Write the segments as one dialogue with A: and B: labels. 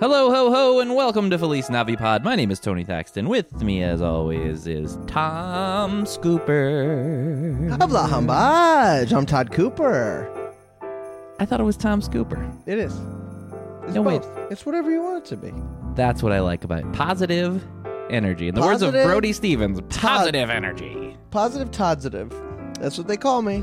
A: Hello, ho, ho, and welcome to Felice Navipod. My name is Tony Thaxton. With me, as always, is Tom Scooper.
B: Habla humbug. I'm Todd Cooper.
A: I thought it was Tom Scooper.
B: It is. It's
A: No, wait.
B: both. It's whatever you want it to be.
A: That's what I like about it. Positive energy. In the words of
B: Positive-
A: Brody Stevens, positive energy.
B: Positive Todsitive. That's what they call me.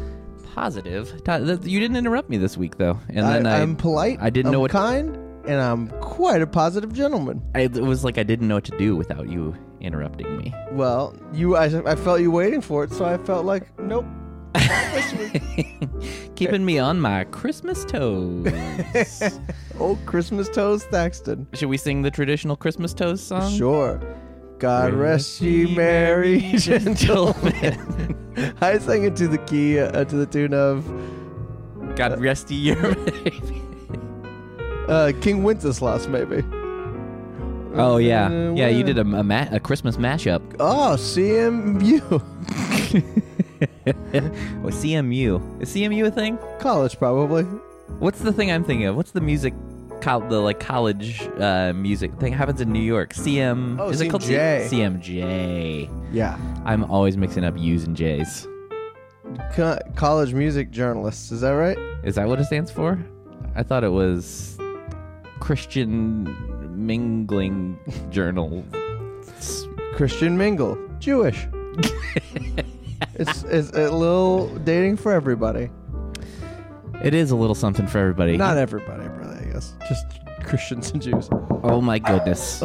A: Positive. Todd, th- you didn't interrupt me this week, though. And then
B: I,
A: I,
B: am polite.
A: I didn't know
B: I'm
A: what-
B: kind, and I'm quite a positive gentleman.
A: I- it was like I didn't know what to do without you interrupting me.
B: Well, you, I, I felt you waiting for it, so I felt like, nope. Not this week.
A: Keeping me on my Christmas toes.
B: Old Christmas toes, Thaxton.
A: Should we sing the traditional Christmas toes song?
B: Sure. God rest ye merry gentlemen. I sang it to the key, uh, to the tune of
A: God rest ye your baby.
B: uh, King Wenceslas, maybe.
A: Oh yeah, yeah. You did a a, ma- a Christmas mashup.
B: Oh, CMU.
A: With CMU is CMU a thing?
B: College, probably.
A: What's the thing I'm thinking of? What's the music, col- the like college uh, music thing happens in New York? CM
B: Oh,
A: is it called C-
B: CMJ.
A: CMJ?
B: Yeah.
A: I'm always mixing up U's and J's.
B: Co- college music journalists, is that right?
A: Is that what it stands for? I thought it was Christian mingling journal.
B: Christian Mingle. Jewish. it's, it's a little dating for everybody.
A: It is a little something for everybody.
B: Not everybody, really, I guess. Just Christians and Jews.
A: Oh my goodness.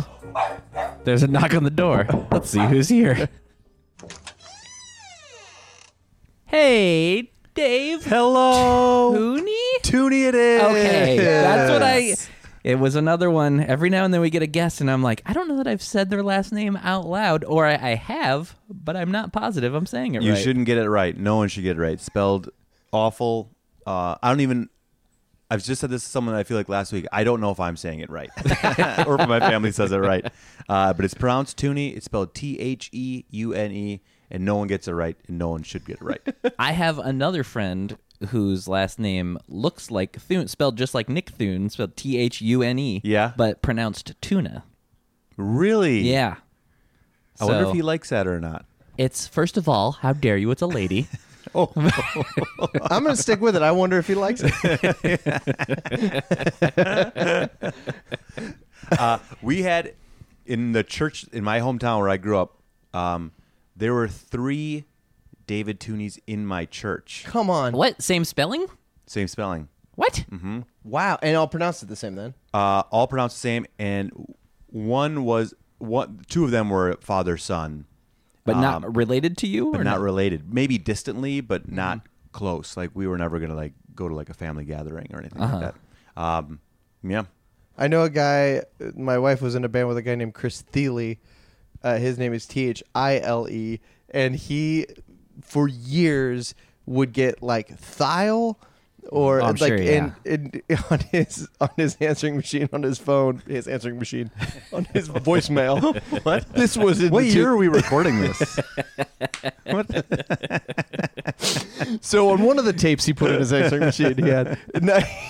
A: There's a knock on the door. Let's see who's here. Hey, Dave.
B: Hello.
A: Hooney?
B: Toonie it is.
A: Okay, that's what I. It was another one. Every now and then we get a guest, and I'm like, I don't know that I've said their last name out loud, or I, I have, but I'm not positive I'm saying it
C: You
A: right.
C: shouldn't get it right. No one should get it right. Spelled awful. Uh, I don't even. I've just said this to someone I feel like last week. I don't know if I'm saying it right or if my family says it right. Uh, but it's pronounced Toonie. It's spelled T H E U N E, and no one gets it right, and no one should get it right.
A: I have another friend whose last name looks like Thune, spelled just like Nick Thune, spelled T H U N E,
C: Yeah.
A: but pronounced tuna.
C: really?
A: Yeah.
C: I wonder
A: So-
C: if he likes that or not.
A: It's first of all, how dare you? It's a lady.
C: Oh,
B: I'm going to stick with it. I wonder if he likes it.
C: we had in the church in my hometown where I grew up. Um, there were three David Toonies in my church.
B: Come on.
A: what? Same spelling?
C: Same spelling.
A: What?
C: Mm-hmm.
B: Wow. And I'll pronounce it the same then.
C: uh, all pronounced the same, and one was one. Two of them were father son,
A: But not related to you?
C: Um, but
A: or
C: not related. Maybe distantly, but not close. Like we were never gonna like go to like a family gathering or anything like that. Um, yeah,
B: I know a guy. My wife was in a band with a guy named Chris Thiele. Uh, his name is T H I L E, and he, for years, would get like thyle, or
A: I'm
B: like
A: sure, yeah.
B: in, in on his on his answering machine on his phone, his answering machine, on his voicemail. what this was in
C: What
B: the
C: year
B: two-
C: are we recording this?
B: So on one of the tapes he put in his answering machine, he had and I-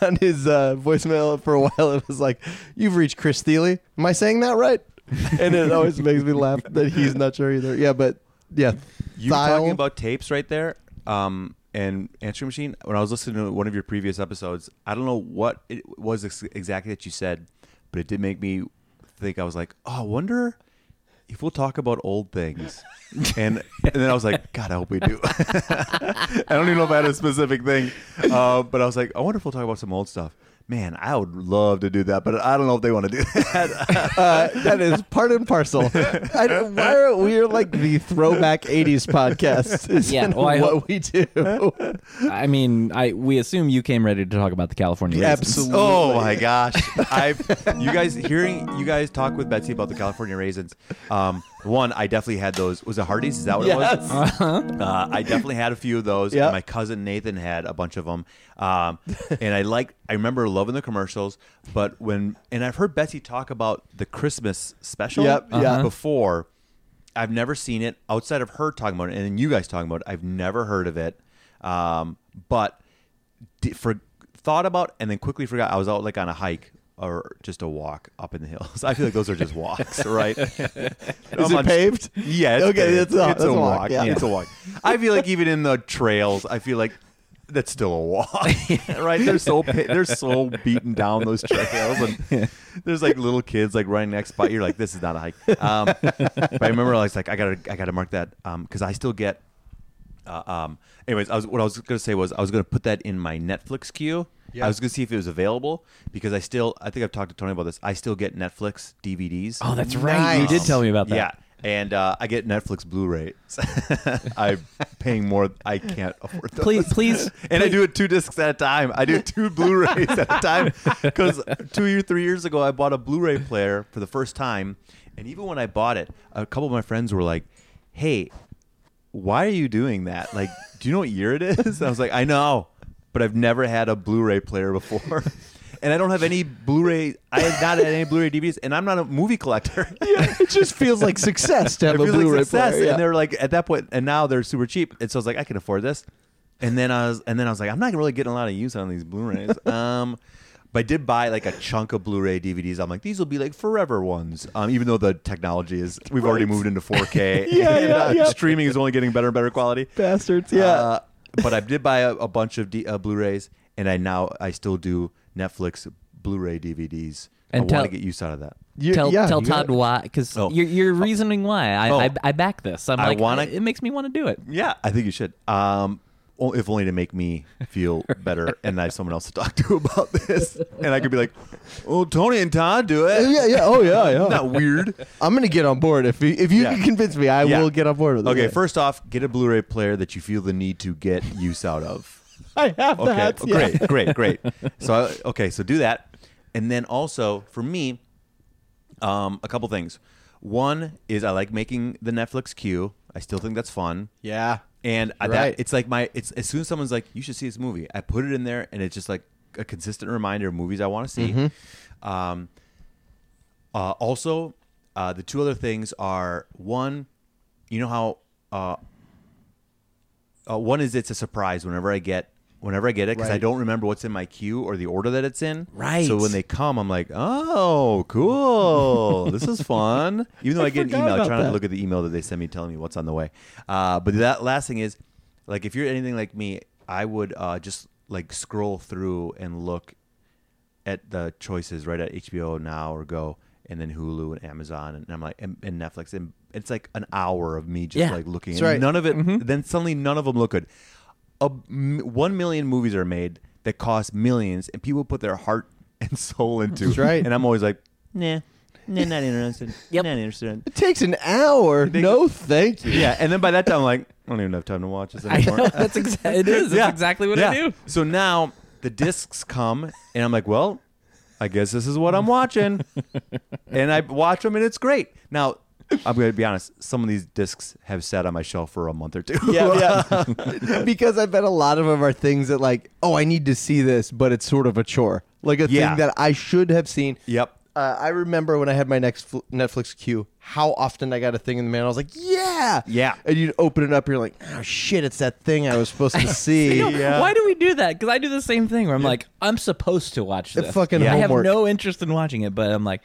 B: on his uh, voicemail for a while. It was like, "You've reached Chris Thiele." Am I saying that right? And it always makes me laugh that he's not sure either. Yeah, but yeah,
C: You were talking
B: Thyle.
C: about tapes right there, um, and answering machine. When I was listening to one of your previous episodes, I don't know what it was ex- exactly that you said, but it did make me think. I was like, oh, I wonder if we'll talk about old things, and and then I was like, God, I hope we do. I don't even know if I had a specific thing, uh, but I was like, I wonder if we'll talk about some old stuff. Man, I would love to do that, but I don't know if they want to do that.
B: uh, that is part and parcel. I, don't- why are we are like the throwback '80s podcast? Is
A: Yeah,
B: yeah,
A: well, I
B: what
A: hope-
B: we do.
A: I mean, I we assume you came ready to talk about the California raisins.
B: Absolutely.
C: Oh my gosh! I've you guys hearing you guys talk with Betsy about the California raisins. Um, one, I definitely had those. Was it Hardee's? Is that what it was?
B: Yes.
C: Uh, I definitely had a few of those.
B: Yep.
C: My cousin Nathan had a bunch of them, um, and I like. I remember loving the commercials, but when and I've heard Betsy talk about the Christmas special
B: Yep, yeah. Uh-huh.
C: before. I've never seen it outside of her talking about it, and then you guys talking about it. I've never heard of it, um, but di for thought about and then quickly forgot. I was out like on a hike or just a walk up in the hills. I feel like those are just walks, right?
B: Is it paved?
C: Yeah. It's
B: Okay,
C: paved.
B: that's a- that's a walk, yeah.
C: It's a walk. I feel like even in the trails, I feel like that's still a walk, right? They're so pa- they're so beaten down those trails, and there's like little kids like running next by. You're like, this is not a hike. Um, but I remember I was like, I gotta I gotta mark that because I still get. Uh, um. Anyways, I was what I was gonna say was I was gonna put that in my Netflix queue.
B: Yeah.
C: I was gonna see if it was available because I still I think I've talked to Tony about this. I still get Netflix DVDs.
A: Oh, that's right. You
B: Nice.
A: did tell me about that.
C: Yeah, and uh, I get Netflix Blu-ray. I'm paying more. I can't afford those.
A: Please, please.
C: And I do it two discs at a time. I do two Blu-rays at a time because two or three years ago I bought a Blu-ray player for the first time, and even when I bought it, a couple of my friends were like, "Hey, why are you doing that? Like, do you know what year it is? And I was like, I know, but I've never had a Blu-ray player before. And I don't have any Blu-ray. I have not had any Blu-ray DVDs, and I'm not a movie collector.
B: yeah, it just feels like success to have
C: It
B: a
C: feels like
B: Blu-ray
C: success,
B: player. yeah.
C: And they're like at that point, and now they're super cheap. And so I was like, I can afford this. And then I was, and then I was like, I'm not really getting a lot of use on these Blu-rays. um, but I did buy like a chunk of Blu-ray DVDs. I'm like, these will be like forever ones. Um, even though the technology is, we've already moved into 4K.
B: Yeah,
C: and,
B: yeah,
C: uh,
B: yeah.
C: Streaming is only getting better and better quality.
B: bastards. Yeah.
C: Uh, but I did buy a, a bunch of D, uh, Blu-rays, and I now I still do Netflix Blu-ray DVDs.
A: And
C: I
A: tell-
C: want to get use out of that.
B: You-
A: tell
B: yeah,
A: tell
B: you
A: Todd
B: gotta-
A: why, because
C: Oh.
A: you're, you're reasoning why. I,
C: Oh.
A: I, I back this. I'm
C: I
A: like,
C: wanna-
A: it makes me want to do it.
C: Yeah, I think you should. Um, o- if only to make me feel better, and I have someone else to talk to about this, and I could be like, "Oh, Tony and Todd do it."
B: Yeah, yeah. Oh, yeah, yeah.
C: Not weird.
B: I'm gonna get on board if you, if you
C: Yeah.
B: can convince me, I
C: Yeah.
B: will get on board with it.
C: Okay,
B: yeah.
C: first off, get a Blu-ray player that you feel the need to get use out of.
B: I have
C: Okay,
B: that.
C: oh,
B: yeah.
C: great, great, great. So I- okay, so do that, and then also for me, um, a couple things. One is I like making the Netflix queue. I still think that's fun.
B: Yeah.
C: And I
B: Right.
C: that, it's like my it's as soon as someone's like, "You should see this movie," I put it in there, and it's just like a consistent reminder of movies I want to see.
B: Mm-hmm.
C: Um, uh, also, uh, the two other things are one, you know how uh, uh, one is it's a surprise whenever I get whenever I get it because I
B: Right.
C: don't remember what's in my queue or the order that it's in.
A: Right.
C: So when they come, I'm like, oh, cool, this is fun. Even though I, get an
B: forgot
C: email,
B: about
C: trying not to
B: that.
C: look at the email that they send me telling me what's on the way. Uh, but that last thing is, like, if you're anything like me, I would uh, just like scroll through and look at the choices right at HBO Now or Go, and then Hulu and Amazon, and I'm like, and, and Netflix, and it's like an hour of me just
A: Yeah.
C: like looking.
B: That's
C: and
B: right. Mm-hmm.
C: None of it. Then suddenly, none of them look good. A m one million movies are made that cost millions, and people put their heart and soul into.
B: That's right.
C: And I'm always like, nah, nah, not interested. Not interested.
B: It takes an hour. No, thank you.
C: Yeah, and then by that time, I'm like, I don't even have time to watch this
A: I
C: anymore.
A: know that's exactly it is. That's
C: Yeah.
A: exactly what
C: yeah.
A: I do.
C: So now the discs come, and I'm like, well, I guess this is what I'm watching. and I watch them, and it's great. Now, I'm going to be honest, some of these discs have sat on my shelf for a month or two.
B: Yeah, yeah. because I bet a lot of them are things that like, oh, I need to see this, but it's sort of a chore, like a
C: Yeah.
B: thing that I should have seen.
C: Yep.
B: Uh, I remember when I had my next fl- Netflix queue, how often I got a thing in the mail. I was like, yeah,
C: Yeah.
B: And you'd open it up, you're like, oh shit, it's that thing I was supposed to see.
A: You know,
C: Yeah.
A: Why do we do that? Because I do the same thing where I'm like, I'm supposed to watch
B: It's
A: this.
B: fucking
A: I have
B: homework.
A: no interest in watching it, but I'm like,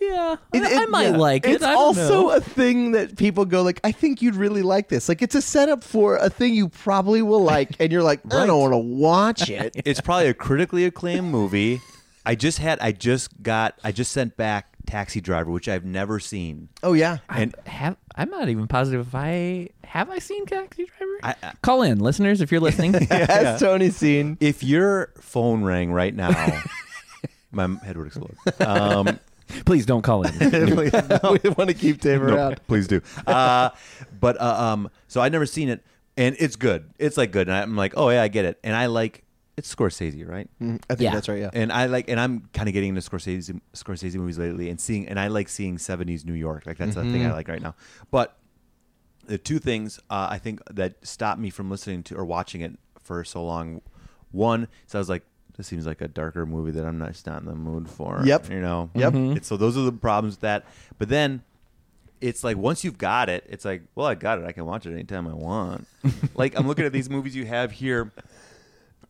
A: yeah,
B: It-
A: I, I
B: it-
A: might
B: yeah.
A: like it.
B: It's
A: I don't
B: also
A: know.
B: a thing that people go like, I think you'd really like this. Like, it's a setup for a thing you probably will like, and you're like, I don't want to watch it.
C: it's probably a critically acclaimed movie. I just had, I just got, I just sent back Taxi Driver, which I've never seen.
B: oh yeah,
C: And
A: have I'm not even positive if I have I seen Taxi Driver.
C: I- I-
A: Call in, listeners, if you're listening.
B: has Tony seen?
C: if your phone rang right now, my head would explode. Um,
A: Please don't call in.
B: we want to keep Dave
C: No,
B: around.
C: please do. Uh, but uh, um, so I never seen it, and it's good. It's like good, and I'm like, oh yeah, I get it. And I like it's Scorsese, right?
B: I think
A: Yeah.
B: that's right. Mm-hmm. Yeah.
C: And I like, and I'm kind of getting into Scorsese Scorsese movies lately, and seeing, and I like seeing '70s New York. Like that's the thing
B: Mm-hmm.
C: I like right now. But the two things uh, I think that stopped me from listening to or watching it for so long. One, so I was like, this seems like a darker movie that I'm not just not in the mood for.
B: Yep.
C: You know.
B: Yep. Mm-hmm.
C: It's- so those are the problems with that. But then it's like once you've got it, it's like, well, I got it. I can watch it anytime I want. like I'm looking at these movies you have here.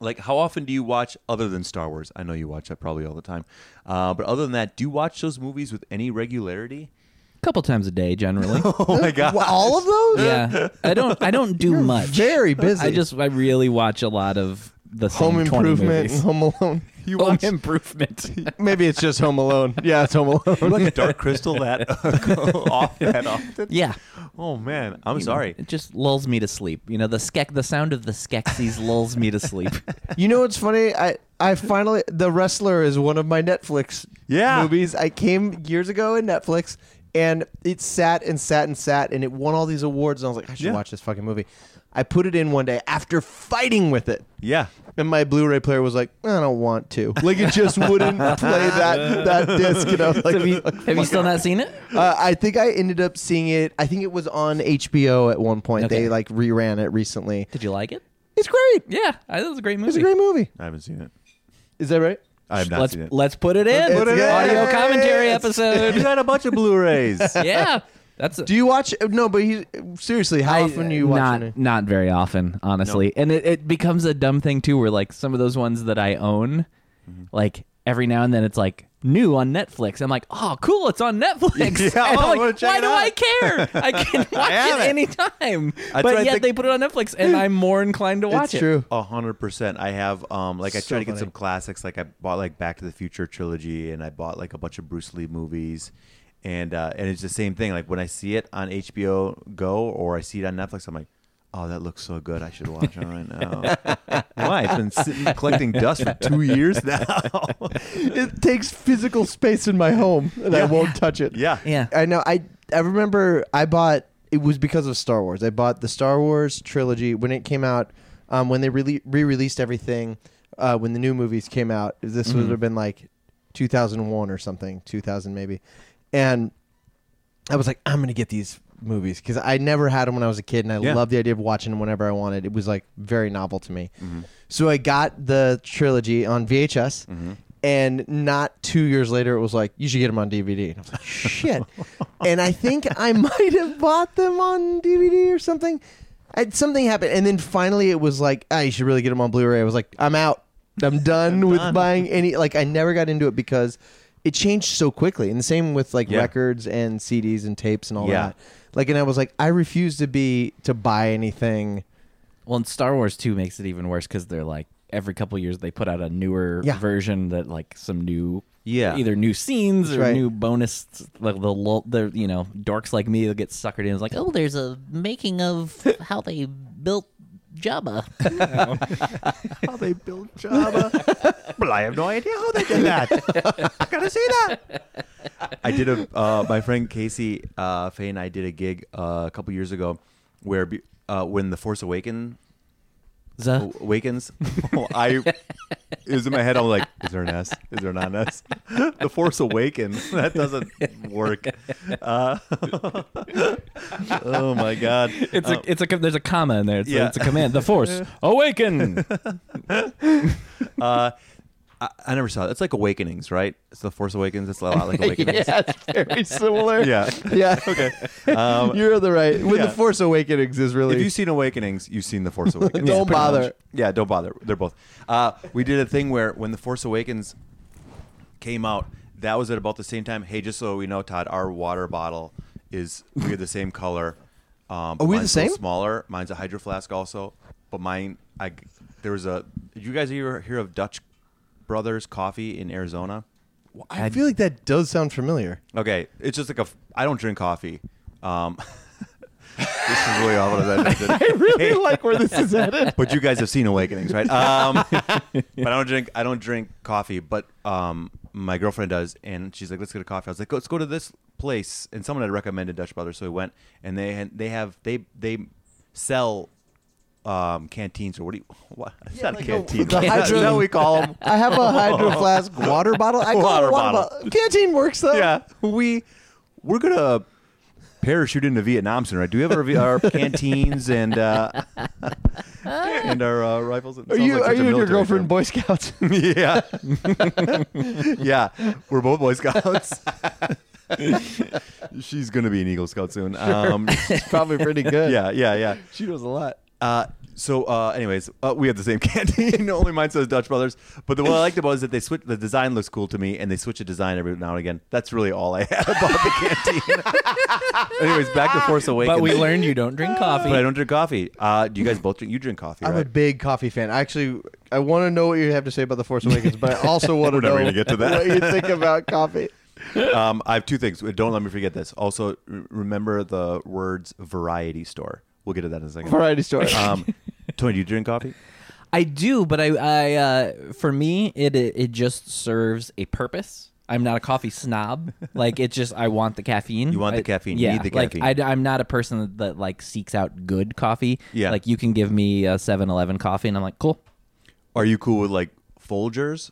C: like how often do you watch other than Star Wars? I know you watch that probably all the time, uh, but other than that, do you watch those movies with any regularity?
A: couple times a day generally.
C: Oh my god!
B: Well, all of those?
A: yeah, I don't. I don't do much.
B: Very busy.
A: I just. I really watch a lot of the same
B: Home
A: 20
B: Improvement,
A: movies.
B: Home Alone. You
A: Home
B: watch?
A: Improvement.
B: Maybe it's just Home Alone. Yeah, it's Home Alone.
C: Like Dark Crystal that off that often?
A: yeah.
C: Oh man, I'm sorry.
A: It just lulls me to sleep. You know, the skek, the sound of the skexies lulls me to sleep.
B: You know what's funny? I I finally The Wrestler is one of my Netflix
C: Yeah.
B: movies. I came years ago in Netflix and it sat and sat and sat and it won all these awards and I was like, I should
C: Yeah.
B: watch this fucking movie. I put it in one day after fighting with it.
C: Yeah,
B: And my Blu-ray player was like, I don't want to. Like it just wouldn't play that that disc. And I was like,
A: have you,
B: "Fuck,
A: have you still not seen it?
B: uh, I think I ended up seeing it. I think it was on HBO at one point.
A: Okay.
B: They like reran it recently.
A: Did you like it?
B: It's great.
A: Yeah, I- that was a great movie.
B: It's a great movie.
C: I haven't seen it.
B: Is that right?
C: I have not
A: let's
C: seen it.
A: let's put it in.
B: put it in.
A: Audio commentary
B: Yes.
C: you
A: episode.
C: got a bunch of Blu-rays.
A: yeah, that's.
B: Do you watch? No, but he, seriously, how often do you watch?
A: not
B: it?
A: not very often, honestly. And it, it becomes a dumb thing too, where like some of those ones that I own,
C: Mm-hmm.
A: like every now and then it's like new on Netflix. I'm like, oh, cool, it's on Netflix.
C: Yeah,
A: And
C: oh, I
A: I'm
C: wanna
A: like,
C: check
A: why
C: it
A: do
C: out.
A: I care? I can watch
C: have
A: it,
C: it.
A: anytime.
C: That's what I
A: But yet
C: think-
A: they put it on Netflix, and I'm more inclined to watch
B: It's
A: it.
B: true.
C: A hundred percent. I have um like I
B: So
C: tried to get
B: funny.
C: some classics. Like I bought like Back to the Future trilogy, and I bought like a bunch of Bruce Lee movies, and uh, and it's the same thing. Like when I see it on HBO Go or I see it on Netflix, I'm like, oh, that looks so good. I should watch it right now. Why? It's been sitting collecting dust for two years now.
B: It takes physical space in my home, and I won't touch it.
C: yeah.
A: Yeah.
B: I know. I I remember I bought it was because of Star Wars. I bought the Star Wars trilogy when it came out. Um, when they re released everything, uh, when the new movies came out, this would have been like 2001 or something, 2000 maybe, and I was like, I'm gonna get these movies because I never had them when I was a kid, and I
C: Yeah.
B: loved the idea of watching them whenever I wanted. It was like very novel to me. So I got the trilogy on VHS, and not two years later, it was like you should get them on DVD. And I was like, shit. and I think I might have bought them on DVD or something. I, something happened, and then finally it was like, ah, you should really get them on Blu-ray. I was like, I'm out. I'm done with buying any. Like I never got into it because it changed so quickly. And the same with like
C: Yeah.
B: records and CDs and tapes and all
C: Yeah.
B: that. Like, and I was like, I refuse to be to buy anything.
A: Well, and Star Wars 2 makes it even worse because they're like every couple years they put out a newer
B: Yeah.
A: version that like some new
C: Yeah.
A: either new scenes or
B: right.
A: new bonus like the, lol- the you know dorks like me that get suckered in is like oh there's a making of how they built Jabba
C: How they built Java? well, I have no idea how they did that. I gotta say that. I did a uh, my friend Casey uh, Faye and I did a gig uh, a couple years ago where be- uh, when the Force Awakens
A: Zuh.
C: Awakens, oh, I it was in my head. I'm like, is there an S? Is there not an S? the Force Awakens. That doesn't work. Uh, oh my god!
A: it's a it's a there's a comma in there it's,
C: Yeah.
A: a, it's a command the Force awaken
C: Uh, I, I never saw it. It's like Awakenings, right? It's the Force Awakens. It's a lot like Awakenings.
B: Yeah, it's very similar.
C: yeah. Um,
B: yeah. Okay. You're the right. When
C: yeah.
B: the Force Awakens is really.
C: If you've seen Awakenings, you've seen The Force Awakens.
B: Don't
C: Yeah, pretty
B: bother.
C: much. Yeah, don't bother. They're both. Uh, we did a thing where when The Force Awakens came out, that was at about the same time. Hey, just so we know, Todd, our water bottle is we're the same color. Um, but
B: we the
C: mine's a little
B: same?
C: Smaller. Mine's a hydro flask also, but mine. I there was a. Did you guys ever hear of Dutch Brothers Coffee in Arizona?
B: I feel like that does sound familiar.
C: Okay, it's just like a. f- I don't drink coffee. Um, this is really awful. I
B: really like where this is headed.
C: but you guys have seen Awakenings, right? Um, but I don't drink. I don't drink coffee. But um, my girlfriend does, and she's like, "Let's get a coffee." I was like, "Let's go to this place." And someone had recommended Dutch Brothers, so we went, and they had, they have they they sell um, canteens or what do you? What? It's not
B: like
C: a
B: a-
C: canteen.
B: the
C: Is that- is that
B: hydro-
C: what we call them.
B: I have a hydro flask water bottle. I call it
C: Oh. Water
B: a water
C: bottle.
B: bottle. Canteen works though.
C: yeah, we we're gonna parachute into Vietnam soon, right? Do we have our, our canteens and uh, and our uh, rifles? It
B: Are
C: sounds
B: you
C: like
B: are
C: such a
B: you and your girlfriend
C: military term.
B: Boy Scouts?
C: yeah, yeah, we're both Boy Scouts. She's gonna be an Eagle Scout soon. Um,
B: Probably pretty good.
C: yeah, yeah, yeah.
B: she does a lot.
C: Uh, So, uh, anyways, uh, we have the same canteen. Only mine says Dutch Brothers. But the, what I liked about it is that they switch. The design looks cool to me, and they switch a design every now and again. That's really all I had about the canteen. anyways, back to Force Awakens.
A: But we learned you don't drink coffee.
C: But I don't drink coffee. Uh, do you guys both drink? You drink coffee,
B: I'm
C: right?
B: a big coffee fan. I actually I want to know what you have to say about the Force Awakens, but I also want to
C: We're
B: know
C: never gonna get to that.
B: what you think about coffee.
C: um, I have two things. Don't let me forget this. Also, re- remember the words variety store. We'll get to that in a second.
B: Variety store.
C: Um, Tony, do you drink coffee?
A: I do, but I, I uh, for me, it it just serves a purpose. I'm not a coffee snob. Like it's just I want the caffeine.
C: You want the
A: I-
C: caffeine. You
A: Yeah,
C: need the
A: like,
C: caffeine.
A: I, am not a person that, like seeks out good coffee.
C: Yeah.
A: like you can give me a 7-Eleven coffee, and I'm like, cool.
C: Are you cool with like Folgers?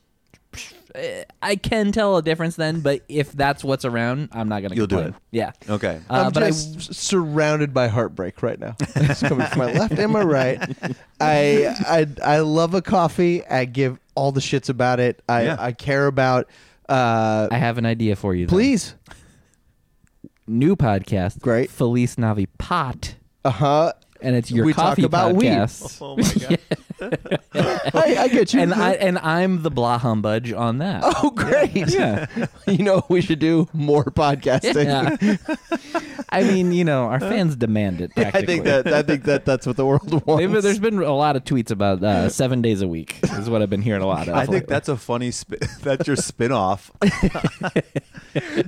A: Eh, I can tell a difference then, but if that's what's around, I'm not gonna.
C: You'll do
A: complain.
C: it.
A: Yeah.
C: Okay.
A: Uh,
B: I'm
A: but I-
B: just s- surrounded by heartbreak right now. It's coming from my left and my right. I I I love a coffee. I give all the shits about it. I
C: Yeah.
B: I care about. Uh,
A: I have an idea for you. then.
B: please.
A: new podcast.
B: Great.
A: Felice Navi Pot,
B: Uh huh.
A: and it's your
B: We talk
A: coffee
B: about weed.
A: podcast.
C: Oh my god.
B: I, I get you.
A: And I and I'm the blah humbug on that.
B: oh great.
A: Yeah.
B: you know we should do more podcasting.
A: Yeah. I mean, you know, our fans demand it.
B: I
A: Practically.
B: think that I think that that's what the world wants.
A: They've- there's been a lot of tweets about uh, seven days a week is what I've been hearing a lot of.
C: I think
A: lately.
C: that's a funny. Sp- that's your spin-off.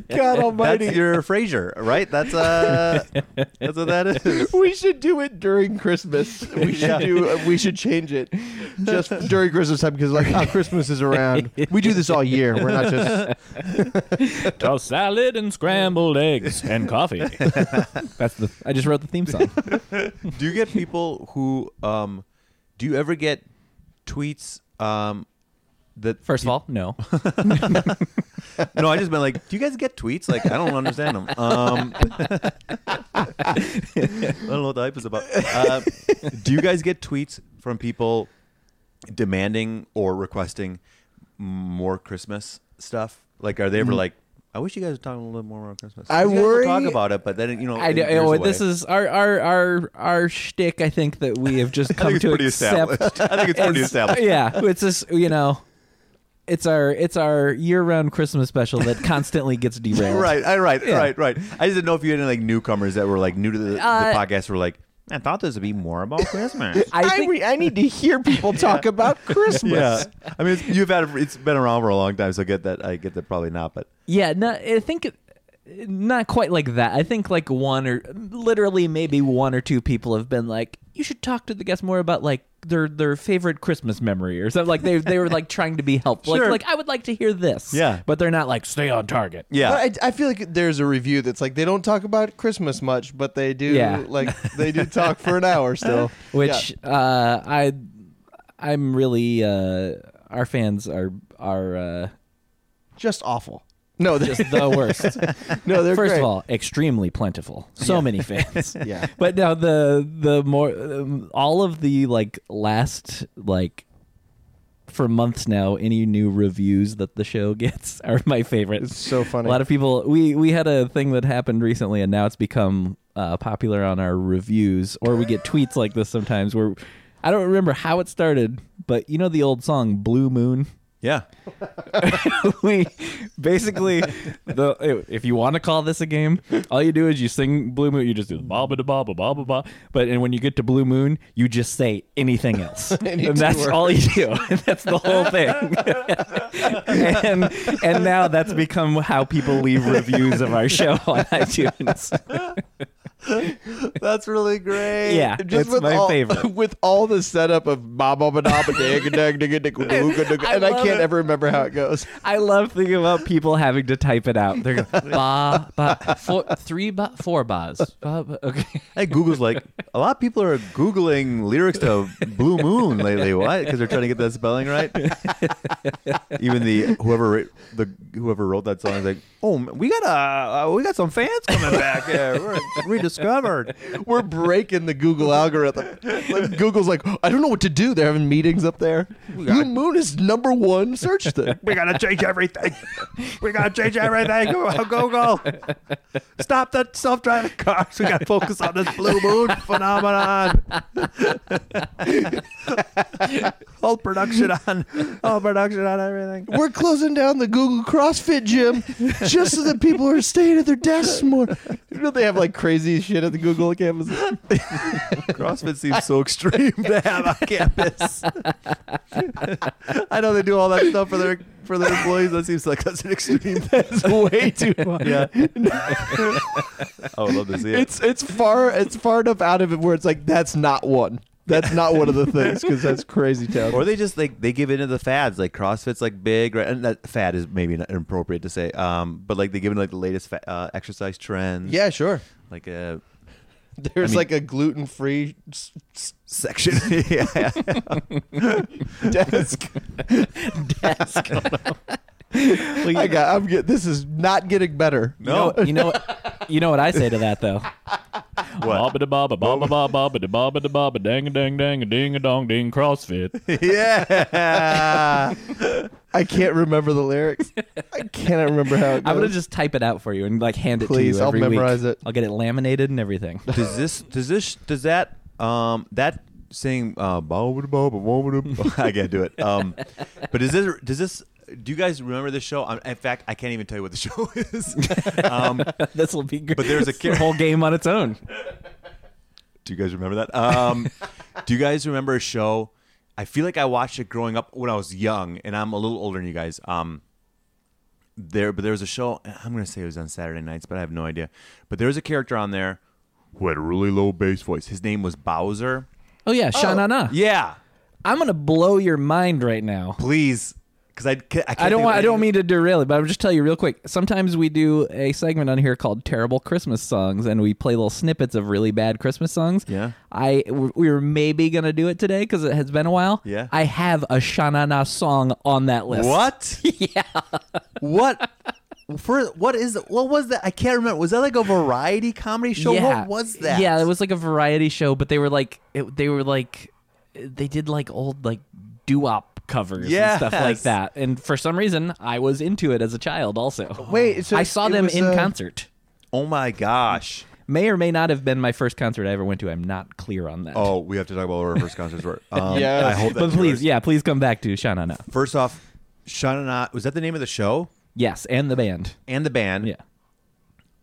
B: God Almighty.
C: That's your Frasier, right? That's uh, that's what that is.
B: we should do it during Christmas. We should
C: Yeah.
B: do. Uh, we should change it just during Christmas time because like oh, Christmas is around. We do this all year. We're not just
A: toss salad and scrambled eggs and coffee. that's the. I just wrote the theme song.
C: Do you get people who um, do you ever get tweets um, that
A: First of all, no.
C: no, I just been like, do you guys get tweets? Like, I don't understand them. Um, I don't know what the hype is about. Uh, do you guys get tweets from people demanding or requesting more Christmas stuff? Like, are they
A: Mm.
C: ever like, I wish you guys were talking a little bit more about Christmas.
B: I
C: You guys will
B: worry-
C: talk about it, but then you know,
A: I
C: it
A: do,
C: veers
A: oh,
C: away.
A: this is our our our our shtick. I think that we have just
C: I think
A: come
C: it's
A: to
C: pretty
A: accept.
C: established. I think it's pretty
A: It's-
C: established.
A: Yeah, it's just you know, it's our it's our year round Christmas special that constantly gets derailed.
C: Right, I, right,
A: Yeah.
C: right, right. I just didn't know if you had any like newcomers that were like new to the, the
A: Uh,
C: podcast. Were like, I thought this would be more about Christmas.
A: I think
B: re- I need to hear people talk about Christmas.
C: Yeah, I mean, it's, you've had it's been around for a long time, so I get that. I get that probably not, but
A: yeah, no, I think it- not quite like that. I think like one or literally maybe one or two people have been like, you should talk to the guests more about like their their favorite Christmas memory or something. Like they they were like trying to be helpful.
C: Sure.
A: Like, like I would like to hear this.
C: Yeah.
A: but they're not like stay on target.
C: yeah,
B: But I, I feel like there's a review that's like they don't talk about Christmas much, but they do
A: Yeah.
B: like they do talk for an hour still.
A: which uh, I I'm really uh, our fans are are uh,
B: Yeah. just awful. No, they're,
A: just the worst.
B: no, they're
A: First
B: great.
A: of all, extremely plentiful. So many fans.
B: Yeah.
A: But now the the more um, all of the like last like for months now, any new reviews that the show gets are my favorite.
B: It's so funny.
A: A lot of people. We we had a thing that happened recently, and now it's become uh, popular on our reviews, or we get tweets like this sometimes. Where I don't remember how it started, but you know the old song "Blue Moon."
C: yeah.
A: we basically the if you want to call this a game, all you do is you sing Blue Moon. You just do the ba ba da ba ba ba ba ba. But and when you get to Blue Moon, you just say anything else,
B: Any
A: and
B: two
A: that's
B: words.
A: all you do. that's the whole thing. and and now that's become how people leave reviews of our show on iTunes.
B: That's really great.
A: Yeah, it's my
B: all,
A: favorite.
B: With all the setup of ba ba ba da ba dig dig dig dig dig,
A: I
B: and I
A: love
B: can't
A: it.
B: ever remember how it goes.
A: I love thinking about people having to type it out. They're going, ba ba four, three ba four bas. Ba, ba, okay.
C: I think Google's like a lot of people are googling lyrics to Blue Moon lately. Why? Because they're trying to get that spelling right. Even the whoever writ- the whoever wrote that song is like, oh, man, we got uh, uh, we got some fans coming back. Yeah, we're read the discovered.
B: We're breaking the Google algorithm. Like, Google's like, I don't know what to do. They're having meetings up there. Blue moon is number one search thing.
C: we gotta change everything. We gotta change everything. Go- Google, stop the self-driving cars. We gotta focus on this blue moon phenomenon. all production on, all production on everything.
B: We're closing down the Google CrossFit gym just so that people are staying at their desks more. You know they have like crazy shit at the Google campus.
C: CrossFit seems so extreme to have on campus. I know they do all that stuff for their for their employees. That seems like that's an extreme.
B: That's way too much.
C: Yeah. I would love to see it.
B: It's it's far it's far enough out of it where it's like that's not one. That's not one of the things because that's crazy town.
C: or they just like they give into the fads. Like CrossFit's like big, right? And that fad is maybe not inappropriate to say, um, but like they give into like the latest fa- uh, exercise trends.
B: yeah, sure.
C: like uh, a
B: There's
C: I mean-
B: like a gluten free s- s-
C: section. yeah,
B: desk.
A: desk.
B: I got. I'm get. This is not getting better.
C: no,
A: You know, you know what I say to that though.
C: what?
D: Baba da baba, baba baba, baba da baba da baba, dang a dang dang a ding a dong ding CrossFit.
C: yeah.
B: I can't remember the lyrics. I cannot remember how it goes.
A: I'm gonna just type it out for you and like hand it
B: Please,
A: to you
B: I'll
A: every week.
B: memorize it.
A: I'll get it laminated and everything.
C: does this? Does this? Does that? Um, that saying. Uh, "Bow, bow, bow, bow, bow, bow," I can't do it. Um, but does this? Does this? Do you guys remember this show? Um, in fact, I can't even tell you what the show is. Um,
A: this will be great.
C: But there's a
A: It's the
C: char-
A: whole game on its own.
C: Do you guys remember that? Um, do you guys remember a show? I feel like I watched it growing up when I was young, and I'm a little older than you guys. Um, there, but there was a show. I'm gonna say it was on Saturday nights, but I have no idea. But there was a character on there who had a really low bass voice. His name was Bowser.
A: Oh yeah, sha na na.
C: Yeah,
A: I'm gonna blow your mind right now.
C: please, because I, ca- I, can't
A: I
C: think
A: don't
C: of
A: want. I
C: any-
A: don't mean to derail it, but I'll just tell you real quick. Sometimes we do a segment on here called "Terrible Christmas Songs," and we play little snippets of really bad Christmas songs.
C: Yeah.
A: I we were maybe gonna do it today because it has been a while.
C: Yeah.
A: I have a Shanana song on that list.
C: What? yeah. What? For what is what was that? I can't remember. Was that like a variety comedy show?
A: yeah.
C: What was that?
A: Yeah, it was like a variety show, but they were like it, they were like they did like old like doo-wop covers and stuff like
C: Yes.
A: that. And for some reason, I was into it as a child. Also,
B: Wait, so
A: I saw
B: it
A: them
B: was,
A: in
B: uh,
A: concert.
C: Oh my gosh.
A: May or may not have been my first concert I ever went to. I'm not clear on that.
C: Oh, we have to talk about what our first concerts were. Um,
B: Yes.
C: I hope that
A: but please,
C: yours-
A: yeah, please come back to Shanana.
C: First off, Shana Na, was that the name of the show
A: Yes, and the band.
C: and the band?
A: Yeah.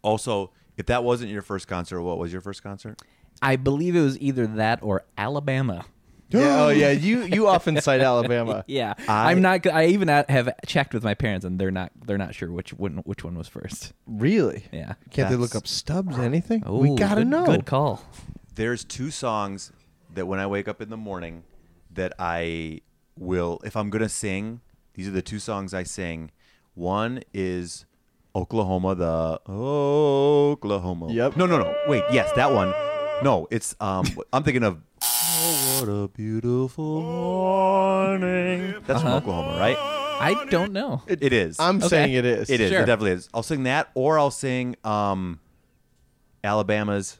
C: Also, if that wasn't your first concert, what was your first concert?
A: I believe it was either that or Alabama.
B: Yeah, oh yeah, you you often cite Alabama.
A: Yeah,
C: I-
A: I, am not. I even at- have checked with my parents, and they're not. They're not sure which one. Which one was first.
B: Really?
A: Yeah.
B: Can't they look
C: That's-
B: up Stubbs? Anything? we
A: Ooh,
B: gotta
A: good-
B: know.
A: Good call.
C: There's two songs that when I wake up in the morning that I will, if I'm gonna sing, these are the two songs I sing. One is Oklahoma, the Oklahoma.
B: Yep.
C: No, no, no. Wait, yes, that one. No, it's um. I'm thinking of. Oh, what a beautiful morning. That's from Oklahoma, right?
A: I don't know.
C: It is.
B: Uh-huh. I'm
A: Okay.
B: saying it is.
C: It is.
A: Sure.
C: It definitely is. I'll sing that, or I'll sing um, Alabama's.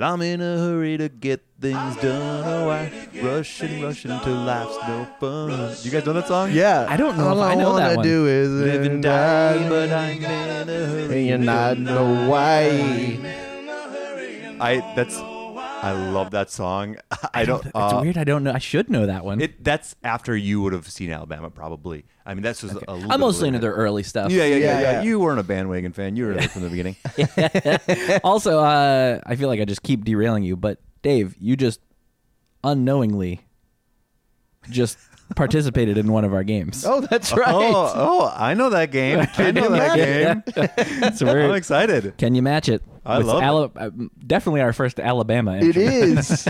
C: I'm in a hurry to get things done. Oh, I rushing, rushing till life's no fun. You guys know that song?
B: Yeah.
A: I don't know
B: All
A: if
B: I,
A: I know
B: wanna
A: that one.
B: do is
C: Live and die, but I'm in a
B: and
C: hurry.
B: you're not know why.
C: I that's I love that song. I don't.
A: It's
C: uh,
A: weird. I don't know. I should know that one.
C: It that's after you would have seen Alabama probably. I mean that's just a little.
A: I'm
C: bit
A: mostly into
C: later.
A: their early stuff.
C: Yeah, yeah, yeah,
B: Yeah,
C: yeah,
B: yeah.
C: You weren't a bandwagon fan. You were there from the beginning.
A: also, uh, I feel like I just keep derailing you, but Dave, you just unknowingly just participated in one of our games.
B: Oh, that's right.
C: Oh, oh, I know that game. I know that game.
A: That's weird.
C: I'm excited.
A: Can you match it?
C: I
A: With
C: love it.
A: Ala- uh, Definitely our first Alabama.
B: It
A: entry.
B: is.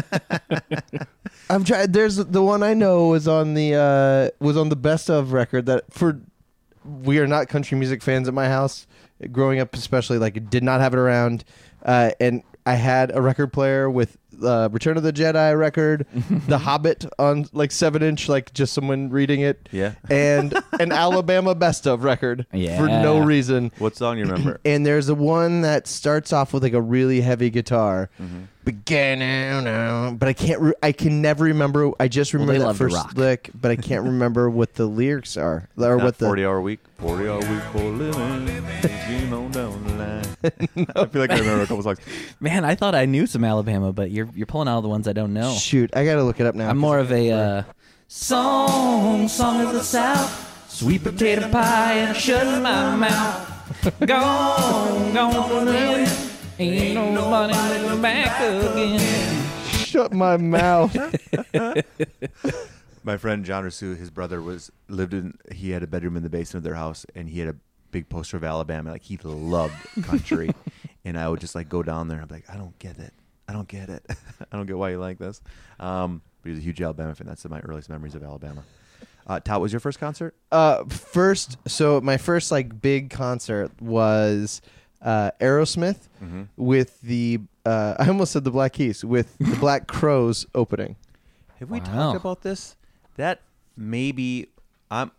B: I'm trying. There's the one I know was on the uh, was on the best of record that for we are not country music fans at my house. Growing up, especially like did not have it around, uh, and I had a record player with uh, Return of the Jedi record, The Hobbit on like seven inch, like just someone reading it.
C: Yeah.
B: and an Alabama best of record for no
A: Yeah.
B: reason.
C: What song you remember?
B: And there's a one that starts off with like a really heavy guitar, Began- but I can't. Re- I can never remember. I just remember
A: they
B: that
A: love to
B: first
A: rock.
B: lick, but I can't remember what the lyrics are or
C: Not
B: what the
C: 40 hour week. 40 hour week for a living. you know down the line. I feel like I remember a couple songs.
A: Man, I thought I knew some Alabama, but you're you're pulling out the ones I don't know.
B: Shoot, I gotta look it up now.
A: I'm more of a uh, song, song of the South, sweet potato pie, and I shut my mouth. Gone, gone for the wind. Ain't no money coming back again.
B: shut my mouth.
C: My friend John Rasu, his brother was lived in. He had a bedroom in the basement of their house, and he had a big poster of Alabama. Like he loved country, and I would just like go down there. and I'd be like, I don't get it. I don't get it. I don't get why you like this. Um, but he was a huge Alabama fan. That's my earliest memories of Alabama. Uh, Todd, was your first concert?
B: uh, first, so my first like big concert was uh, Aerosmith with the uh, I almost said the Black Keys with the Black Crows opening.
C: Have we
A: Wow.
C: talked about this? That maybe I'm.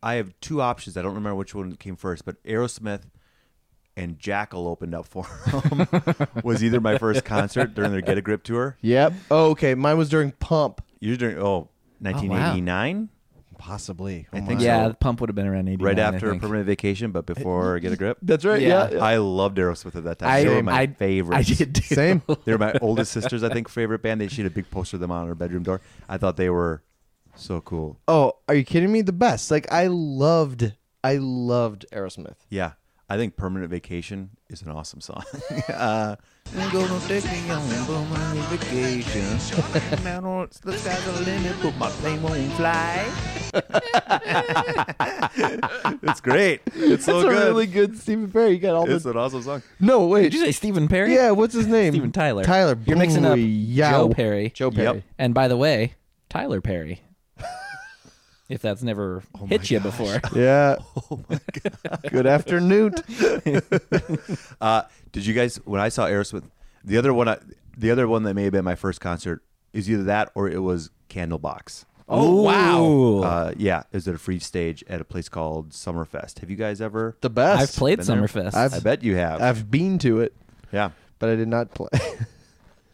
C: I have two options. I don't remember which one came first, but Aerosmith and Jackal opened up for him. was either my first concert during their Get a Grip tour.
B: Yep. Oh, okay. Mine was during Pump.
C: You're during oh 1989,
B: Possibly.
C: I think
A: Yeah,
C: so.
A: the pump would have been around 89.
C: right
A: I
C: after
A: think.
C: Permanent Vacation, but before Get a Grip.
B: That's right.
A: Yeah.
B: Yeah.
C: I loved Aerosmith at that time.
A: I-
C: they were my
A: I- I
C: favorites.
A: did too.
B: Same.
C: They were my oldest sister's, I think, favorite band. They she had a big poster of them on her bedroom door. I thought they were so cool.
B: Oh, are you kidding me? The best. Like I loved. I loved Aerosmith.
C: Yeah, I think Permanent Vacation is an awesome song. it's great. It's so
B: That's a
C: good.
B: really good Stephen Perry. You got all
C: it's
B: the.
C: an awesome song.
B: No wait.
A: Did you say Stephen Perry?
B: yeah. What's his name?
A: Steven Tyler.
B: Tyler.
A: You're mixing up
B: Booyah.
A: Joe Perry.
B: Joe Perry.
C: Yep.
A: And by the way, Tyler Perry. if that's never
C: Oh
A: hit you before.
B: Yeah. Oh my god. Good afternoon.
C: Uh, did you guys when I saw Aerosmith? The other one, I, the other one that may have been my first concert is either that or it was Candlebox.
A: Oh, wow.
C: Uh, yeah, it was at a free stage at a place called Summerfest. Have you guys ever?
B: The best.
A: I've played
C: been there?
A: Summerfest.
B: I've-
C: I bet you have.
B: I've been to it,
C: yeah.
B: but I did not play.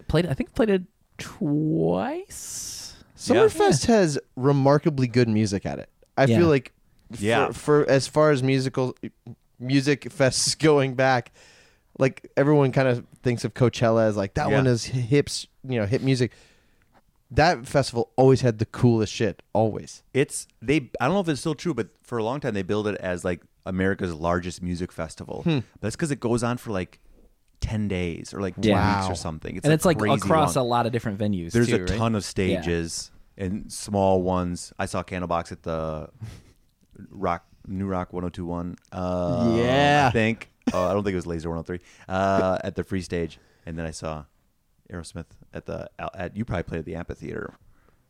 A: played I think played it twice.
B: Summerfest has remarkably good music at it. I
A: Yeah.
B: feel like,
C: Yeah.
B: for, for as far as musical music fests going back, like everyone kind of thinks of Coachella as like that
C: Yeah.
B: one is hips, you know, hip music. That festival always had the coolest shit. Always.
C: it's they i don't know if it's still true but for a long time they billed it as like america's largest music festival
A: Hmm.
C: that's because it goes on for like 10 days or like two
A: Yeah.
C: weeks
A: Wow.
C: or something it's
A: and it's like
C: crazy
A: across
C: long.
A: a lot of different venues.
C: there's
A: too,
C: a
A: right?
C: ton of stages and small ones i saw candlebox at the rock new rock 1021 uh
B: Yeah.
C: i think uh, i don't think it was laser 103 uh at the free stage and then i saw aerosmith at the at you probably played at the amphitheater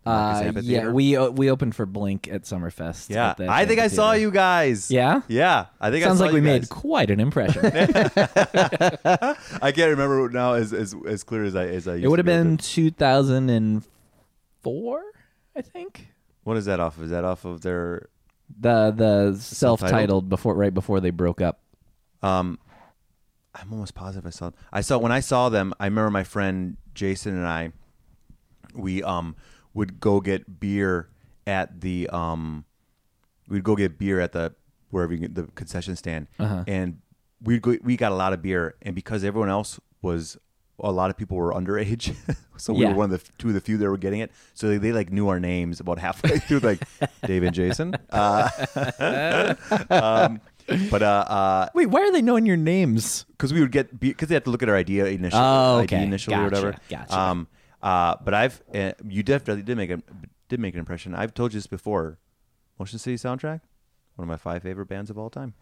C: Marcus
A: Uh, yeah,
C: Amphitheater.
A: we uh, we opened for Blink at Summerfest.
C: Yeah,
A: at the
C: I think I saw
A: amphitheater.
C: you guys.
A: Yeah?
C: yeah. I think
A: Sounds
C: I saw
A: like we
C: you
A: made
C: guys.
A: quite an impression. it
C: I can't remember now as as, as clear as I as I. Used
A: would have
C: to be able
A: been
C: to.
A: 2004, I think.
C: What is that off of? Is that off of their?
A: The the self-titled before right before they broke up.
C: Um, I'm almost positive I saw. I saw when I saw them. I remember my friend Jason and I. We um would go get beer at the um, we'd go get beer at the wherever you get the concession stand, and we go we got a lot of beer, and because everyone else was a lot of people were underage, so we
A: Yeah.
C: were one of the two of the few that were getting it. So they, they like knew our names about halfway through, like Dave and Jason. Uh, um, but uh, uh,
A: Wait, why are they knowing your names?
C: because we would get because they have to look at our idea initially,
A: Oh, okay.
C: ID initially or
A: Gotcha,
C: whatever.
A: gotcha.
C: Um, uh, but I've uh, you definitely did make a did make an impression. I've told you this before. Motion City soundtrack, one of my five favorite bands of all time.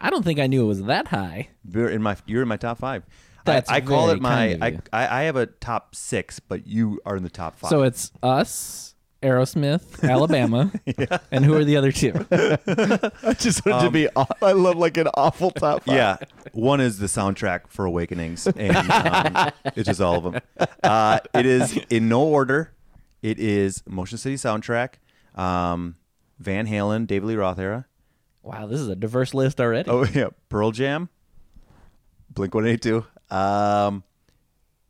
A: I don't think I knew it was that high.
C: You're in my you're in my top five.
A: That's
C: I, I call
A: very
C: it my
A: kind of you.
C: I, I I have a top six, but you are in the top five.
A: So it's us, Aerosmith, Alabama, and who are the other two?
B: I just wanted to be. Off. I love like an awful top five.
C: Yeah, one is the soundtrack for Awakenings, and um, it's just all of them. Uh, it is in no order. It is Motion City soundtrack, um, Van Halen, David Lee Roth era.
A: Wow, this is a diverse list already.
C: Oh yeah, Pearl Jam, Blink One Eight Two, um,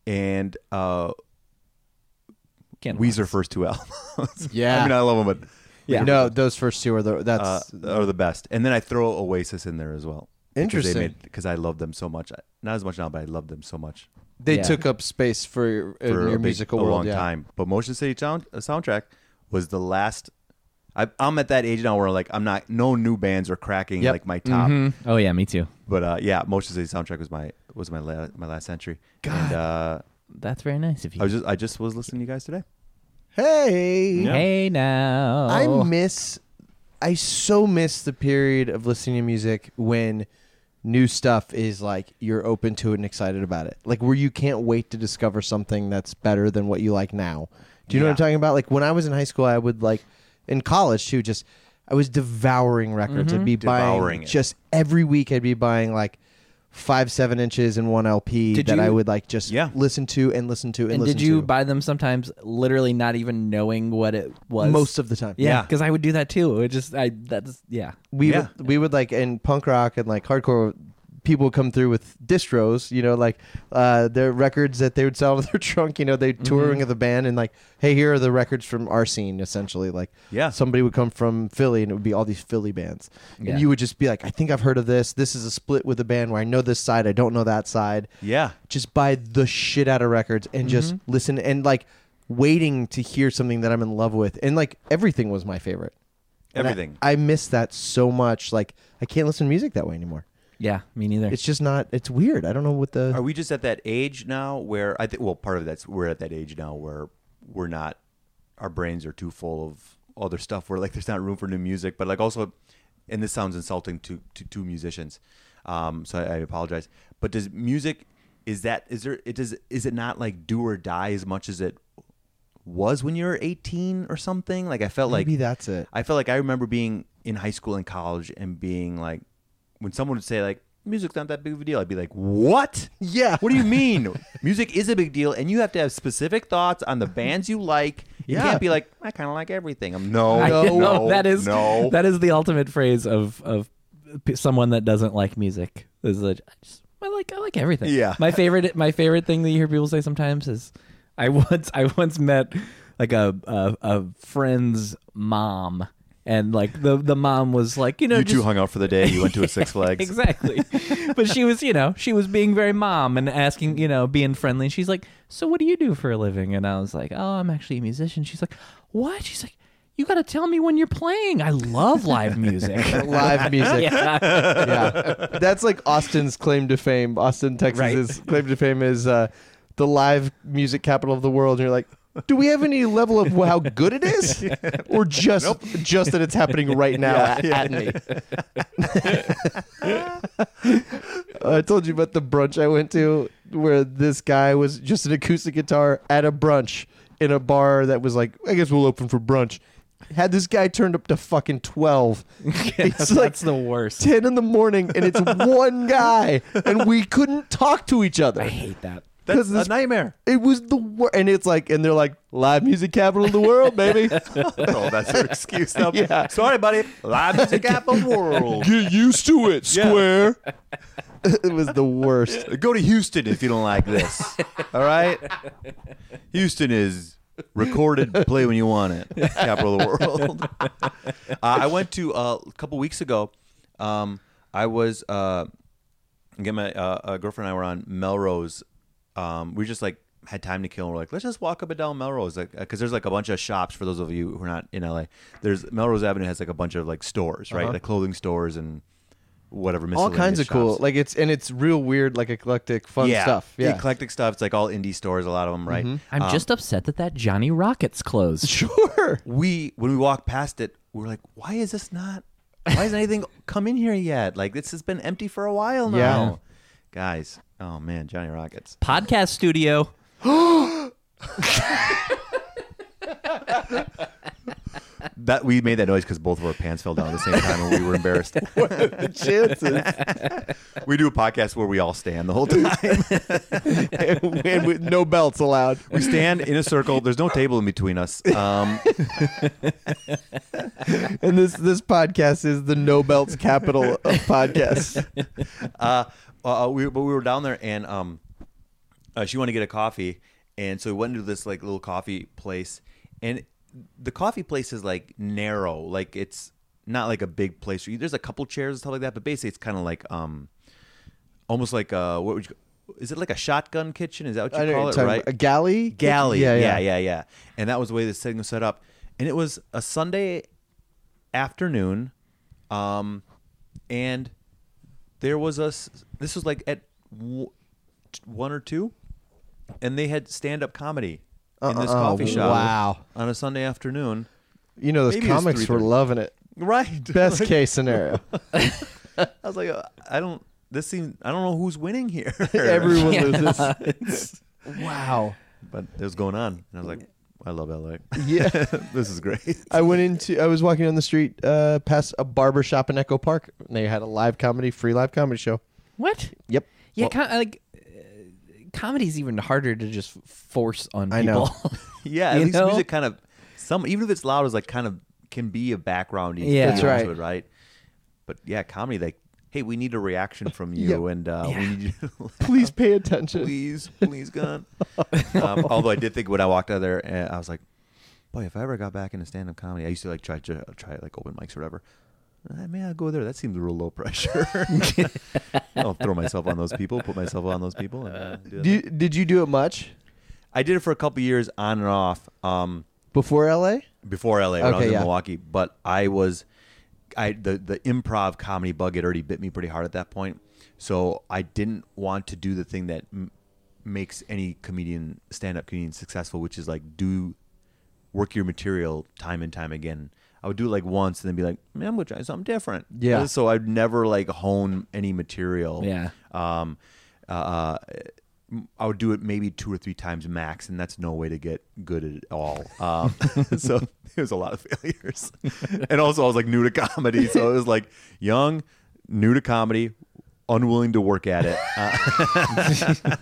C: and uh,
A: Can't
C: Weezer first two albums.
B: Yeah.
C: I mean I love them,
A: Yeah.
B: No, those first two are the. That's
C: but uh, are the best. And then I throw Oasis in there as well.
B: Interesting.
C: Because I love them so much. I- Not as much now, but I love them so much.
B: they
A: yeah.
B: took up space for, in
C: for
B: your
C: a, big-
B: musical
C: a
B: world.
C: long
B: yeah.
C: time. But Motion City sound, uh, soundtrack was the last. I, I'm at that age now where like I'm not no new bands are cracking
B: Yep. Mm-hmm.
C: like my top.
A: Oh yeah, me too.
C: But uh, yeah, Motion City soundtrack was my was my la- my last entry. And uh,
A: That's very nice of you.
C: I was just I just was listening to you guys today.
B: Hey.
A: Hey now,
B: I miss I so miss the period of listening to music when new stuff is like you're open to it and excited about it. Like where you can't wait to discover something that's better than what you like now. Do you know what I'm talking about? Like when I was in high school I would like in college too just I was devouring records.
A: Mm-hmm.
B: I'd be
C: Devouring
B: buying
C: it.
B: just every week I'd be buying like five, seven inches and one LP
A: Did
B: that I
A: you-
B: would like just
C: Yeah.
B: listen to and listen to and,
A: and
B: listen
A: did you
B: to
A: buy them sometimes, literally not even knowing what it was?
B: most of the time.
A: yeah,
C: Yeah.
A: because I would do that too. It just I that's yeah.
B: we
C: Yeah.
B: would, we would like in punk rock and like hardcore people would come through with distros you know like uh their records that they would sell in their trunk you know they
C: Mm-hmm.
B: touring of the band and like hey here are the records from our scene essentially like
C: Yeah.
B: somebody would come from philly and it would be all these philly bands
A: Yeah.
B: and you would just be like i think i've heard of this this is a split with a band where i know this side i don't know that side
C: Yeah,
B: just buy the shit out of records and just
C: Mm-hmm.
B: listen and like waiting to hear something that i'm in love with and like everything was my favorite and I-
C: everything.
B: I, miss that so much. Like I can't listen to music that way anymore.
A: Yeah, me neither.
B: It's just not. It's weird. I don't know what the.
C: are we just at that age now where I think? Well, part of that's we're at that age now where we're not. Our brains are too full of other stuff. Where like there's not room for new music, but like also, and this sounds insulting to to, to musicians, um, so I, I apologize. But does music is that is there it does is it not like do or die as much as it was when you were 18 or something? Like I felt like
B: maybe that's it.
C: I felt like I remember being in high school and college and being like, when someone would say like, music's not that big of a deal, I'd be like, what?
B: Yeah.
C: What do you mean? Music is a big deal, and you have to have specific thoughts on the bands you like. You
B: Yeah.
C: can't be like, I kind of like everything. I'm no,
A: I
C: no,
A: know, that is
C: no.
A: that is the ultimate phrase of of p- someone that doesn't like music. Is that I, just, I like I like everything.
C: Yeah.
A: My favorite my favorite thing that you hear people say sometimes is I once I once met like a a, a friend's mom and like the the mom was like you know
C: you
A: just,
C: two hung out for the day. You went to a Six Flags.
A: Exactly. but she was, you know, she was being very mom and asking, you know, being friendly. And she's like, So what do you do for a living? And I was like, Oh, I'm actually a musician. She's like, What? She's like, You got to tell me when you're playing. I love live music.
B: Live music. yeah.
A: yeah.
B: That's like Austin's claim to fame. Austin, Texas's claim to fame is uh, the live music capital of the world. And you're like, do we have any level of how good it is, or just just that it's happening right now at, at me? I told you about the brunch I went to where this guy was just an acoustic guitar at a brunch in a bar that was like, I guess we'll open for brunch. Had this guy turned up to fucking 12. it's like
A: That's the worst.
B: 10 in the morning and it's one guy and we couldn't talk to each other.
A: I hate that.
C: That's
B: 'Cause this-
C: a nightmare.
B: It was the worst. And it's like, and they're like, live music capital of the world, baby.
C: oh, that's your excuse. Now.
B: Yeah.
C: Sorry, buddy. Live music app of world.
B: Get used to it,
C: square.
B: it was the worst.
C: Go to Houston if you don't like this. All right? Houston is recorded play when you want it. Capital of the world. Uh, I went to uh, a couple weeks ago. Um, I was uh, again. My uh, uh, girlfriend and I were on Melrose. Um, we just like had time to kill, and we're like, let's just walk up and down Melrose, like because there's like a bunch of shops for those of you who are not in LA. There's Melrose Avenue has like a bunch of like stores, right? Like clothing stores and whatever.
B: Uh-huh. All kinds
C: miscellaneous
B: of cool.
C: shops
B: Like it's, and it's real weird, like eclectic, fun stuff.
C: the
B: Yeah. Mm-hmm.
C: eclectic stuff. It's like all indie stores, a lot of them, right?
A: I'm just upset that that Johnny Rockets closed.
B: sure.
C: We when we walked past it, we were like, why is this not? Why isn't anything come in here yet? Like this has been empty for a while now,
B: Yeah.
C: guys. Oh man, Johnny Rockets.
A: Podcast studio.
C: that we made that noise because both of our pants fell down at the same time and we were embarrassed.
B: the chances.
C: we do a podcast where we all stand the whole time.
B: and with no belts allowed.
C: We stand in a circle. There's no table in between us. Um,
B: And this this podcast is the no belts capital of podcasts.
C: uh, uh, we but we were down there and um, uh, she wanted to get a coffee, and so we went into this like little coffee place, and the coffee place is like narrow, like it's not like a big place. There's a couple chairs and stuff like that, but basically it's kind of like um, almost like uh, what would you? Is it like a shotgun kitchen? Is that what you call it? Right,
B: A galley?
C: galley.
B: Yeah,
C: Yeah,
B: yeah.
C: yeah, yeah, And that was the way this thing was set up. And it was a Sunday afternoon, um, and there was a. s- This was like at w- one or two, and they had stand up comedy in this
B: Uh-uh,
C: coffee shop.
B: wow.
C: On a Sunday afternoon.
B: You know, those
C: Maybe it was
B: comics were
C: 3:30.
B: loving it.
C: Right.
B: Best case scenario.
C: I was like, uh, I don't. This seems. I don't know who's winning here.
B: Everyone
A: Yeah.
B: loses.
A: It's-
B: Wow.
C: But it was going on, and I was like, I love LA.
B: Yeah.
C: this is great.
B: I went into I was walking down the street uh, past a barber shop in Echo Park and they had a live comedy, free live comedy show.
A: what?
B: Yep.
A: Yeah, com- like uh, comedy's even harder to just force on people.
B: I know.
C: Yeah, at
A: You
C: least
A: know?
C: music kind of some even if it's loud is like kind of can be a background you can
A: Yeah.
C: put
A: That's
C: onto
B: right.
C: it, right? But yeah, comedy like hey, we need a reaction from you
B: Yeah.
C: and uh, we
A: Yeah.
C: need you to
B: Please pay attention.
C: please, please God. um, although I did think when I walked out of there and I was like, boy, if I ever got back into stand up comedy, I used to like try to try like open mics or whatever. I may I'll go there. That seems real low pressure. I'll throw myself on those people, put myself on those people. And, uh, do that.
B: Do you, did you do it much
C: I did it for a couple years on and off. Um,
B: before LA?
C: before LA when I
B: Okay,
C: was in
B: yeah.
C: Milwaukee, but I was I the the improv comedy bug had already bit me pretty hard at that point. So I didn't want to do the thing that m- makes any comedian stand-up comedian successful, which is like do work your material time and time again. I would do it like once and then be like, man, I'm gonna try something different.
B: Yeah.
C: So I'd never like hone any material.
A: Yeah.
C: Um, uh, I would do it maybe two or three times max, and that's no way to get good at all. Um, so it was a lot of failures, and also I was like new to comedy, so it was like young, new to comedy, unwilling to work at it, uh,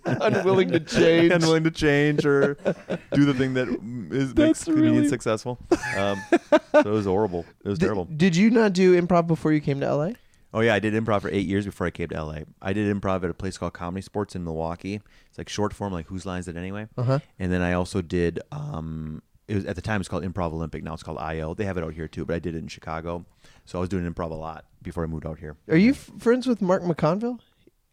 B: Unwilling to change.
C: unwilling to change or do the thing that is, makes
B: That's
C: comedians
B: really-
C: successful. Um, so it was horrible. It was
B: Did-
C: terrible.
B: Did you not do improv before you came to LA?
C: Oh yeah, I did improv for eight years before I came to LA. I did improv at a place called Comedy Sports in Milwaukee. It's like short form, like whose lines it anyway.
B: Uh-huh.
C: And then I also did. Um, it was at the time it's called Improv Olympic. Now it's called IO. They have it out here too, but I did it in Chicago. So I was doing improv a lot before I moved out here.
B: Are you f- friends with Mark McConville?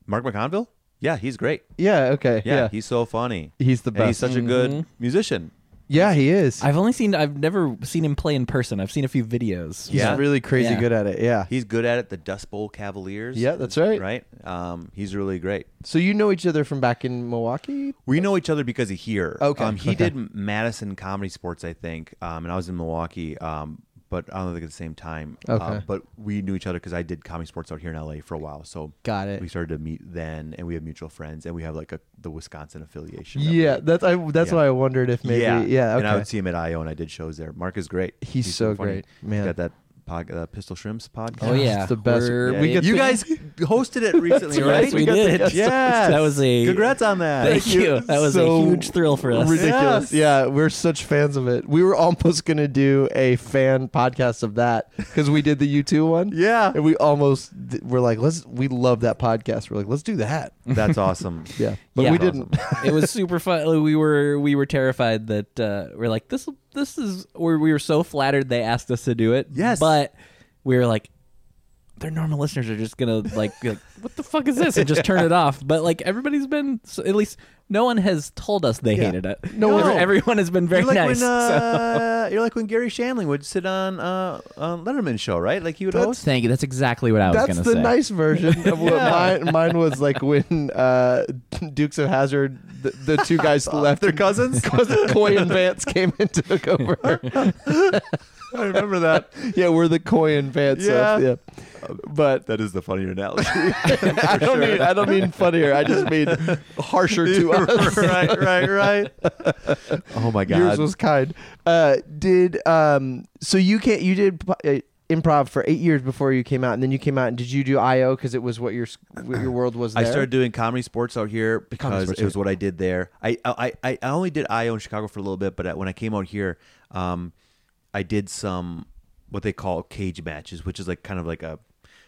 C: Mark McConville? Yeah, he's great.
B: Yeah, okay.
C: Yeah,
B: Yeah.
C: he's so funny.
B: He's the
C: And he's
B: best. Mm-hmm.
C: such a good musician.
B: yeah, he is.
A: I've only seen I've never seen him play in person. I've seen a few videos.
C: Yeah.
B: He's really crazy
A: Yeah.
B: good at it. Yeah.
C: He's good at it. The Dust Bowl Cavaliers.
B: Yeah, that's right.
C: Right. Um, he's really great.
B: So you know each other from back in Milwaukee?
C: We know each other because of here.
B: Okay.
C: Um, he
B: Okay.
C: did Madison Comedy Sports, I think, um, and I was in Milwaukee, um, but I don't think at the same time. Uh,
B: Okay.
C: but we knew each other because I did Comedy Sports out here in LA for a while. So
B: Got it.
C: We started to meet then, and we have mutual friends, and we have like a the Wisconsin affiliation. that
B: Yeah,
C: we-
B: that's I, that's
C: Yeah.
B: why I wondered if maybe yeah, okay.
C: And I would see him at IO, and I did shows there. Mark is great.
B: He's so
C: funny.
B: great, man.
C: He's got that pod, uh, Pistol Shrimps podcast.
A: Oh yeah,
B: It's the best.
A: We're-
B: We get
C: you
B: the-
C: guys hosted it recently,
A: Yes,
C: right?
A: we
B: got the
A: did.
B: guest
C: Yes.
A: that was a
C: Congrats on that.
A: Thank you. That was
B: So
A: a huge thrill for us.
B: Ridiculous.
C: Yes.
B: Yeah, we're such fans of it. We were almost going to do a fan podcast of that cuz we did the U2 one.
C: Yeah.
B: And we almost d- we're like, "Let's we love that podcast." We're like, "Let's do that."
C: That's awesome.
B: Yeah. But
A: Yeah.
B: we
A: That's
B: didn't.
A: it was super fun. Like, We were we were terrified that uh, we're like this. This is or we were so flattered they asked us to do it.
C: Yes.
A: but we were like, their normal listeners are just gonna like, be like what the fuck is this, and just turn it off. But like everybody's been so at least no one has told us they
B: Yeah.
A: hated it.
B: No
A: Every-
B: one-
A: everyone has been very
C: You're like
A: nice.
C: when
A: so-
C: uh, you're like when Gary Shanley would sit on uh, on Letterman show, right? Like he would host.
A: Thank you. That's exactly what I was
B: That's
A: gonna
B: the
A: say.
B: nice version of what mine, mine was like when uh, Dukes of Hazard, the, the two guys left
C: Their cousins?
B: because Coy and Vance came in to took over.
C: I remember that.
B: yeah, we're the Coy and Vance. of-
C: Yeah.
B: yeah. But
C: That is the funnier analogy.
B: I don't mean I don't mean funnier. I just mean harsher to us.
C: right, right, right. Oh my god.
B: Yours was kind. Uh, did um? So you can't. You did uh, improv for eight years before you came out, and then you came out and did you do IO because it was what your s- what your world was.
C: I
B: there?
C: started doing comedy sports out here because
B: sports
C: it was what I did there. I I, I I only did IO in Chicago for a little bit, but uh, when I came out here, um, I did some what they call cage matches, which is like kind of like a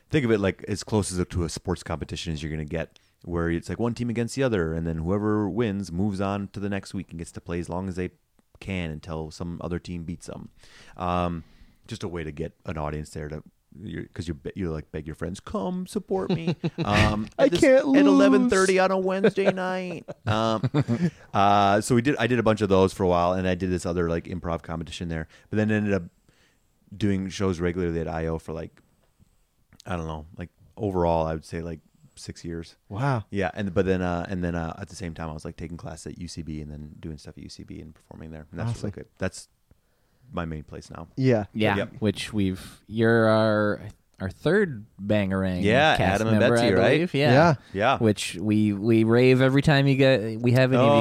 C: think of it like as close as to a sports competition as you're gonna get, where it's like one team against the other, and then whoever wins moves on to the next week and gets to play as long as they can until some other team beats them. Um, just a way to get an audience there to. Because you be- you like beg your friends come support me. Um,
B: I
C: at this-
B: can't
C: at
B: lose.
C: eleven thirty on a Wednesday night. Um, uh, so we did. I did a bunch of those for a while, and I did this other like improv competition there. But then ended up doing shows regularly at IO for like I don't know, like overall, I would say like six years.
B: Wow.
C: Yeah, and but then uh, and then uh, at the same time, I was like taking class at UCB and then doing stuff at UCB and performing there. And that's
B: Awesome.
C: really good. That's my main place now.
B: Yeah.
E: Yeah,
C: Yep.
E: which we've you're our our third bangerang.
C: Yeah,
E: cast
C: Adam and
E: member,
C: Betsy,
E: I
C: right?
E: believe. Yeah.
B: Yeah.
C: Yeah.
E: Which we we rave every time you guys we have any
C: Oh,
E: of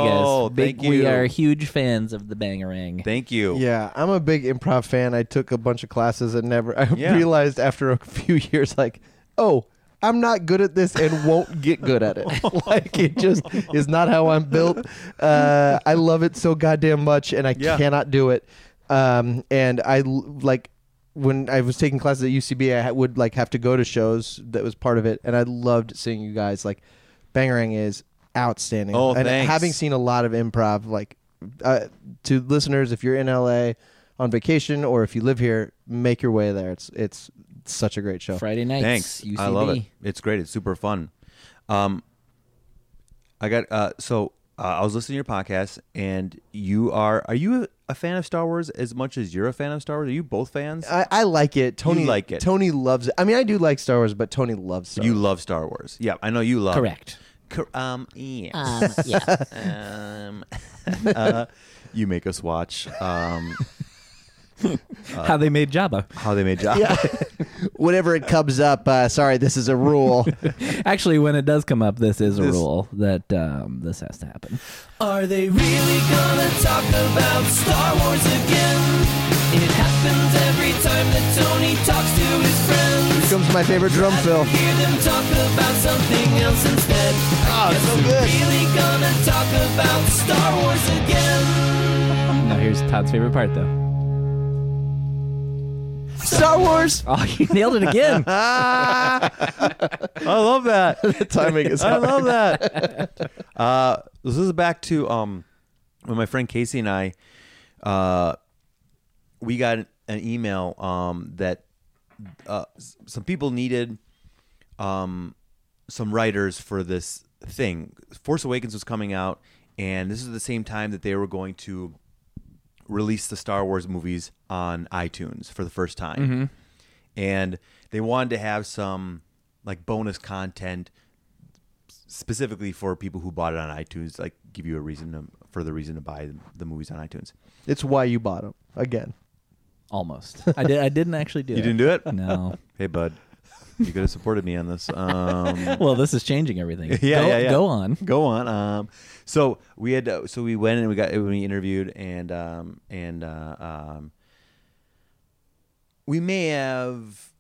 E: you guys.
C: thank
E: We
C: you.
E: are huge fans of the bangerang.
C: Thank you.
B: Yeah, I'm a big improv fan. I took a bunch of classes and never I
C: Yeah.
B: realized after a few years like, "Oh, I'm not good at this and won't get good at it. like it just is not how I'm built. Uh, I love it so goddamn much and I
C: Yeah.
B: cannot do it. Um, and I l- like when I was taking classes at UCB, I ha- would like have to go to shows. That was part of it, and I loved seeing you guys. Like, Bangarang is outstanding.
C: Oh,
B: and
C: thanks.
B: having seen a lot of improv, like uh, to listeners, if you're in LA on vacation or if you live here, make your way there. It's it's such a great show.
E: Friday nights.
C: Thanks.
E: UCB.
C: I love it. It's great. It's super fun. Um, I got uh, so uh, I was listening to your podcast, and you are are you a fan of Star Wars as much as you're a fan of Star Wars? Are you both fans?
B: I, I like it. Tony
C: like it.
B: Tony loves it. I mean, I do like Star Wars, but Tony loves Star
C: you
B: Wars.
C: love Star Wars. Yeah, I know you love.
E: Correct.
C: Cor- um, yes.
F: Uh.
E: yeah.
C: Um, uh, you make us watch um, Uh,
A: How they made Jabba.
C: how they made Jabba.
B: Whenever it comes up, uh, sorry, this is a rule.
E: Actually, when it does come up, this is a rule that um, this has to happen.
F: Are they really gonna talk about Star Wars again? It happens every time that Tony talks to his friends.
B: Here comes my favorite drum fill.
F: Hear them talk about something else instead. Oh, so good. Really gonna talk about Star Wars again?
E: Now here's Todd's favorite part though.
B: Star Wars.
E: Oh, you nailed it again.
C: I love that.
B: the timing is
C: I
B: hard.
C: love that. uh, this is back to um, when my friend Casey and I, uh, we got an email um, that uh, s- some people needed um, some writers for this thing. Force Awakens was coming out, and this is the same time that they were going to release the Star Wars movies on iTunes for the first time. And they wanted to have some like bonus content specifically for people who bought it on iTunes, like give you a reason to, further reason to buy the movies on iTunes.
B: It's why you bought them again.
E: Almost. I did. I didn't actually do it.
C: You didn't do it?
E: No.
C: Hey, bud, you could have supported me on this. Um,
E: Well, this is changing everything.
C: yeah,
E: go,
C: yeah, yeah.
E: Go on.
C: go on. Um, so we had, uh, so we went and we got we interviewed and um, and uh, um, we may have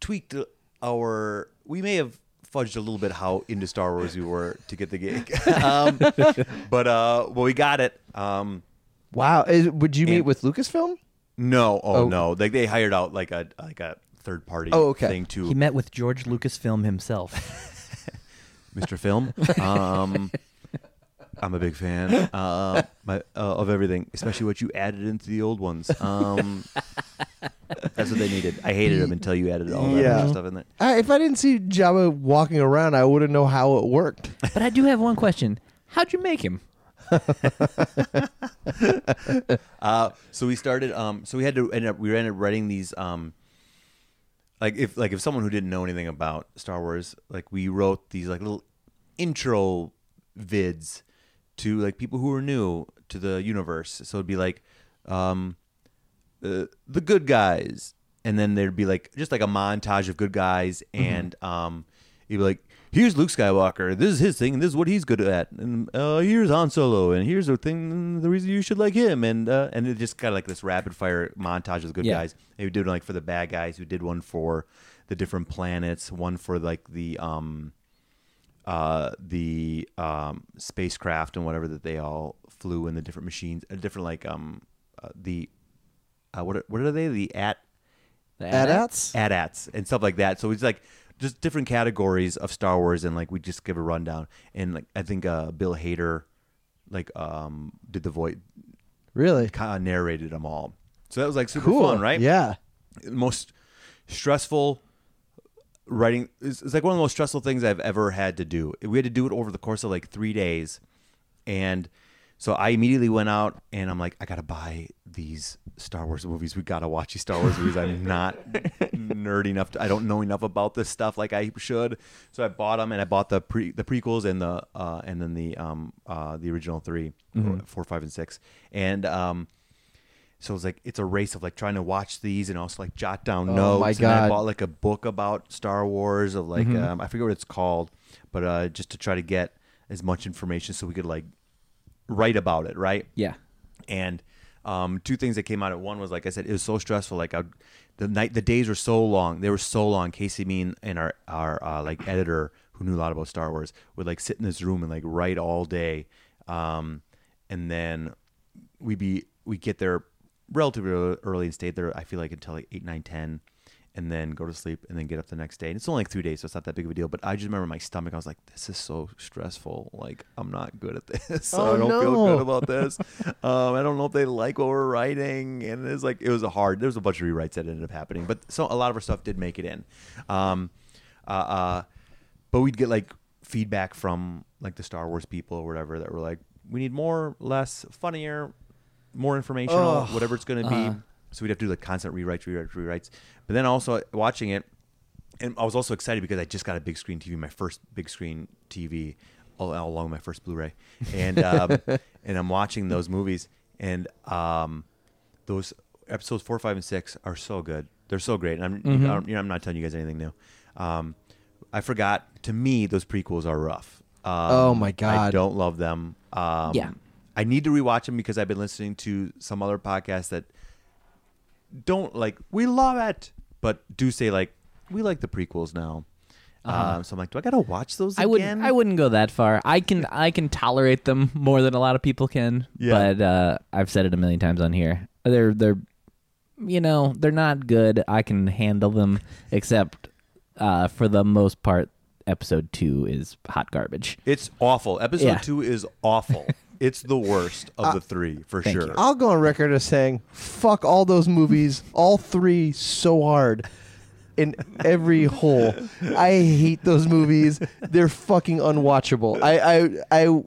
C: tweaked our, we may have fudged a little bit how into Star Wars we were to get the gig, um, but uh, well, we got it. Um,
B: Wow. Is, would you meet
C: And-
B: with Lucasfilm?
C: No, oh,
B: Oh.
C: no. Like they hired out like a like a third party
B: Oh, okay.
C: thing to
A: He met with George Lucasfilm himself.
C: Mr. Film. Um I'm a big fan uh, my, uh, of everything, especially what you added into the old ones. Um, that's what they needed. I hated them until you added all that
B: Yeah.
C: extra stuff in there.
B: I, if I didn't see Jabba walking around, I wouldn't know how it worked.
E: But I do have one question. How'd you make him?
C: Uh, so we started. Um, so we had to end up. We ended up writing these. Um, like if like if someone who didn't know anything about Star Wars, like we wrote these like little intro vids to like people who were new to the universe. So it'd be like, um, uh, the good guys and then there'd be like just like a montage of good guys, and um, you'd be like, "Here's Luke Skywalker. This is his thing. And this is what he's good at. And uh, here's Han Solo. And here's the thing. The reason you should like him. And uh, and it just kind of like this rapid fire montage of good
A: Yeah.
C: guys. They would do it like for the bad guys. We did one for the different planets. One for like the um, uh, the um, spacecraft and whatever that they all flew in the different machines, uh, different like um, uh, the uh, what are, what are they? The at
B: Adats?
C: AT-ATs and stuff like that. So it's like just different categories of Star Wars, and like we just give a rundown. And like I think uh, Bill Hader, like um, did the voice,
B: Really?
C: kind of narrated them all. So that was like super
B: Cool.
C: fun, right?
B: Yeah.
C: most stressful writing it's, it's like one of the most stressful things i've ever had to do we had to do it over the course of like three days and so i immediately went out and i'm like i gotta buy these star wars movies we gotta watch these star wars movies i'm not nerd enough to, i don't know enough about this stuff like i should so i bought them and i bought the pre the prequels and the uh and then the um uh the original 3 four five and six and um so it's like it's a race of like trying to watch these and also like jot down notes.
B: Oh my
C: And I
B: God. Mm-hmm.
C: bought like a book about Star Wars of like um, I forget what it's called, but uh, just to try to get as much information so we could like write about it, right?
A: Yeah.
C: And um, two things that came out at one was like I said, it was so stressful. Like I, would- the night, the days were so long. They were so long. Casey, me, and- and our our uh, like editor who knew a lot about Star Wars would like sit in this room and like write all day, um, and then we be we get there relatively ear- early and stayed there. I feel like until like eight, nine, ten, and then go to sleep and then get up the next day. And it's only like three days, so it's not that big of a deal. But I just remember my stomach. I was like, this is so stressful. Like I'm not good at this. I
B: Oh,
C: don't feel good
B: no.
C: about this. um, I don't know if they like what we're writing. And it's like it was a hard. There was a bunch of rewrites that ended up happening, but so a lot of our stuff did make it in. Um, uh, uh, but we'd get like feedback from like the Star Wars people or whatever that were like, we need more, less, funnier, more informational, whatever it's going to be. So we'd have to do like constant rewrites, rewrites, rewrites. But then also watching it, and I was also excited because I just got a big screen TV, my first big screen TV, all, all along with my first Blu-ray, and um, and I'm watching those movies, and um, those episodes four, five, and six are so good. They're so great, and I'm I don't- you know, I'm not telling you guys anything new. Um, I forgot. To me, those prequels are rough. Um,
B: Oh, my
C: I
B: God.
C: don't love them. Um,
A: Yeah.
C: I need to rewatch them because I've been listening to some other podcasts that don't like we love it, but do say like we like the prequels now.
B: Uh-huh.
C: Um, so I'm like, do I gotta watch those
A: I
C: again?
A: wouldn't. I wouldn't go that far. I can. I can tolerate them more than a lot of people can.
C: Yeah.
A: But uh, I've said it a million times on here. They're they're, you know, they're not good. I can handle them, except uh, for the most part, episode two is hot garbage.
C: It's awful. Episode
A: Yeah.
C: two is awful. it's the worst of the three for sure.
B: Uh, I'll go on record as saying, fuck all those movies, all three so hard in every hole. I hate those movies. They're fucking unwatchable. I, I, I,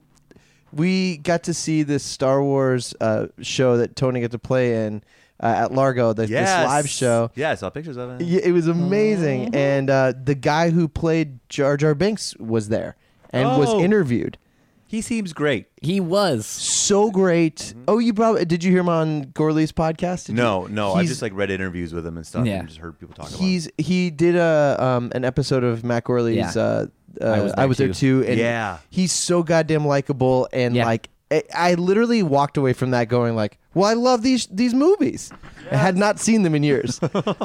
B: we got to see this Star Wars uh, show that Tony got to play in uh, at Largo, the,
C: Yes.
B: this live show.
C: Yeah, I saw pictures of it.
B: Yeah, it was amazing. And uh, the guy who played Jar Jar Binks was there and was
C: Oh.
B: interviewed.
C: He seems great.
A: He was.
B: So great. Oh, you probably did you hear him on Gorley's podcast? Did
C: Mm-hmm. No,
B: you-
C: no. I
B: He's-
C: just like read interviews with him and stuff,
A: Yeah.
C: and just heard people talk about. him.
B: he's he did a um an episode of Matt Gorley's
A: Yeah.
B: uh, uh I
A: Was
B: was,
A: There
B: there too and
C: Yeah.
B: he's so goddamn likable and
A: Yeah.
B: like I, I literally walked away from that going like well I love these these movies I had not seen them in years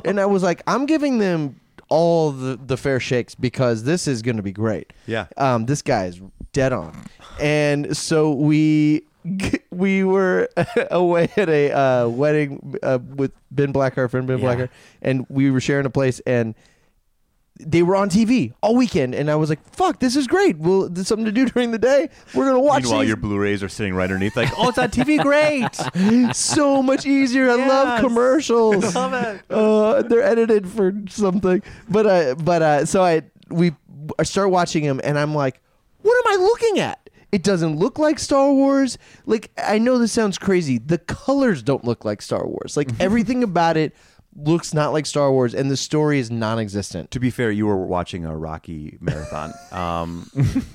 B: and I was like I'm giving them all the, the fair shakes because this is going to be great
C: Yeah.
B: um this guy is dead on and so we we were away at a uh, wedding uh, with Ben Black, our friend Ben
A: Yeah.
B: Blacker, and we were sharing a place, and they were on TV all weekend, and I was like, "Fuck, this is great! Well, there's something to do during the day. We're gonna watch
C: Meanwhile,
B: these.
C: your Blu-rays are sitting right underneath, like, oh, it's on TV. Great.
B: so much easier. I love commercials. Uh, they're edited for something, but uh, but uh, so I we I start watching them, and I'm like, what am I looking at? It doesn't look like Star Wars. Like I know this sounds crazy. The colors don't look like Star Wars. Like everything about it looks not like Star Wars, and the story is non-existent.
C: To be fair, you were watching a Rocky marathon, um,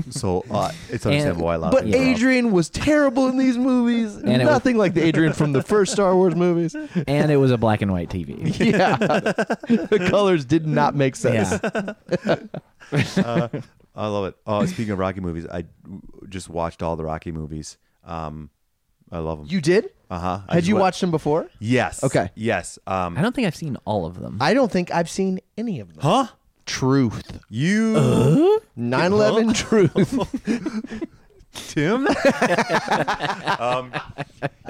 C: so uh, it's understandable why a lot of
B: But
C: people are-
B: Adrian was terrible in these movies.
E: it was-
B: Nothing like the Adrian from the first Star Wars movies.
E: and it was a black and white TV.
B: Yeah, the colors did not make sense.
E: Yeah.
C: I love it. Oh, speaking of Rocky movies, I just watched all the Rocky movies. Um, I love them.
B: You did?
C: uh huh.
B: Had you watched them before?
C: Yes.
B: Okay.
C: Yes.
A: I
C: Um,
A: don't think I've seen all of them.
B: I don't think I've seen any of them.
C: huh?
B: Truth.
C: You,
B: 9 11 truth.
C: Tim? um,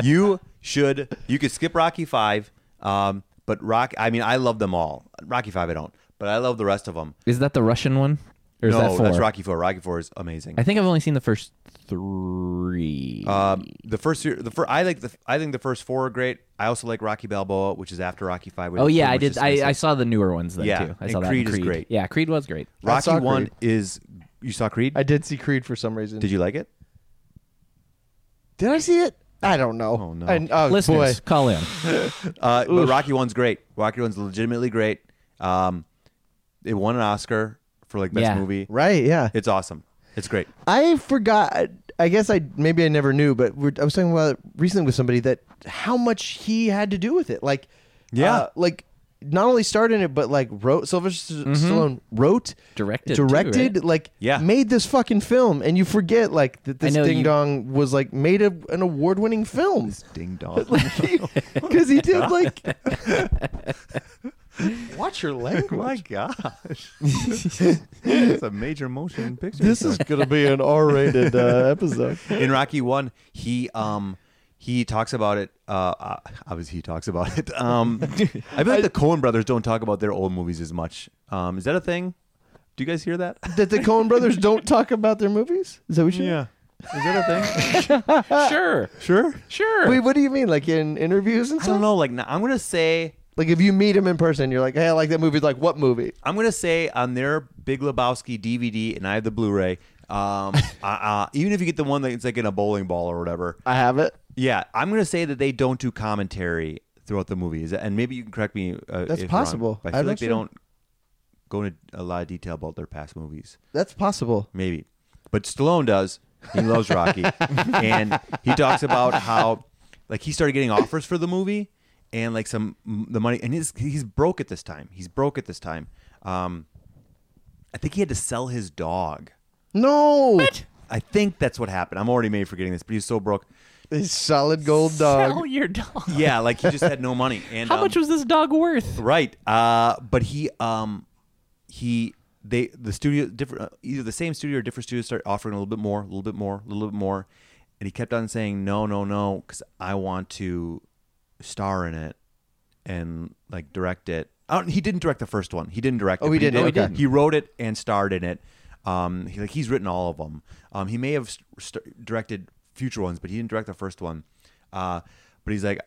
C: you should. You could skip Rocky Five. Um, but Rock. I mean, I love them all. Rocky Five, I don't. But I love the rest of them.
A: Is that the Russian one? Or is
C: no,
A: that four?
C: that's Rocky Four. Rocky Four is amazing.
A: I think I've only seen the first three.
C: Um, the first, year- the first, I like the, I think the first four are great. I also like Rocky Balboa, which is after Rocky Five.
A: oh yeah, I did. I, I saw the newer ones then
C: Yeah,
A: too. I
C: and
A: saw that in
C: Creed is
A: Creed
C: great. Oh,
A: Yeah, Creed was great.
B: I saw
C: Rocky One
B: Creed.
C: is. You saw Creed?
B: I did see Creed for some reason.
C: did you like it?
B: Did I see it? I don't know.
C: Oh, no.
B: I, oh, boy.
A: Listeners, call in.
C: Uh, but Rocky One's great. Rocky One's legitimately great. Um, it won an Oscar for like best
A: Yeah.
C: movie.
B: Right, yeah.
C: It's awesome. It's great.
B: I forgot. I guess I maybe I never knew, but we're, I was talking about it recently with somebody that how much he had to do with it. Like,
C: Yeah.
B: uh, like not only starred in it, but like wrote Sylvester Stallone wrote,
A: Directed too,
B: directed, like
C: Yeah.
B: made this fucking film, and you forget like that this
A: know
B: ding
A: you-
B: dong was like made a, an award winning film
C: Ding dong.
B: because he did like watch your language.
C: My gosh, it's a major motion picture.
B: This is gonna be an R rated uh, episode.
C: in Rocky One, he um he talks about it. Uh, uh, obviously he talks about it. Um, I feel like the Coen brothers don't talk about their old movies as much. Um, is that a thing? Do you guys hear that?
B: That the Coen brothers don't talk about their movies. Is that what you? mean?
C: Is that a thing? Uh,
A: sure,
C: sure.
A: sure.
B: Wait, what do you mean? Like in interviews and
C: I
B: stuff?
C: don't know. Like now, I'm gonna say
B: Like if you meet him in person, you're like, hey, I like that movie. Like what movie?
C: I'm gonna say on their Big Lebowski DVD, and I have the Blu-ray. Um, uh, uh, even if you get the one that's like in a bowling ball or whatever,
B: I have it.
C: yeah, I'm gonna say that they don't do commentary throughout the movie. Is that, and maybe you can correct me. Uh,
B: That's
C: if wrong,
B: possible.
C: but
B: I
C: I feel
B: don't
C: like they
B: sure.
C: don't go into a lot of detail about their past movies.
B: That's possible.
C: Maybe, but Stallone does. He loves Rocky, and he talks about how like he started getting offers for the movie and like some the money, and he's he's broke at this time. He's broke at this time. Um, I think he had to sell his dog.
B: No,
C: I think that's what happened. I'm already made for getting this, but he's so broke.
B: It's solid gold dog.
A: Sell your dog.
C: Yeah, like he just had no money. And
A: How
C: um,
A: much was this dog worth?
C: Right. Uh, but he, um, he, they, the studio, different, uh, either the same studio or different studios started offering a little bit more, a little bit more, a little bit more, and he kept on saying no, no, no, because I want to star in it and like direct it. I don't, he didn't direct the first one. He didn't direct.
B: Oh, he
C: it, but
B: didn't.
C: He,
B: Okay.
C: he wrote it and starred in it. Um, he, like he's written all of them. Um, he may have st- st- directed future ones, but he didn't direct the first one. Uh, but he's like,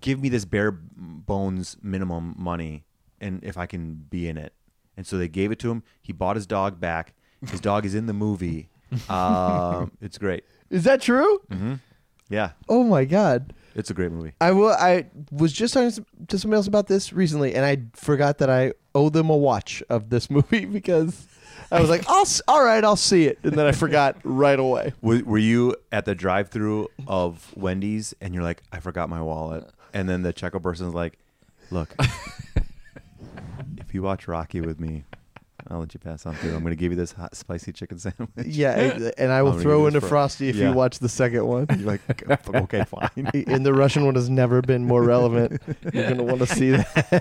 C: give me this bare bones minimum money and if I can be in it. And so they gave it to him. He bought his dog back. His dog is in the movie. Um, it's great.
B: Is that true?
C: Mm-hmm. Yeah,
B: Oh my god.
C: it's a great movie.
B: I will. I was just talking to somebody else about this recently, and I forgot that I owe them a watch of this movie because I was like, I'll, s- all right, I'll see it, and then I forgot right away.
C: Were, were you at the drive-through of Wendy's and you're like, I forgot my wallet, and then the checkout person's like, Look, if you watch Rocky with me, I'll let you pass on through. I'm gonna give you this hot spicy chicken sandwich.
B: Yeah, and- and I will
C: I'll
B: throw
C: read
B: in
C: this
B: a
C: for-
B: frosty if
C: Yeah.
B: you watch the second one.
C: You're like, okay, fine.
B: and the Russian one has never been more relevant. You're gonna want to see that.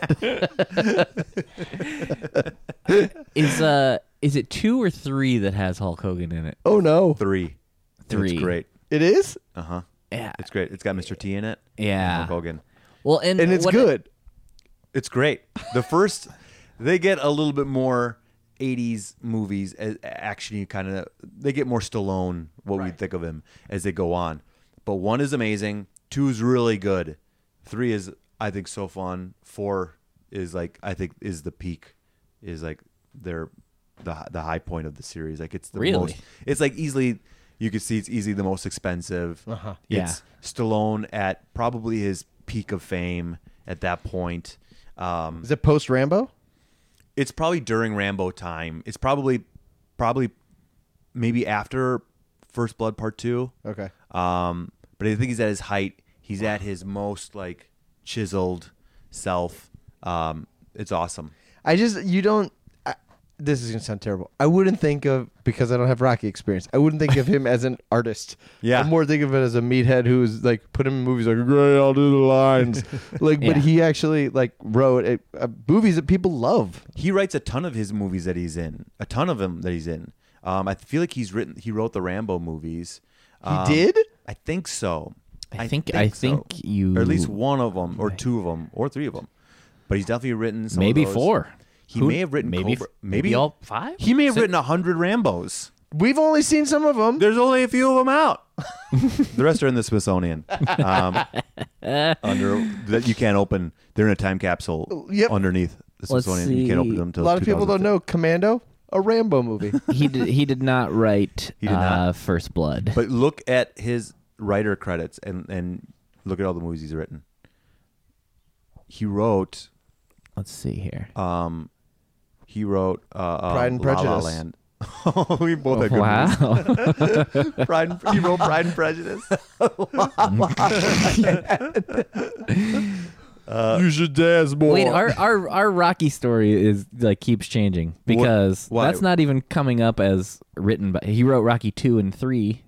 A: Is uh, is it two or three that has Hulk Hogan in it?
B: Oh no,
C: Three,
A: Three.
C: It's great.
B: it is,
C: Uh huh.
A: Yeah,
C: It's great. It's got Mr. T in it.
A: Yeah.
C: Hulk Hogan.
A: well, and
B: and it's
A: what-
B: good.
C: It's great. The first, they get a little bit more 80s movies, as action kind of, they get more Stallone, what we think of him, as they go on. But one is amazing. Two is really good. Three is, I think, so fun. Four is like, I think, is the peak, is like their, the, hi- the high point of the series. Like, it's the
A: Really?
C: most, it's like easily, you could see it's easily the most expensive. Uh-huh.
A: Yeah.
C: It's Stallone at probably his peak of fame at that point. Um,
B: Is it post Rambo?
C: it's probably during Rambo time. It's probably probably maybe after First Blood Part Two.
B: Okay.
C: Um, but I think he's at his height. He's at his most like chiseled self. Um, it's awesome.
B: I just you don't. I, this is gonna sound terrible. I wouldn't think of because I don't have Rocky experience. I wouldn't think of him as an artist.
C: Yeah.
B: I more think of it as a meathead who's like put him in movies like great. I'll do the lines. like, but he actually like wrote uh uh, movies that people love.
C: He writes a ton of his movies that he's in. A ton of them that he's in. Um, I feel like he's written. He wrote the Rambo movies. Um,
B: did?
C: I think so.
A: I think- I think you-
C: or at least one of them, or two of them, or three of them. But he's definitely written some of
A: Maybe
C: those.
A: four.
C: He
A: Who-
C: may have written
A: maybe
C: Cobra-
A: maybe,
C: maybe-
A: all five.
C: He may have
A: Six?
C: written a hundred Rambo's.
B: We've only seen some of them.
C: There's only a few of them out. the rest are in the Smithsonian. Um, under that you can't open. They're in a time capsule
B: Yep.
C: underneath the
A: Let's
C: Smithsonian. You can't open
A: see.
C: them
B: a
C: until
B: lot of people don't
C: 2015.
B: know Commando, a Rambo movie.
A: he did. He did not write
C: He did
A: uh,
C: not.
A: First Blood.
C: But look at his writer credits and and look at all the movies he's written. He wrote
A: Let's see here.
C: um he wrote uh, uh,
B: Pride and
C: La La
B: Prejudice.
C: Land. Oh, we both had good movies.
A: Oh, wow.
C: Pride and, he wrote Pride and Prejudice. Uh,
B: you should dance more.
A: Wait, our, our our Rocky story is like keeps changing because
C: why?
A: that's not even coming up as written. But he wrote Rocky two and three,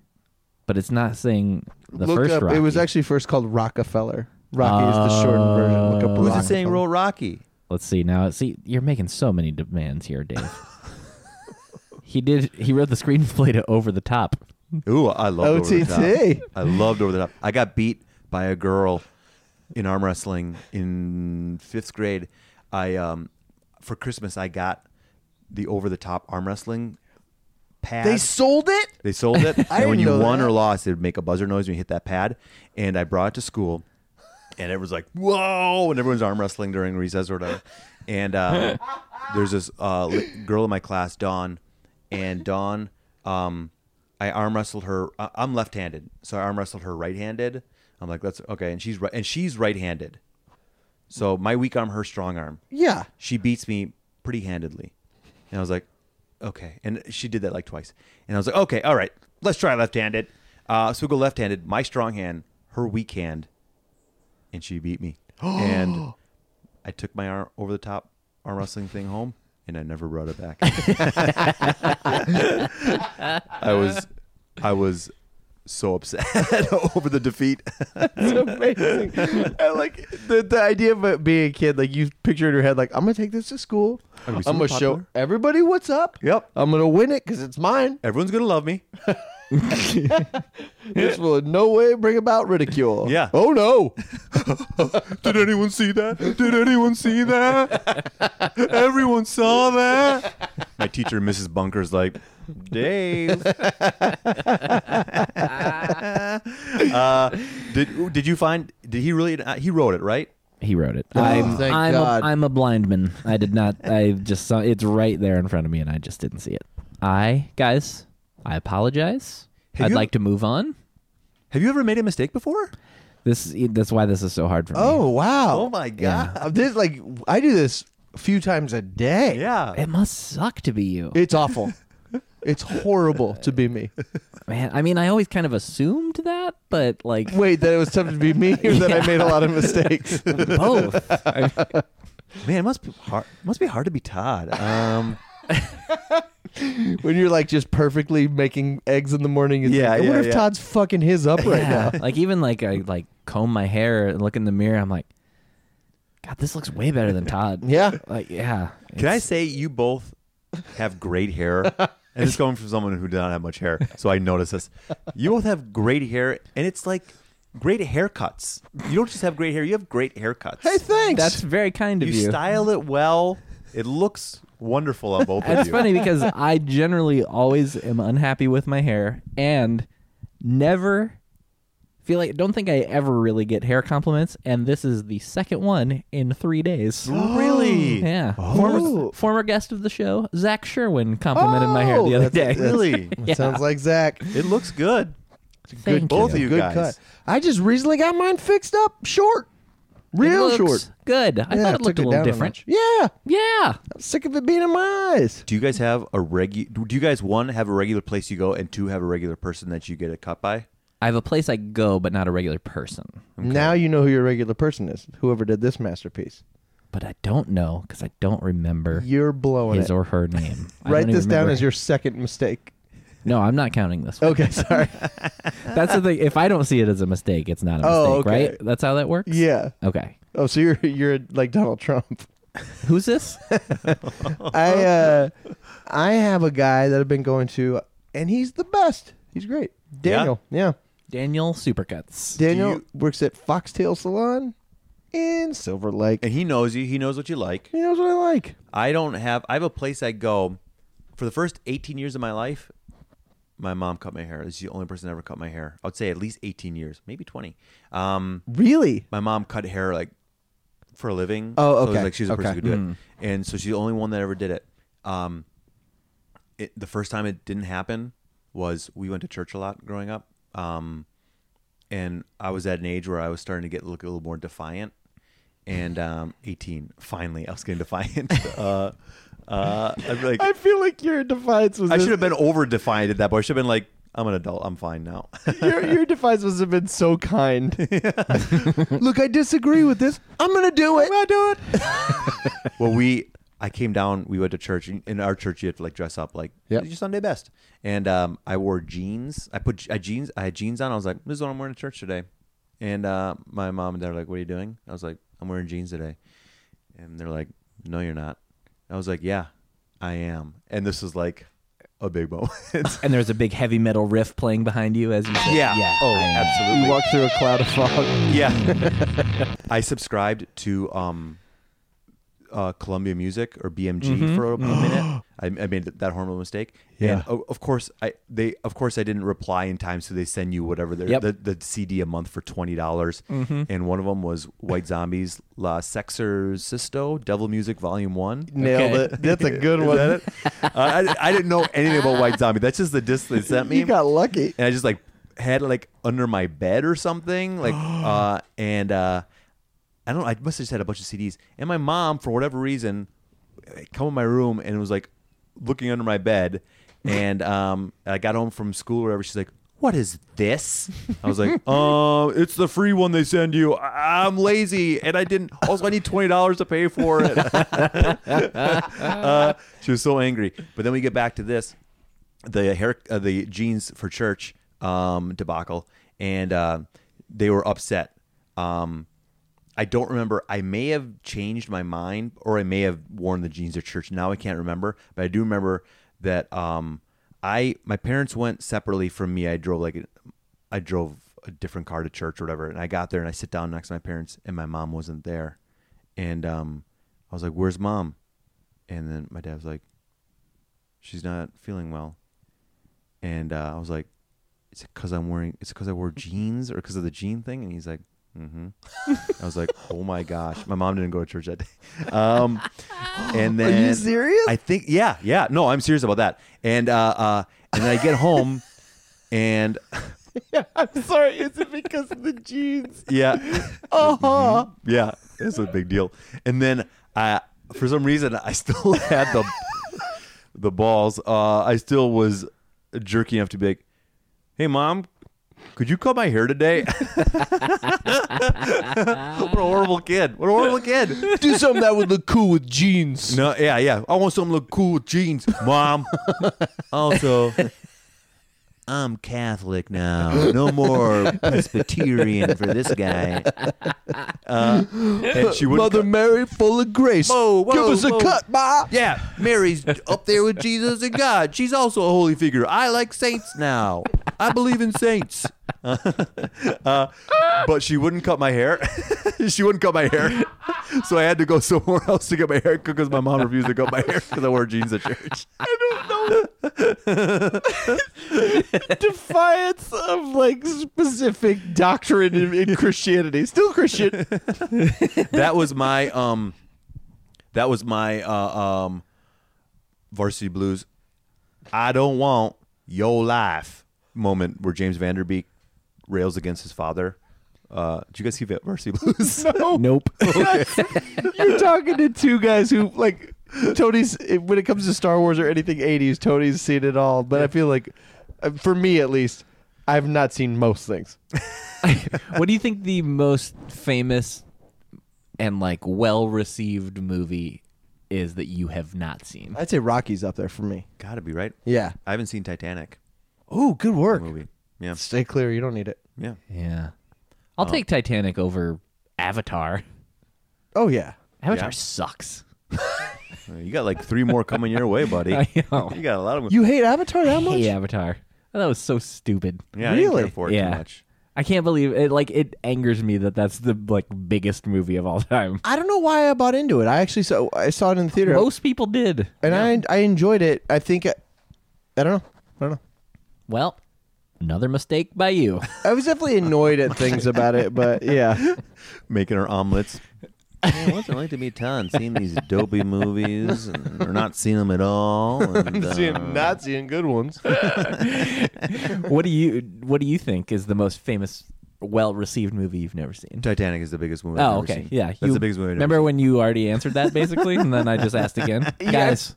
A: but it's not saying the
B: Look
A: first
B: up.
A: Rocky.
B: It was actually first called Rockefeller. Rocky is the shortened version. Look up
C: Who's
B: Rockefeller.
C: it saying wrote Rocky?
A: Let's see now. See, you're making so many demands here, Dave. he did. He wrote the screenplay to Over the Top.
C: Ooh, I loved Over the
B: OTT.
C: Top. I loved Over the Top. I got beat by a girl in arm wrestling in fifth grade. I um for Christmas I got the Over the Top arm wrestling pad.
B: They sold it.
C: They sold it. and
B: didn't
C: when you
B: know
C: won
B: that.
C: or lost, it would make a buzzer noise when you hit that pad. And I brought it to school, and everyone's like, "Whoa!" And everyone's arm wrestling during recess or whatever. And uh, there's this uh, li- girl in my class, Dawn, and Dawn, um, I arm wrestled her. I- I'm left-handed, so I arm wrestled her right-handed. I'm like, "That's okay," and she's right, and she's right-handed. So my weak arm, her strong arm
B: Yeah.
C: she beats me pretty handedly. And I was like, okay. And she did that like twice. And I was like, okay, all right, let's try left handed. Uh, so we go left handed, my strong hand, her weak hand, and she beat me. and I took my arm over the top arm wrestling thing home and I never brought it back. I was I was so upset over the defeat.
B: amazing. I like the, the idea of it being a kid. Like you picture in your head, like I'm gonna take this to school.
C: I'm
B: I'm
C: gonna
B: gonna
C: be super
B: show
C: popular."
B: everybody what's up.
C: Yep.
B: I'm gonna win it because it's mine.
C: Everyone's gonna love me.
B: This will in no way bring about ridicule.
C: Yeah.
B: Oh no.
C: Did anyone see that? Did anyone see that? Everyone saw that. My teacher, Mrs. Bunker's like, Dave. uh, did did you find? Did he really? Uh, he wrote it, right?
A: He wrote it. I'm,
B: Oh, thank
A: I'm,
B: God.
A: A, I'm a blind man. I did not. I just saw. It's right there in front of me, and I just didn't see it. I guys, I apologize.
C: Have
A: I'd
C: you-
A: like to move on.
C: Have you ever made a mistake before?
A: This that's why this is so hard for me.
B: Oh wow.
C: Oh my god!
B: Uh, This like I do this a few times a day.
C: Yeah.
A: it must suck to be you,
B: It's awful. it's horrible to be me.
A: man. I mean, I always kind of assumed that, but like
B: Wait, that it was tough to be me, or that I made a lot of mistakes.
A: both. I-
C: man, it must be hard. Must be hard to be Todd. Um,
B: when you're like just perfectly making eggs in the morning. It's
C: Yeah,
B: like, I wonder
C: yeah,
B: if
C: yeah.
B: Todd's fucking his up right now.
A: yeah. like even like I like comb my hair and look in the mirror. I'm like, God, this looks way better than Todd.
B: Yeah.
A: Like yeah.
C: can I say you both have great hair? And this is coming from someone who did not have much hair, so I notice this. You both have great hair, and it's like great haircuts. You don't just have great hair; you have great haircuts.
B: Hey, thanks.
A: That's very kind of
C: you
A: you.
C: style it well. It looks wonderful on both of
A: That's
C: you.
A: funny because I generally always am unhappy with my hair and never feel like don't think I ever really get hair compliments and this is the second one in 3 days.
C: Really?
A: Yeah.
B: Oh.
A: Former former guest of the show, Zach Sherwin complimented my hair
B: Oh,
A: the other day.
B: that's-
C: Really,
B: That Sounds like Zach.
C: it looks good.
A: Thank
C: Both
A: you.
C: of you
B: Good
C: guys.
B: cut. I just recently got mine fixed up short. Real
A: It looks
B: short.
A: Good. I thought it looked a little different.
B: Yeah,
A: yeah.
B: I'm sick of it being in my eyes.
C: Do you guys have a regu? Do you guys one have a regular place you go, and two have a regular person that you get a cut by?
A: I have a place I go, but not a regular person.
B: Now you know who your regular person is. Whoever did this masterpiece,
A: But I don't know because I don't remember
B: you're blowing
A: his
B: it.
A: or her name. I
B: Write
A: don't even
B: this down
A: remember-
B: as your second mistake.
A: No, I'm not counting this. One.
B: Okay, sorry.
A: That's the thing. If I don't see it as a mistake, it's not a mistake,
B: Oh, okay.
A: right? That's how that works.
B: yeah.
A: Okay.
B: Oh, so you're you're like Donald Trump.
A: Who's this?
B: I uh, I have a guy that I've been going to, and he's the best. He's great, Daniel. Yeah,
A: Daniel Supercuts.
B: Daniel
C: you-
B: works at Foxtail Salon in Silver Lake.
C: And he knows you. He knows what you like.
B: he knows what I like.
C: I don't have. I have a place I go. For the first 18 years of my life, my mom cut my hair. She's the only person that ever cut my hair. I'd say at least 18 years, maybe 20. Um,
B: Really?
C: my mom cut hair like for a living.
B: Oh,
C: So it was
B: okay.
C: like she's the person
B: Okay. Hmm.
C: who could do it, and so she's the only one that ever did it. Um, it, the first time it didn't happen was we went to church a lot growing up, um, and I was at an age where I was starting to get look a little more defiant. And um, 18, finally, I was getting defiant. uh, uh, I'm like,
B: I feel like your defiance was.
C: I should have been over defiant at that point. I should have been like, I'm an adult. I'm fine now.
B: your your defiance must have been so kind. Look, I disagree with this. I'm gonna do it. I'm gonna do it.
C: well, we I came down. We went to church. and In our church, you have to like dress up like
B: Yep.
C: it's your Sunday best. And um, I wore jeans. I put I jeans. I had jeans on. I was like, this is what I'm wearing to church today. And uh, my mom and dad are like, what are you doing? I was like, I'm wearing jeans today. And they're like, no, you're not. I was like, yeah, I am. And this was like a big moment.
A: And there's a big heavy metal riff playing behind you as you say.
C: yeah.
A: Yeah.
C: Oh,
A: I am.
C: absolutely.
B: You walk through a cloud of fog.
C: Yeah. I subscribed to um, uh, Columbia Music or BMG for a, a minute. I, I made that horrible mistake.
B: Yeah.
C: And o- of course, I they of course I didn't reply in time, so they send you whatever their
A: Yep.
C: the, the CD a month for twenty dollars. And one of them was White Zombies La Sexorcisto Devil Music Volume One.
B: Nailed
A: Okay.
B: it. That's a good one.
C: Uh, I, I didn't know anything about White Zombie. That's just the disc they sent me
B: You got lucky.
C: and I just like had it like under my bed or something, like uh, and uh, I don't. know, I must have just had a bunch of CDs. And my mom, for whatever reason, come in my room and was like looking under my bed. And um, I got home from school or whatever. She's like, "What is this?" I was like, "Um, it's the free one they send you. I- I'm lazy and I didn't. Also, I need twenty dollars to pay for it." uh, she was so angry. But then we get back to this the hair, uh, the jeans for church um, debacle, and uh, they were upset. Um, I don't remember. I may have changed my mind, or I may have worn the jeans to church. Now I can't remember, but I do remember that um, I my parents went separately from me. I drove like a- I drove a different car to church or whatever, and I got there and I sit down next to my parents, and my mom wasn't there, and um, I was like, "Where's mom?" And then my dad was like, "She's not feeling well," and uh, I was like, "Is it because I'm wearing? Is it because I wore jeans or because of the jean thing?" And he's like, "Mm-hmm." I was like, "Oh my gosh!" My mom didn't go to church that day. Um, and then
B: Are you serious?
C: I think yeah, yeah. No, I'm serious about that. And uh, uh, and then I get home, and
B: I'm sorry. Is it because of the jeans?
C: yeah, Mm-hmm.
B: Uh huh.
C: yeah, it's a big deal. And then I, for some reason, I still had the the balls. Uh, I still was jerky enough to be like, "Hey, mom." Could you cut my hair today? what a horrible kid! What a horrible kid!
B: Do something that would look cool with jeans.
C: No, yeah, yeah. I want something to look cool with jeans, mom. also, I'm Catholic now. No more Presbyterian for this guy. Uh, and she wouldn't.
B: Mother Mary, full of grace.
C: Whoa, whoa,
B: Give us
C: whoa.
B: a cut, Ma.
C: yeah, Mary's up there with Jesus and God. She's also a holy figure. I like saints now. I believe in saints. Uh, but she wouldn't cut my hair. she wouldn't cut my hair. So I had to go somewhere else to get my hair cut because my mom refused to cut my hair because I wore jeans at church.
B: Defiance of like specific doctrine in, in Christianity. Still Christian.
C: that was my um that was my uh um varsity blues i don't want your life moment where james vanderbeek rails against his father Uh, did you guys see Varsity Blues?
E: Nope.
B: You're talking to two guys who like Tony's when it comes to Star Wars or anything 80s, Tony's seen it all, but I feel like uh, for me at least, I've not seen most things.
A: what do you think the most famous and like well received movie is that you have not seen?
B: I'd say Rocky's up there for me.
C: Gotta be right.
B: Yeah.
C: I haven't seen Titanic
B: Oh, good work.
C: movie. Yeah,
B: Stay clear, you don't need it.
C: yeah.
A: Yeah. I'll take Titanic over Avatar.
B: Oh yeah.
A: Avatar sucks.
C: You got like three more coming your way, buddy.
A: I know.
C: You got a lot of
B: You hate Avatar that much?
A: Hey, Avatar. Oh, That was so stupid.
C: Yeah, I didn't care
B: Really?
C: for it
A: Yeah.
C: too much.
A: I can't believe it. Like it angers me that that's the like biggest movie of all time.
B: I don't know why I bought into it. I actually saw I saw it in the theater
A: Most people did.
B: and I I enjoyed it. I think I, I don't know. I don't know.
A: Well, another mistake by you.
B: I was definitely annoyed at things about it, but yeah.
C: Making her omelets. Man, what's it like to be Todd? Seeing these dopey movies, and, or not seeing them at all? And, uh,
B: not seeing good ones.
A: what do you What do you think is the most famous, well received movie you've never seen?
C: Titanic is the biggest movie. I've
A: Oh,
C: ever
A: okay.
C: seen.
A: Yeah.
C: that's
A: you-
C: the biggest movie. I've ever
A: Remember when you already answered that basically, and then I just asked again, guys.
C: seen.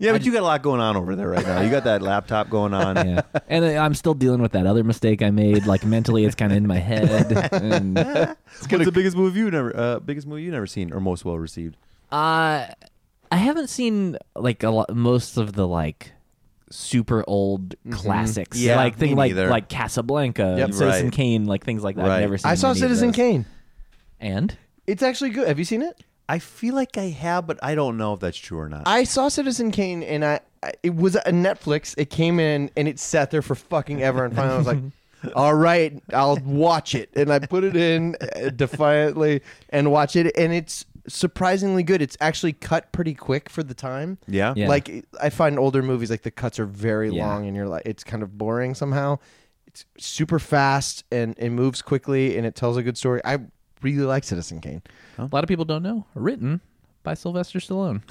C: Yeah, but you got a lot going on over there right now. You got that laptop going on.
A: Yeah. And I- I'm still dealing with that other mistake I made. Like mentally, it's kind of in my head. And, uh,
C: What's the biggest movie you never? Uh, biggest movie you never seen or most well received?
A: Uh, I haven't seen like a lot, most of the like super old classics.
C: Mm-hmm. Yeah,
A: Like
C: me
A: things like
C: neither.
A: like Casablanca,
B: Yep.
A: Citizen
C: Right.
A: Kane, like things like that.
C: Right.
A: I've never seen.
B: I saw
A: any of
B: Citizen
A: those.
B: Kane.
A: And
B: It's actually good. Have you seen it?
C: I feel like I have, but I don't know if that's true or not.
B: I saw Citizen Kane, and I, I it was a Netflix. It came in and it sat there for fucking ever, and finally I was like. All right, I'll watch it, and I put it in uh, defiantly and watch it, and it's surprisingly good. It's actually cut pretty quick for the time.
C: yeah,
A: Yeah.
B: Like I find older movies like the cuts are very
A: Yeah.
B: long and you're like it's kind of boring somehow. It's super fast and it moves quickly and it tells a good story. I really like Citizen Kane.
A: a lot of people don't know. Written by Sylvester Stallone.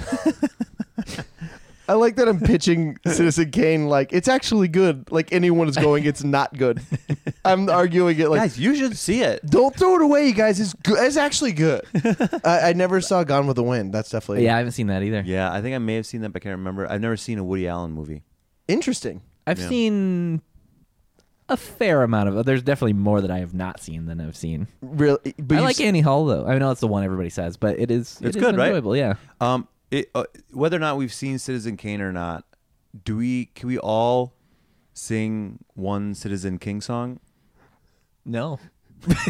B: I like that I'm pitching Citizen Kane like it's actually good. Like anyone is going, it's not good. I'm arguing it like
C: guys, you should see it.
B: don't throw it away, you guys. It's good. It's actually good. I, I never saw Gone with the Wind. That's definitely
A: yeah, I haven't seen that either.
C: Yeah, I think I may have seen that, but I can't remember. I've never seen a Woody Allen movie.
B: interesting.
A: I've
C: Yeah.
A: seen a fair amount of. There's definitely more that I have not seen than I've seen.
B: Really, but
A: I
B: you
A: like
B: s-
A: Annie Hall though. I know it's the one everybody says, but it is. it
C: It's
A: is
C: good, right?
A: enjoyable, Yeah.
C: Um, it, uh, whether or not we've seen Citizen Kane or not, do we? Can we all sing one Citizen King song?
A: No.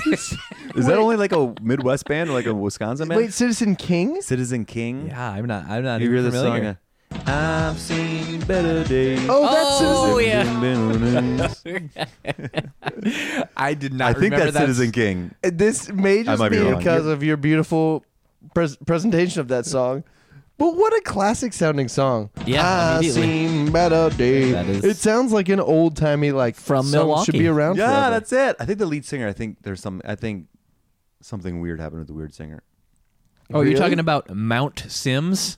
C: Is that only like a Midwest band or like a Wisconsin band?
B: Wait, Citizen King?
C: Citizen King.
A: Yeah, I'm not. I'm not.
C: You hear
A: even
C: the
A: familiar.
C: song? uh, I've seen better days.
B: Oh, that's Citizen.
A: Oh,
C: yeah.
A: I did not.
C: I think
A: remember
C: that's Citizen King.
B: Uh, This may just
C: might be
B: be,
C: wrong.
B: because of your beautiful pres- presentation of that song. But what a classic sounding song.
A: Yeah,
B: I
A: immediately.
B: seen better days.
A: That is-
B: It sounds like an old timey like
A: From
B: song
A: Milwaukee.
B: Should be around.
C: Yeah,
B: forever.
C: that's it. I think the lead singer. I think there's some. I think something weird happened with the weird singer.
A: Oh,
B: Really?
A: you're talking about Mount Sims?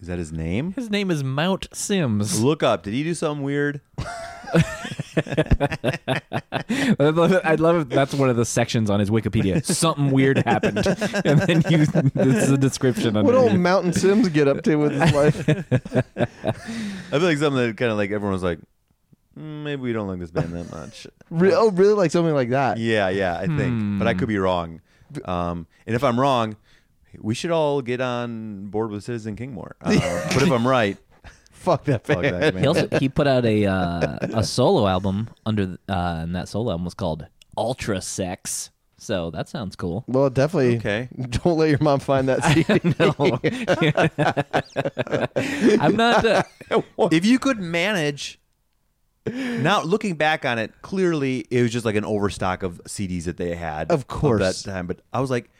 C: Is that his name?
A: His name is Mount Sims.
C: Look up. Did he do something weird?
A: I love it. I love it. That's one of the sections on his Wikipedia. Something weird happened, and then you. This is a description.
B: what
A: underneath.
B: old Mountain Sims get up to with his life.
C: I feel like something that kind of like everyone was like, "Mm, maybe we don't like this band that much.
B: Re- oh, really like something like that.
C: yeah, yeah, I think. But I could be wrong. Um, and if I'm wrong, we should all get on board with Citizen King more. Uh, but if I'm right,
B: Fuck that
C: fuck
B: band.
C: that, man.
A: He also he put out a uh, a solo album under th- uh, and that solo album was called Ultra Sex. So that sounds cool.
B: Well, definitely.
C: Okay.
B: Don't let your mom find that CD.
A: No. I'm not. Uh,
C: If you could manage. Now looking back on it, clearly it was just like an overstock of CDs that they had,
B: Of course.
C: that time. But I was like,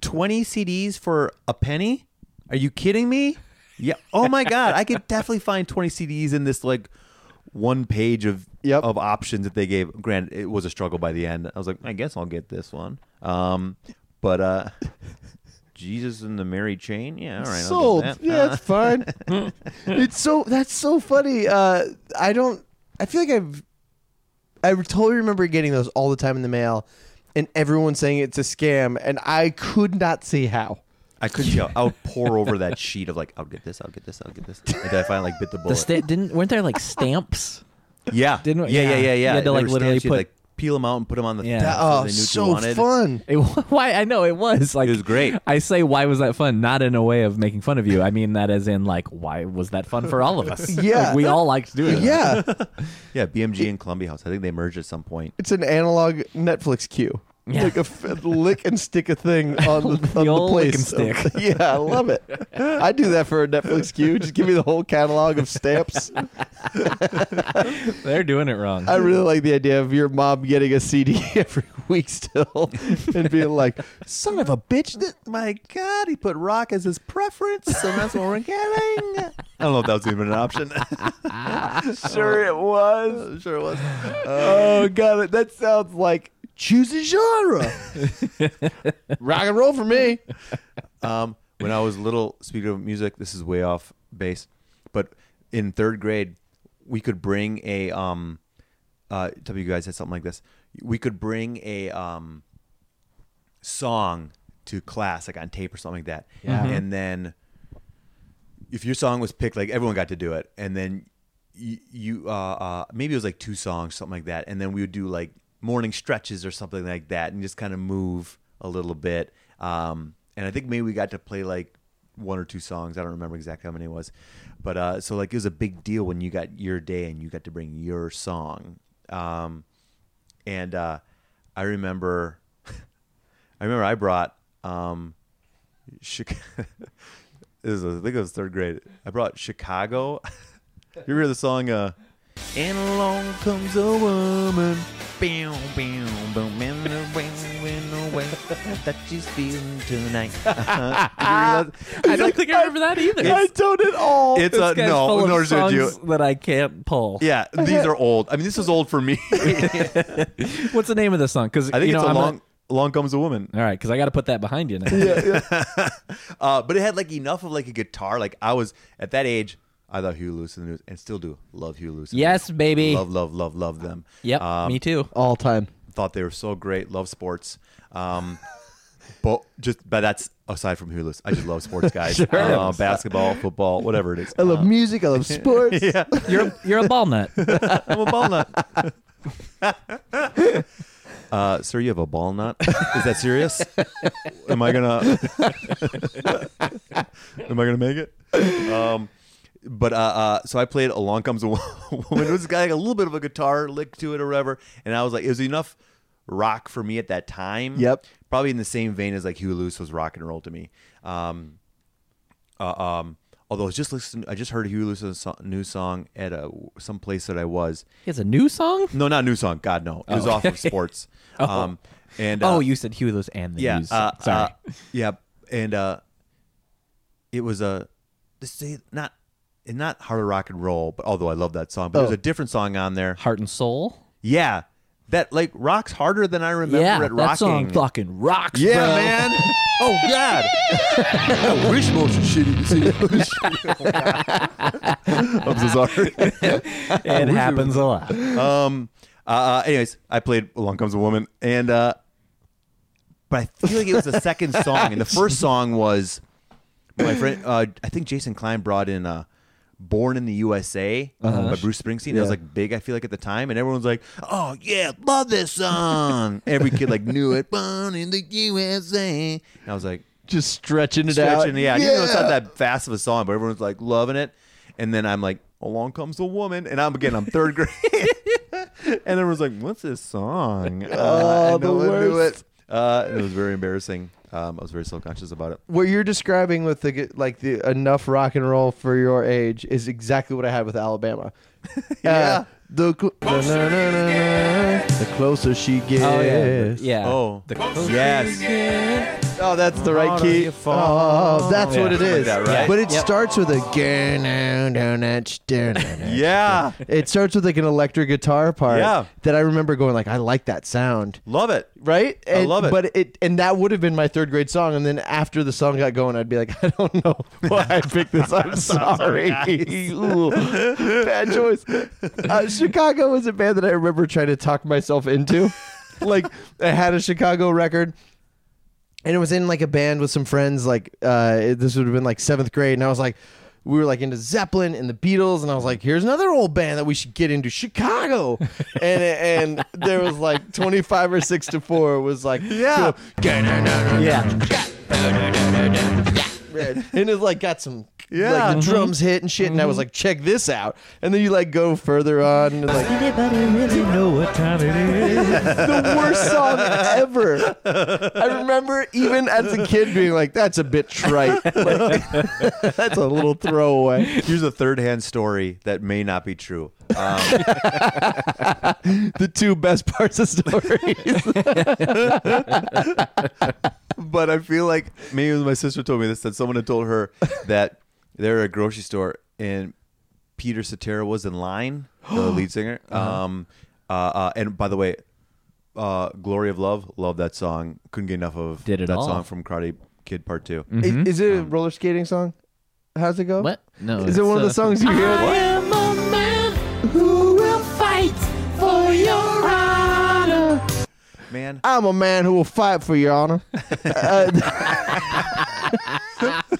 C: twenty CDs for a penny? Are you kidding me? Yeah. Oh my god, I could definitely find twenty CDs in this like one page of
B: Yep.
C: of options that they gave. Granted, it was a struggle by the end. I was like, I guess I'll get this one. Um, but uh, Jesus and the Mary Chain, yeah, all right, I'll get
B: sold.
C: that.
B: Yeah, it's fine. it's so that's so funny. Uh, I don't. I feel like I've. I totally remember getting those all the time in the mail, and everyone's saying it's a scam, and I could not see how.
C: I couldn't tell. I would pour over that sheet of like, I'll get this, I'll get this, I'll get this. And then I finally like bit the bullet.
A: The sta- didn't weren't there like stamps?
C: yeah.
A: Didn't-
C: yeah,
A: yeah.
C: yeah, yeah, yeah.
A: You had to,
C: There
A: like,
C: were
A: literally
C: stamps, you had to,
A: put-
C: like peel them out and put them on the
A: Yeah.
C: yeah.
B: oh,
C: they knew
B: so
C: what you wanted.
B: fun!
A: It, wa- why I know it was like
C: It was great.
A: I say why was that fun? Not in a way of making fun of you. I mean that as in like why was that fun for all of us?
B: Yeah.
A: Like, we all liked doing it.
B: Yeah,
C: Yeah, BMG and Columbia House. I think they merged at some point.
B: it's an analog Netflix cue.
A: Yeah.
B: Like a f- lick and stick a thing on the, on
A: old lick
B: place.
A: and stick.
B: yeah, I love it. I do that for a Netflix cue. Just give me the whole catalog of stamps.
A: They're doing it wrong.
B: I really like the idea of your mom getting a CD every week still and being like, son of a bitch, th- my God, he put rock as his preference. So that's what we're getting.
C: I don't know if that was even an option.
B: sure it was. Uh, Sure it was. oh, God, that sounds like choose a genre. rock and roll for me.
C: um, when I was little, speaking of music, this is way off base, but in third grade, we could bring a. Um, uh, tell me you guys had something like this. We could bring a um, song to class, like on tape or something like that. Yeah. And then if your song was picked, like everyone got to do it, and then you, you uh, uh, maybe it was like two songs, something like that, and then we would do like morning stretches or something like that, and just kind of move a little bit. Um, and I think maybe we got to play like one or two songs. I don't remember exactly how many it was, but uh, so like it was a big deal when you got your day and you got to bring your song. Um, and uh, I remember, I remember I brought. Um, Chicago. this was, I think it was third grade. I brought Chicago. you hear the song? Uh, and along comes a woman. Boom, boom, boom, and the wind went away that she's feeling tonight. Uh-huh.
A: I don't think I remember that either.
B: I don't at all.
C: it's a no, nor did you.
A: that I can't pull.
C: Yeah, these are old. I mean, this is old for me. I think
A: What's the name of the song? Because
C: it's
A: you know,
C: a
A: I'm
C: long.
A: gonna-
C: Along comes a woman.
A: all right, because I got to put that behind you now.
C: Uh, but it had like enough of like a guitar. Like I was at that age, I thought Hugh Lewis and the News, and still do love Hugh Lewis. and the
A: Yes,
C: News.
A: baby.
C: Love, love, love, love them.
A: Yep,
C: Um,
A: me too.
B: all time.
C: Thought they were so great. Love sports. Um, but just but that's aside from Hugh Lewis. I just love sports guys. Uh, basketball, football, whatever it is. Uh,
B: I love music. I love sports.
C: yeah,
A: You're you're a ball nut.
C: I'm a ball nut. uh, sir, you have a ball nut. Is that serious? Am I gonna? Am I gonna make it? Um, but uh, uh, so I played "Along Comes a Woman." it was got like a little bit of a guitar lick to it or whatever, and I was like, it was enough rock for me at that time.
B: Yep.
C: probably in the same vein as like Hugh Lewis was rock and roll to me. Um, uh, um, although I was just listening, I just heard Hugh Lewis's so- new song at a some place that I was.
A: He has a new song.
C: No, not new song. God no, it was off of sports. Um, and uh,
A: oh, you said Hugh Lewis and the
C: yeah,
A: News.
C: uh,
A: Sorry.
C: uh, yeah, and uh, it was a this is not and not hard rock and roll, but although I love that song, but there's
A: Oh.
C: a different song on there.
A: Heart and Soul.
C: Yeah, that like rocks harder than I remember
A: yeah,
C: it
A: that
C: rocking.
A: song fucking rocks,
C: yeah,
A: bro.
C: man. Oh God! I wish most shitty I'm so sorry.
A: It happens a lot.
C: Um. Uh. Anyways, I played "Along Comes a Woman," and uh, but I feel like it was the second song, and the first song was my friend. Uh, I think Jason Klein brought in uh, "Born in the USA" um, by Bruce Springsteen. It was like big. I feel like at the time, and everyone's like, "Oh yeah, love this song." Every kid like knew it. "Born in the USA," and I was like
B: Just stretching it
C: stretching.
B: out.
C: Yeah, even though it's not that fast of a song, but everyone's like loving it. And then I'm like, along comes a woman, and I'm again, I'm third grade, and everyone's like, what's this song? Uh,
B: Oh,
C: I know
B: the
C: I knew
B: worst.
C: It. Uh, and it was very embarrassing. Um, I was very self conscious about it.
B: What you're describing with the g- like the enough rock and roll for your age is exactly what I had with Alabama. yeah. the, cl- na-na-na-na-na, the closer she gets.
A: Oh yeah, yeah.
C: Oh, yes,
B: Oh, that's the right
C: Harder
B: key.
C: you fall.
B: Oh, that's
C: Yeah,
B: what it
C: something like
B: is.
C: that, right?
B: But it
A: Yep.
B: starts with a. Yeah.
C: yeah,
B: It starts with like an electric guitar part
C: Yeah.
B: that I remember going like I like that sound.
C: love it.
B: right?
C: I
B: And-
C: love it.
B: But it and that would have been my third grade song. And then after the song got going, I'd be like, I don't know why I picked this. I'm sorry. Ooh, Bad choice. Uh, Chicago was a band that I remember trying to talk myself into. like I had a Chicago record. And it was in like a band with some friends. Like uh, it- this would have been like seventh grade, and I was like, we were like into Zeppelin and the Beatles, and I was like, here's another old band that we should get into, Chicago. and and there was like twenty five or six to four was like yeah,
A: Yeah.
B: red. and it like got some
C: Yeah.
B: like the
C: Mhm.
B: drums hit and shit, and I was like, check this out. And then you like go further on, and like the worst song ever. I remember even as a kid being like, "That's a bit trite. Like, that's a little throwaway."
C: Here's a third-hand story that may not be true. Um,
B: The two best parts of stories.
C: but I feel like maybe it was my sister told me this that someone had told her that they're at a grocery store and Peter Cetera was in line, the lead singer. Um, uh, uh, and by the way, uh, "Glory of Love," love that song. Couldn't get enough of
A: Did it
C: that
A: all. Mm.
C: song from Karate Kid Part 2
B: Is, is it a roller skating song? How's it go?
A: Mm-hmm. What? No.
B: Is it one of the
A: it's, uh,
B: songs you hear?
G: I am a man who will fight for your honor.
C: Man,
B: I'm a man who will fight for your honor. Uh,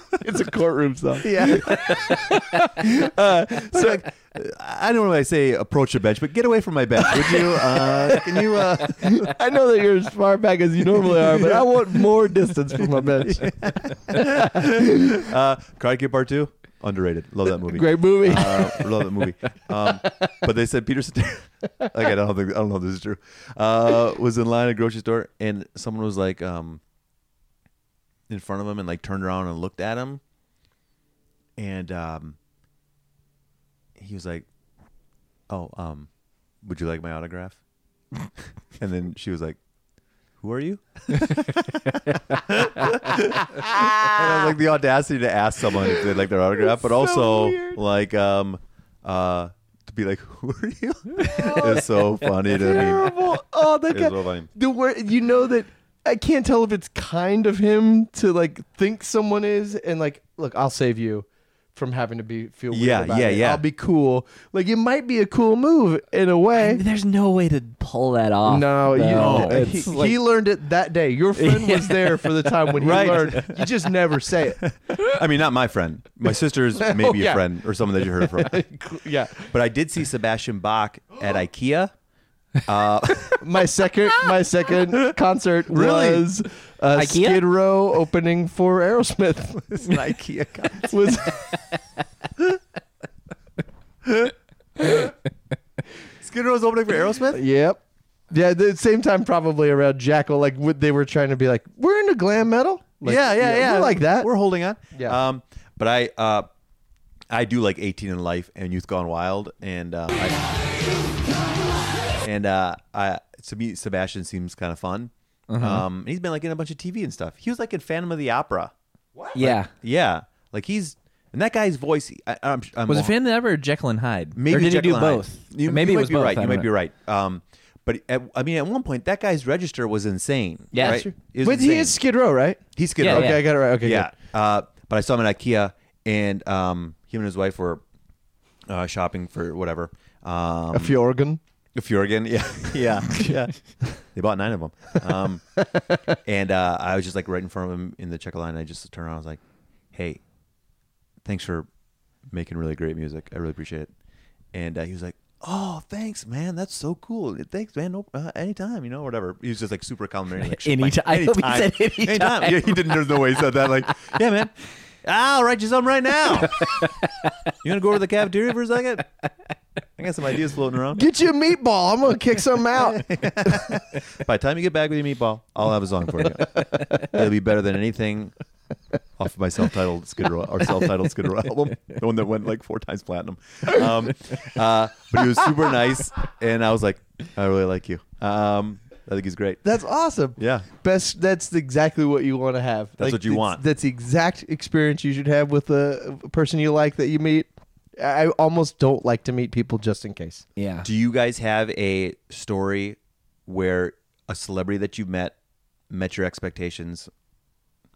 B: it's a courtroom song.
C: yeah. uh, so like, I don't really say approach a bench, but get away from my bench, would you? Uh, can you? Uh,
B: I know that you're as far back as you normally are, but I want more distance from my bench.
C: uh, Karate Kid Part Two, underrated. Love that movie.
B: Great movie.
C: uh, love that movie. Um, but they said Peter Cetera, like I don't think I don't know if this is true. Uh, was in line at a grocery store and someone was like um, in front of him and like turned around and looked at him, and um, he was like, "Oh, um, would you like my autograph?" and then she was like, "Who are you?" and I was like the audacity to ask someone if they like their autograph, but also like um uh to be like, who are you? it's so funny to me.
B: Terrible. Oh, that
C: It's
B: guy.
C: so funny.
B: The wor- you know that I can't tell if it's kind of him to like think someone is and like, look, I'll save you from having to be feel weird
C: Yeah,
B: about
C: yeah,
B: it.
C: yeah.
B: I'll be cool. Like it might be a cool move in a way.
A: There's no way to pull that off.
B: No, you,
A: though.
C: Oh,
B: he-
A: It's
B: he,
A: like-
B: learned it that day. Your friend was there for the time when he
C: Right.
B: learned. You just never say it.
C: I mean, not my friend. My sister's maybe
B: yeah.
C: a friend or someone that you heard from.
B: Yeah,
C: But I did see Sebastian Bach at IKEA. Uh,
B: my second my second concert
C: Really?
B: was uh,
A: Ikea?
B: Skid Row opening for Aerosmith.
C: it's an IKEA concert.
B: was
C: Skid Row's opening for Aerosmith.
B: yep. Yeah, the same time probably around Jackal, like what they were trying to be like, we're into glam metal. Like,
C: yeah, yeah, yeah.
B: We're like that.
C: We're holding on.
B: Yeah.
C: Um, but I, uh, I do like 18 in life and Youth Gone Wild, and uh, I, and uh, I to me Sebastian seems kind of fun.
B: Uh-huh.
C: Um, and he's been like in a bunch of TV and stuff. He was like in Phantom of the Opera.
A: Yeah.
C: Yeah, like he's and that guy's voice. I, I'm, I'm
A: Was it Fan Ever or Jekyll and Hyde?
C: Maybe
A: or did
C: Jekyll
A: he do
C: and Hyde.
A: both?
C: You,
A: Maybe it
C: you might
A: was
C: be
A: both.
C: right.
A: I
C: You
A: don't
C: might
A: know.
C: be right. Um, but at, I mean, at one point, that guy's register was insane.
A: Yeah.
C: right? It was
B: But he
C: insane.
B: is Skid Row, right?
C: He's Skid
A: Yeah,
C: Row.
A: yeah.
B: Okay, I got it right. Okay,
C: yeah.
B: good.
C: Uh, but I saw him at IKEA, and um, him and his wife were uh, shopping for whatever. Um,
B: A Fjorgen.
C: Fjorgen, yeah, yeah, yeah. they bought nine of them, um, and uh, I was just like right in front of him in the checker line. And I just turned around. I was like, "Hey, thanks for making really great music. I really appreciate it." And uh, he was like, "Oh, thanks, man. That's so cool. Thanks, man. No, uh, anytime, you know, whatever." He was just like super complimentary. Like,
A: Anytime.
C: Like,
A: I hope he said anytime.
C: Yeah, he didn't. There's no way he said that. Like, yeah, man. I'll write you something right now. you want to go over to the cafeteria for a second? I got some ideas floating around.
B: Get you a meatball. I'm gonna kick something out.
C: By the time you get back with your meatball, I'll have a song for you. It'll be better than anything off of my self-titled Skid Row or self-titled Skid Row album, the one that went like four times platinum. Um, uh, but he was super nice, and I was like, I really like you. Um, I think he's great.
B: That's awesome.
C: Yeah.
B: Best. That's exactly what you want to have.
C: That's what you
B: it's-
C: want.
B: That's the exact experience you should have with a a person you like that you meet. I almost don't like to meet people just in case.
A: Yeah.
C: Do you guys have a story where a celebrity that you met met your expectations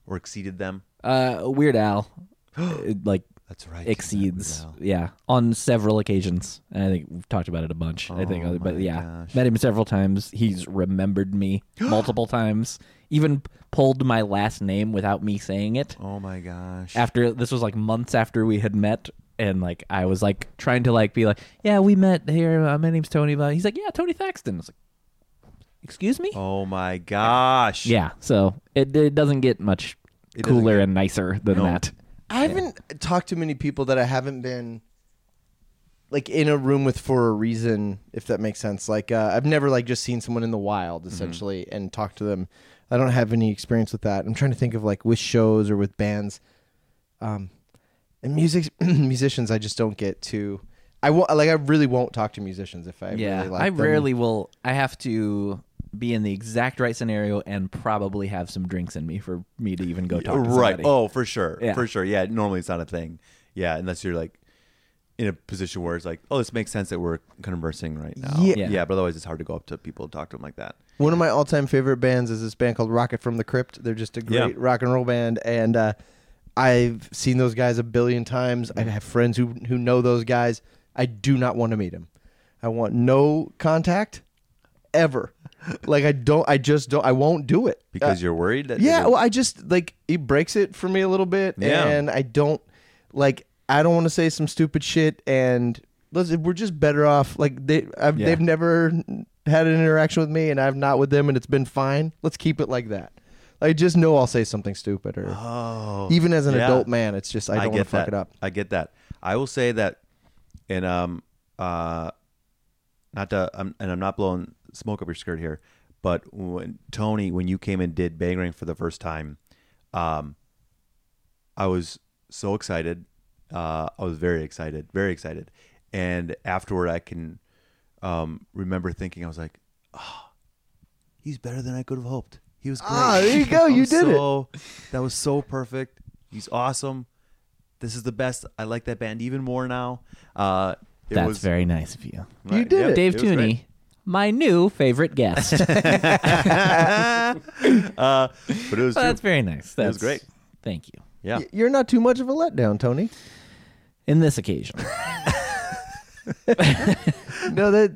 C: or exceeded them?
A: Uh, Weird Al. Uh, like
C: That's right.
A: exceeds yeah on several occasions and i think we've talked about it a bunch i think
C: Oh
A: but
C: my
A: yeah
C: gosh.
A: met him several times he's remembered me multiple times even pulled my last name without me saying it
C: Oh my gosh.
A: after this was like months after we had met and like i was like trying to like be like yeah we met here uh, my name's tony but he's like yeah tony thaxton i was like excuse me
C: oh my gosh.
A: yeah so it, it doesn't get much
C: doesn't
A: cooler and nicer than that
B: I haven't talked to many people that I haven't been like in a room with for a reason, if that makes sense. Like uh, I've never like just seen someone in the wild
A: Mm-hmm.
B: essentially and talked to them. I don't have any experience with that. I'm trying to think of like with shows or with bands, um, and music musicians. I just don't get to. I will like I really won't talk to musicians if I
A: yeah
B: really like
A: i
B: them.
A: rarely will i have to be in the exact right scenario and probably have some drinks in me for me to even go talk to
C: Right.
A: somebody.
C: Oh, for sure.
A: Yeah.
C: For sure. Yeah. Normally it's not a thing. Yeah. Unless you're like in a position where it's like, oh, this makes sense that we're conversing right now.
B: Yeah.
A: Yeah. Uh,
C: but otherwise it's hard to go up to people and talk to them like that.
B: One of my all-time favorite bands is this band called Rocket from the Crypt. They're just a great
C: Yeah.
B: rock and roll band, and uh, I've seen those guys a billion times.
C: Mm-hmm.
B: I have friends who who know those guys. I do not want to meet them. I want no contact ever. like I don't. I just don't. I won't do it
C: Because
B: Uh,
C: you're worried that
B: yeah,
C: they're-
B: well, I just like it breaks it for me a little bit,
C: Yeah.
B: and I don't like. I don't want to say some stupid shit, and listen, we're just better off. Like they, I've,
C: Yeah.
B: they've never had an interaction with me, and I've not with them, and it's been fine. Let's keep it like that. I just know I'll say something stupid, or even as an
C: Oh, yeah.
B: adult man, it's just I don't want
C: get
B: to fuck
C: that.
B: it up.
C: I get that. I will say that, and um, uh, not to, I'm, and I'm not blowing smoke up your skirt here, but when Tony, when you came and did Bang Ring for the first time, um, I was so excited. Uh, I was very excited, very excited, and afterward, I can um remember thinking, I was like, oh, he's better than I could have hoped. He was great.
B: Ah, there you go.
C: I'm
B: You did it.
C: so, it. That was so perfect. He's awesome this is the best. I like that band even more now. Uh, it
A: that's
C: was,
A: very nice of you
B: You did it.
A: dave
C: was great.
A: tooney my new favorite guest
C: Uh, but it was
A: Well,
C: true.
A: that's very nice. That's
C: was great.
A: Thank you.
C: yeah.
B: Y- You're not too much of a letdown, Tony.
A: In this occasion,
B: No, that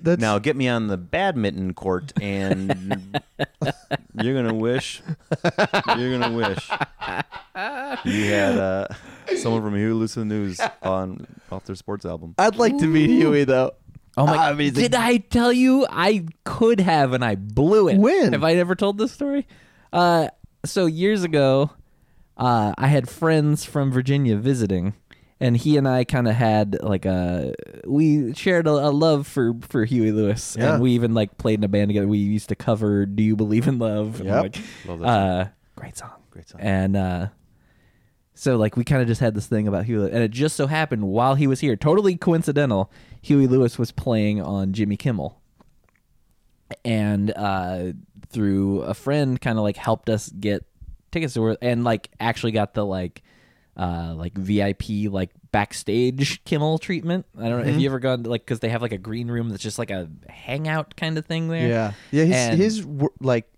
B: that's
C: Now get me on the badminton court, and you're gonna wish. You're gonna wish you had uh, someone from Hulu News on off their sports album.
B: I'd like to meet Huey though.
A: oh my!
B: I mean, the-
A: did I tell you I could have and I blew it?
B: When?
A: have I ever told this story? Uh, so years ago, uh, I had friends from Virginia visiting, and he and I kind of had like a we shared a, a love for for Huey Lewis,
B: Yeah.
A: and we even like played in a band together. We used to cover "Do You Believe in Love?" and,
B: Yep.
A: like,
C: Love that
A: uh, great song.
C: Great song.
A: And uh, so like we kind of just had this thing about Huey, Lewis, and it just so happened while he was here, totally coincidental, Huey Lewis was playing on Jimmy Kimmel, and uh, through a friend, kind of like helped us get tickets to it, and like actually got the like. Uh, like VIP, like backstage Kimmel treatment. I don't know.
B: Mm-hmm.
A: Have you ever gone to like because they have like a green room that's just like a hangout kind of thing there.
B: Yeah, yeah. His,
A: And-
B: his wor- like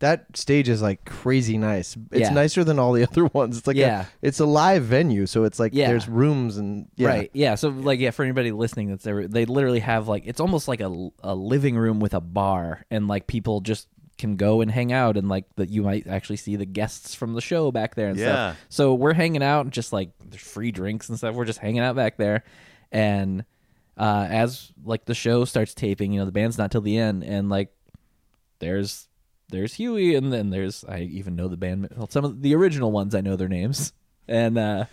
B: that stage is like crazy nice. It's
A: Yeah.
B: nicer than all the other ones. It's like
A: Yeah.
B: a, it's a live venue, so it's like
A: Yeah.
B: there's rooms and yeah.
A: Right. Yeah. So like, yeah, for anybody listening, that's ever, they literally have like it's almost like a, a living room with a bar, and like people just can go and hang out, and like that you might actually see the guests from the show back there and
C: Yeah.
A: stuff. So we're hanging out, just like there's free drinks and stuff. We're just hanging out back there, and uh, as like the show starts taping, you know, the band's not till the end, and like there's there's Huey, and then there's I even know the band well, some of the original ones I know their names, and uh,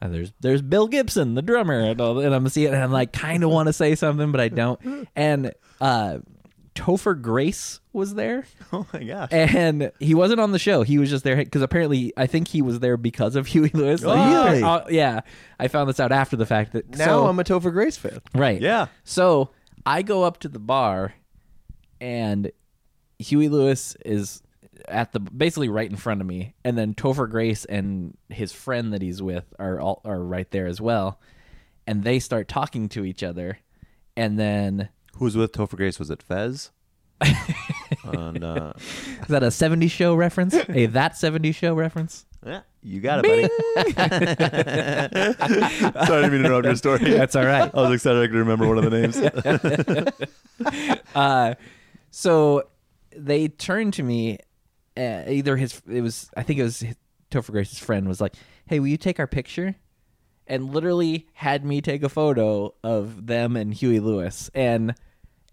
A: and there's there's Bill Gibson, the drummer, and, all, and I'm seeing it, and I'm like kind of want to say something, but I don't, and uh, Topher Grace was there,
C: Oh my gosh.
A: and he wasn't on the show. He was just there because apparently I think he was there because of Huey Lewis. Like,
B: Really?
A: uh, yeah, I found this out after the fact that
B: Now
A: so,
B: I'm a Topher Grace fan.
A: Right.
C: Yeah.
A: So I go up to the bar, and Huey Lewis is at the basically right in front of me, and then Topher Grace and his friend that he's with are all are right there as well, and they start talking to each other, and then
C: Who was with Topher Grace? Was it Fez? uh, and uh,
A: is that a '70s show reference? a that '70s show reference?
C: yeah, You got it, buddy. Sorry, I didn't mean to interrupt your story.
A: That's all right.
C: I was excited I could remember one of the names.
A: Uh, so they turned to me. Uh, either his, it was I think it was Topher Grace's friend was like, "Hey, will you take our picture?" And literally had me take a photo of them and Huey Lewis, and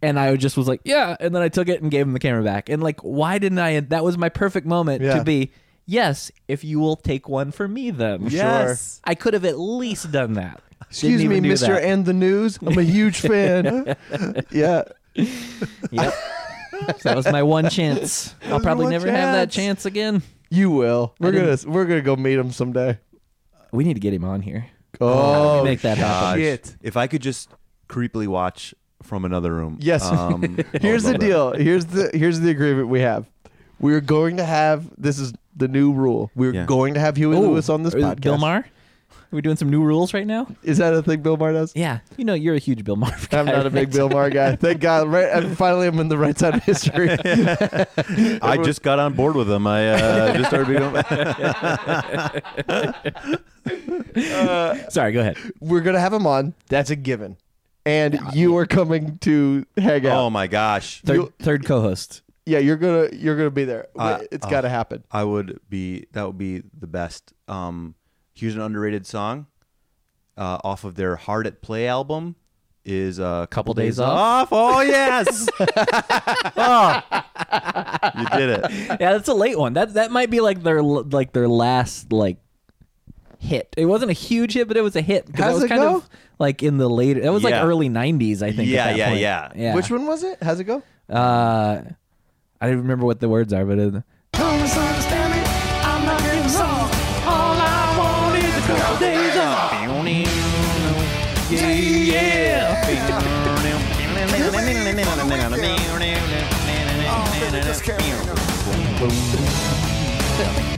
A: and I just was like, "Yeah," and then I took it and gave him the camera back. And like, why didn't I? That was my perfect moment
B: Yeah.
A: to be. Yes, if you will take one for me, then
B: Yes.
A: I could have at least done that. Didn't
B: Excuse me,
A: even do
B: Mister,
A: that.
B: and the news. I'm a huge fan. yeah,
A: Yep. that was my one chance. I'll
B: was
A: probably
B: one
A: never have that
B: chance.
A: chance again.
B: you will. We're gonna
A: didn't-
B: we're gonna go meet him someday.
A: We need to get him on here.
B: Oh,
A: Make that happen.
C: Gosh. If I could just creepily watch from another room.
B: Yes.
C: Um, I would
A: Oh,
B: Here's the
C: love that.
B: deal. Here's the here's the agreement we have. We're going to have this is the new rule. We're
C: Yeah.
B: going to have Huey Lewis on this
A: Or is it
B: podcast.
A: Bill Maher? Are we doing some new rules right now?
B: Is that a thing Bill Maher does?
A: Yeah. You know you're a huge Bill Maher guy.
B: I'm not a big Bill Maher guy. Thank God. Right, and finally, I'm in the right side of history.
C: I just got on board with them. I uh, just started being.
A: Sorry, go ahead.
B: We're gonna have him on. That's a given. And you are coming to hang out.
C: Oh
A: Um,
C: my gosh.
A: Third,
B: You-
A: third co-host.
B: yeah, you're gonna you're gonna be there.
C: Uh,
B: it's
C: oh.
B: got to happen.
C: I would be that would be the best. Um, here's an underrated song uh, off of their Hard at Play album. Is a uh, couple
A: Days Off?
C: Oh yes,
B: Ah.
C: Oh. you did it.
A: Yeah, that's a late one. That that might be like their l- like their last like hit. It wasn't a huge hit, but it was a hit because
B: How's
A: that was
B: it
A: kind
B: go?
A: of like in the later. That was
C: Yeah.
A: like early '90s, I think. at
C: Yeah,
A: that
C: yeah,
A: point.
C: yeah.
A: yeah.
B: Which one was it? How's it go?
A: Uh, I don't remember what the words are, but it,
G: Misunderstand me, I'm not getting song. All I want is a couple days off.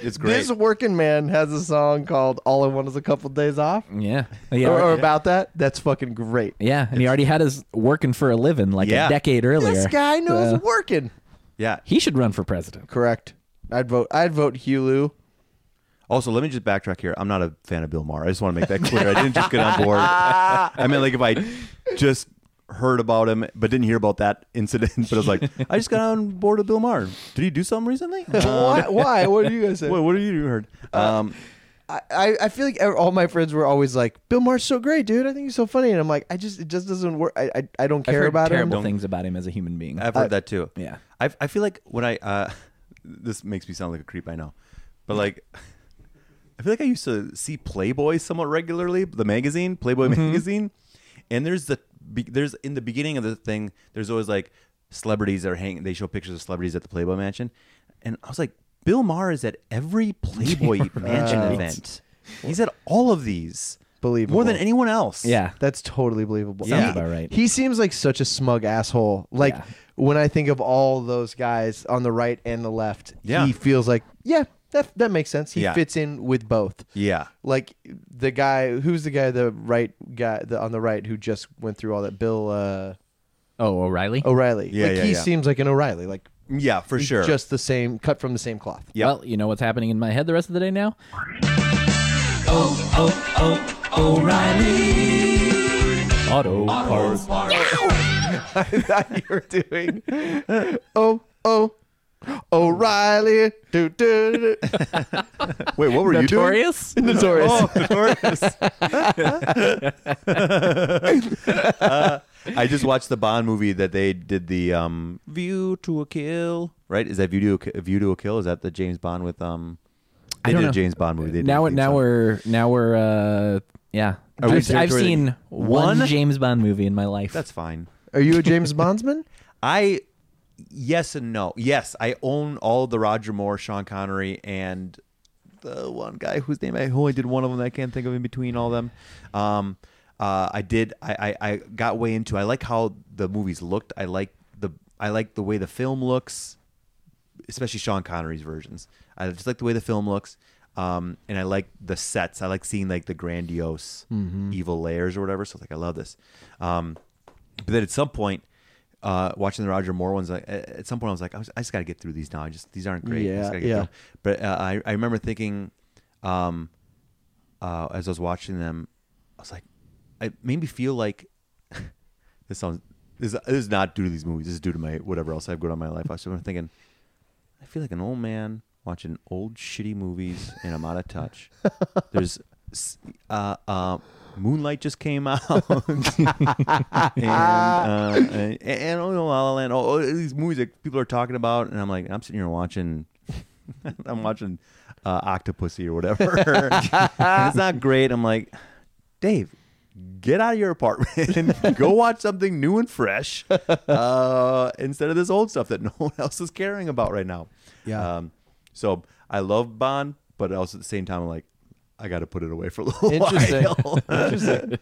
C: It's great.
B: This working man has a song called "All I Want Is a Couple Days Off,"
A: yeah, yeah.
B: or, or about that. That's fucking great.
A: Yeah, and he already had his working for a living like
C: Yeah.
A: a decade earlier.
B: This guy knows
A: Uh,
B: working.
C: yeah.
A: He should run for president.
B: Correct. I'd vote. I'd vote Hulu.
C: Also, let me just backtrack here. I'm not a fan of Bill Maher. I just want to make that clear. I didn't just get on board. I mean, like if I just heard about him but didn't hear about that incident, but I was like, I just got on board with Bill Maher. Did he do something recently?
A: Um,
C: Uh,
B: why? Why? What do you guys say?
C: what, what have you heard? Um,
B: I, I I feel like all my friends were always like, "Bill Maher's so great, dude. I think he's so funny." And I'm like, I just it just doesn't work. I I, I don't
A: I've
B: care
A: heard
B: about
A: terrible
B: him.
A: things about him as a human being.
C: I've heard that too.
A: yeah.
C: I I feel like when I uh, this makes me sound like a creep. I know, but like I feel like I used to see Playboy somewhat regularly, the magazine, Playboy magazine, and there's the be, there's in the beginning of the thing, there's always like celebrities that are hanging. They show pictures of celebrities at the Playboy mansion, and I was like, Bill Maher is at every Playboy mansion event. He's at all of these.
B: Believable.
C: More than anyone else.
A: Yeah.
B: That's totally believable.
C: Sounds
B: He-
A: about right.
B: He seems like such a smug asshole. Like
A: Yeah.
B: when I think of all those guys on the right and the left,
C: Yeah.
B: he feels like, yeah, that that makes sense. He
C: Yeah.
B: fits in with both.
C: Yeah.
B: Like the guy who's the guy the right guy the, on the right who just went through all that Bill uh,
A: Oh, O'Reilly.
B: O'Reilly.
C: Yeah,
B: like
C: yeah,
B: he
C: yeah.
B: seems like an O'Reilly. Like
C: Yeah, for
B: he's
C: sure.
B: just the same, cut from the same cloth.
C: yeah.
A: Well, you know what's happening in my head the rest of the day now. Oh, oh, oh, O'Reilly. Auto parts.
B: that you're doing. oh, oh, O'Reilly. Do, do, do.
C: Wait, what were you
A: Notorious.
B: Notorious.
C: doing? Oh, notorious. Uh, I just watched the Bond movie that they did the um, View to a Kill. Right? Is that View to a, Ki- View to a Kill? Is that the James Bond with um? They
A: don't
C: did
A: know.
C: a James Bond movie. They did,
A: Now,
C: I think
A: now
C: so.
A: we're now we're uh yeah.
C: Are we
A: I've, I've
C: territory-
A: seen one,
C: One?
A: James Bond movie in my life.
C: That's fine.
B: Are you a James Bondsman?
C: I yes and no. Yes, I own all the Roger Moore, Sean Connery, and the one guy whose name I only did one of them that I can't think of in between all them. Um, uh, I did. I, I I got way into. I like how the movies looked. I like the I like the way the film looks, especially Sean Connery's versions. I just like the way the film looks. Um, and I like the sets. I like seeing like the grandiose
B: Mm-hmm.
C: evil layers or whatever. So like I love this. Um, but then at some point, uh, watching the Roger Moore ones, like at at some point I was like, I, was, I just got to get through these now. I just these around great. I
B: Yeah,
C: just gotta get
B: yeah.
C: through 'em. But uh, I, I remember thinking, um, uh, as I was watching them, I was like, it made me feel like this sounds. This, this is not due to these movies. This is due to my whatever else I've got on in my life. I was sort of thinking, I feel like an old man watching old shitty movies, and I'm out of touch. There's s- uh, uh, Moonlight just came out, and, uh, and, uh, and oh, La La Land. Oh, oh, these movies that people are talking about, and I'm like, I'm sitting here watching. I'm watching uh, Octopussy or whatever. And it's not great. I'm like, Dave, get out of your apartment and go watch something new and fresh uh, instead of this old stuff that no one else is caring about right now.
B: Yeah.
C: Um, so I love Bond, but also at the same time, I'm like, I got to put it away for a little
B: Interesting.
C: while.
B: Interesting.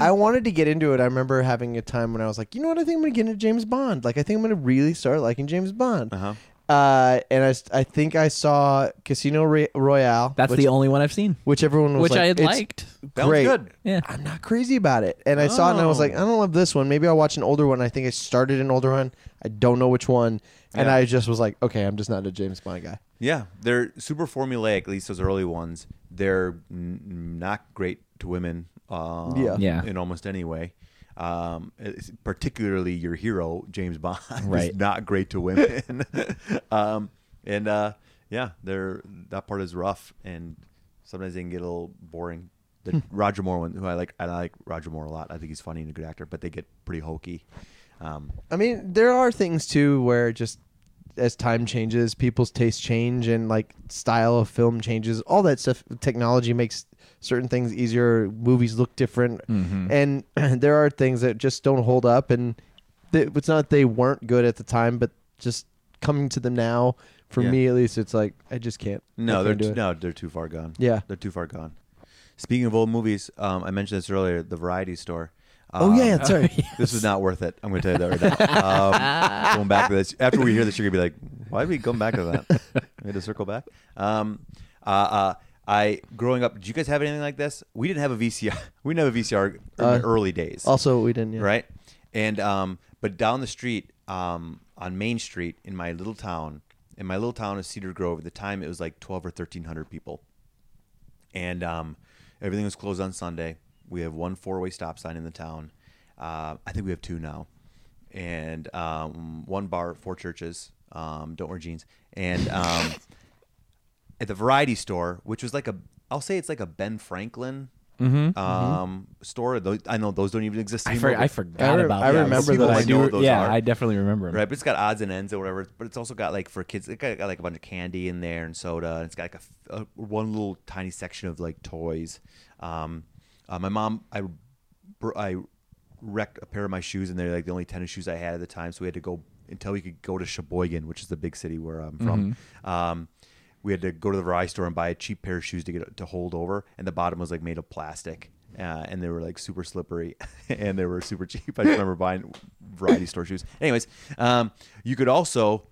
B: I wanted to get into it. I remember having a time when I was like, you know what? I think I'm going to get into James Bond. Like, I think I'm going to really start liking James Bond.
C: Uh-huh.
B: Uh, and I, s- I think I saw Casino Ro- Royale.
A: That's
B: which,
A: the only one I've seen,
B: which everyone
A: which
B: was like,
A: I had
B: "It's
A: liked.
C: That was
B: great.
C: good.
A: Yeah.
B: I'm not crazy about it. And I saw it and I was
C: Oh.
B: like, I don't love this one. Maybe I'll watch an older one. I think I started an older one. I don't know which one. And
C: Yeah.
B: I just was like, okay, I'm just not a James Bond guy.
C: Yeah, they're super formulaic. At least those early ones, they're n- not great to women. Um,
B: Yeah.
A: Yeah.
C: in almost any way. Um, it's- particularly your hero James Bond
A: Right.
C: is not great to women. um, and uh, yeah, they're that part is rough, and sometimes they can get a little boring.
A: Hmm.
C: The Roger Moore one, who I like, and I like Roger Moore a lot. I think he's funny and a good actor, but they get pretty hokey. Um,
B: I mean, there are things too where just as time changes, people's tastes change and like style of film changes. All that stuff. Technology makes certain things easier. Movies look different,
C: Mm-hmm.
B: and there are things that just don't hold up. And th- it's not that they weren't good at the time, but just coming to them now, for
C: Yeah.
B: me at least, it's like I just can't. I
C: No, they're
B: can't do
C: too,
B: it.
C: no, they're too far gone.
B: Yeah.
C: they're too far gone. Speaking of old movies, um, I mentioned this earlier. The Variety Store.
B: Oh
C: Um,
B: yeah, sorry.
C: This was not worth it. I'm going to tell you that right now. Um, going back to this after we hear this, you're going to be like, "Why did we come back to that?" We had to circle back. Um, uh, uh, I growing up, did you guys have anything like this? We didn't have a VCR. We didn't have a VCR in
B: Uh,
C: the early days
B: also, we didn't. Yeah.
C: right? And um, but down the street, um, on Main Street in my little town, in my little town of Cedar Grove, at the time it was like twelve or thirteen hundred people, and um, everything was closed on Sunday. We have one four-way stop sign in the town. Uh, I think we have two now, and um, one bar, four churches. Um, don't wear jeans. And um, at the variety store, which was like a, I'll say it's like a Ben Franklin. Um, store. Tho- I know those don't even exist
A: Mm-hmm. I,
C: anymore.
A: for, I
B: I
A: forgot
B: re-
A: about.
B: I
A: those.
B: remember
A: People
B: those.
A: I
B: I
C: know
A: do-
C: what those
A: yeah,
C: are.
A: I definitely remember 'em.
C: Right, but it's got odds and ends or whatever. But it's also got like for kids, it's got, got, like a bunch of candy in there and soda. And it's got like a f- a, one little tiny section of like toys. Um, uh, my mom, I, br- I wrecked a pair of my shoes, and they're like the only tennis shoes I had at the time. So we had to go until we could go to Sheboygan, which is the big city where I'm from. Um, we had to go to the variety store and buy a cheap pair of shoes to get to hold over, and the bottom was like made of plastic. Uh, and they were like super slippery and they were super cheap. I just remember buying variety store shoes. Anyways, um, you could also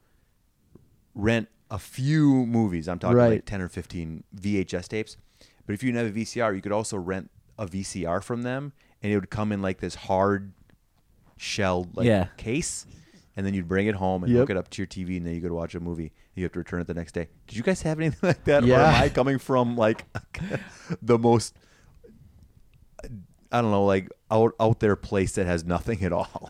C: rent a few movies. I'm talking like
B: Right.
C: 10 or 15 VHS tapes. But if you didn't have a VCR, you could also rent a VCR from them and it would come in like this hard shelled like
A: Yeah.
C: case. And then you'd bring it home and
B: Yep.
C: hook it up to your TV, and then you could watch a movie. You have to return it the next day. Did you guys have anything like that, or
B: Yeah.
C: am I coming from like the most I don't know, like out out there place that has nothing at all?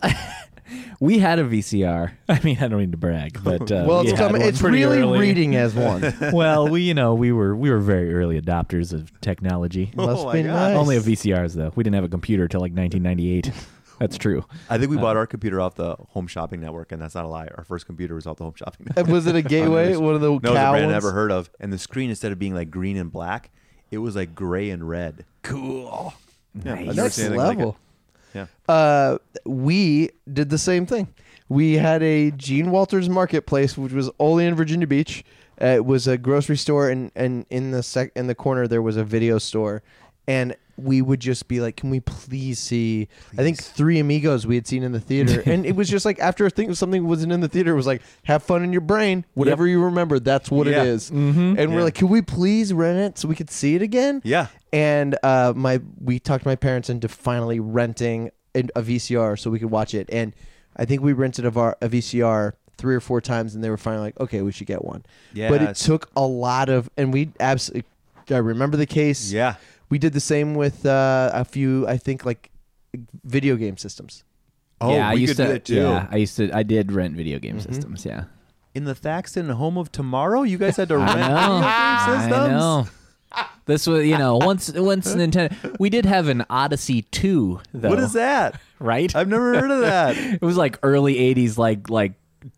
A: We had a VCR. I mean, I don't mean to brag, but uh,
B: Well,
A: we
B: it's,
A: had
B: coming,
A: one
B: it's
A: pretty
B: really
A: early.
B: reading as one. Must
A: well, we you know we were we were very early adopters of technology.
C: Oh my
B: be
C: God.
B: nice.
A: Only of VCRs though. We didn't have a computer till like 1998. That's true.
C: I think we bought our computer off the Home Shopping Network, and that's not a lie. Our first computer was off the Home Shopping Network.
B: Was it a gateway? One of the
C: No, it was a
B: cow
C: brand I
B: ones?
C: never heard of. And the screen, instead of being like green and black, it was like gray and red. Cool. Yeah, I've never
B: Next
C: seen anything like it.
B: level.
C: yeah.
B: uh, we did the same thing. We had a Gene Walters Marketplace, which was only in Virginia Beach. Uh, it was a grocery store, and and in the sec- in the corner there was a video store, and we would just be like, "Can we please see?" I think Three Amigos we had seen in the theater, and it was just like after a thing something wasn't in the theater, it was like, "Have fun in your brain, whatever you remember, that's what
C: Yeah.
B: it is." And we're
C: Mm-hmm. Yeah.
B: like, "Can we please rent it so we could see it again?"
C: Yeah.
B: and uh, my we talked my parents into finally renting an- a VCR so we could watch it. And I think we rented a, var- a VCR three or four times, and they were finally like, "Okay, we should get one." But it
C: Yes.
B: took a lot of, and we absolutely Gotta remember the case.
C: Yeah.
B: We did the same with uh, a few, I think, like video game systems.
C: Oh,
A: yeah, I
C: we
A: used
C: could
A: to.
C: do that too. Mm-hmm.
A: Yeah, I used to. I did rent video game systems. Yeah,
C: In the Thaxton home of tomorrow, you guys had to rent
A: I know.
C: video game systems.
A: I know. This was, you know, once once Nintendo. We did have an Odyssey two though.
C: What is that?
A: Right?
C: I've never heard of that.
A: It was like early '80s, like like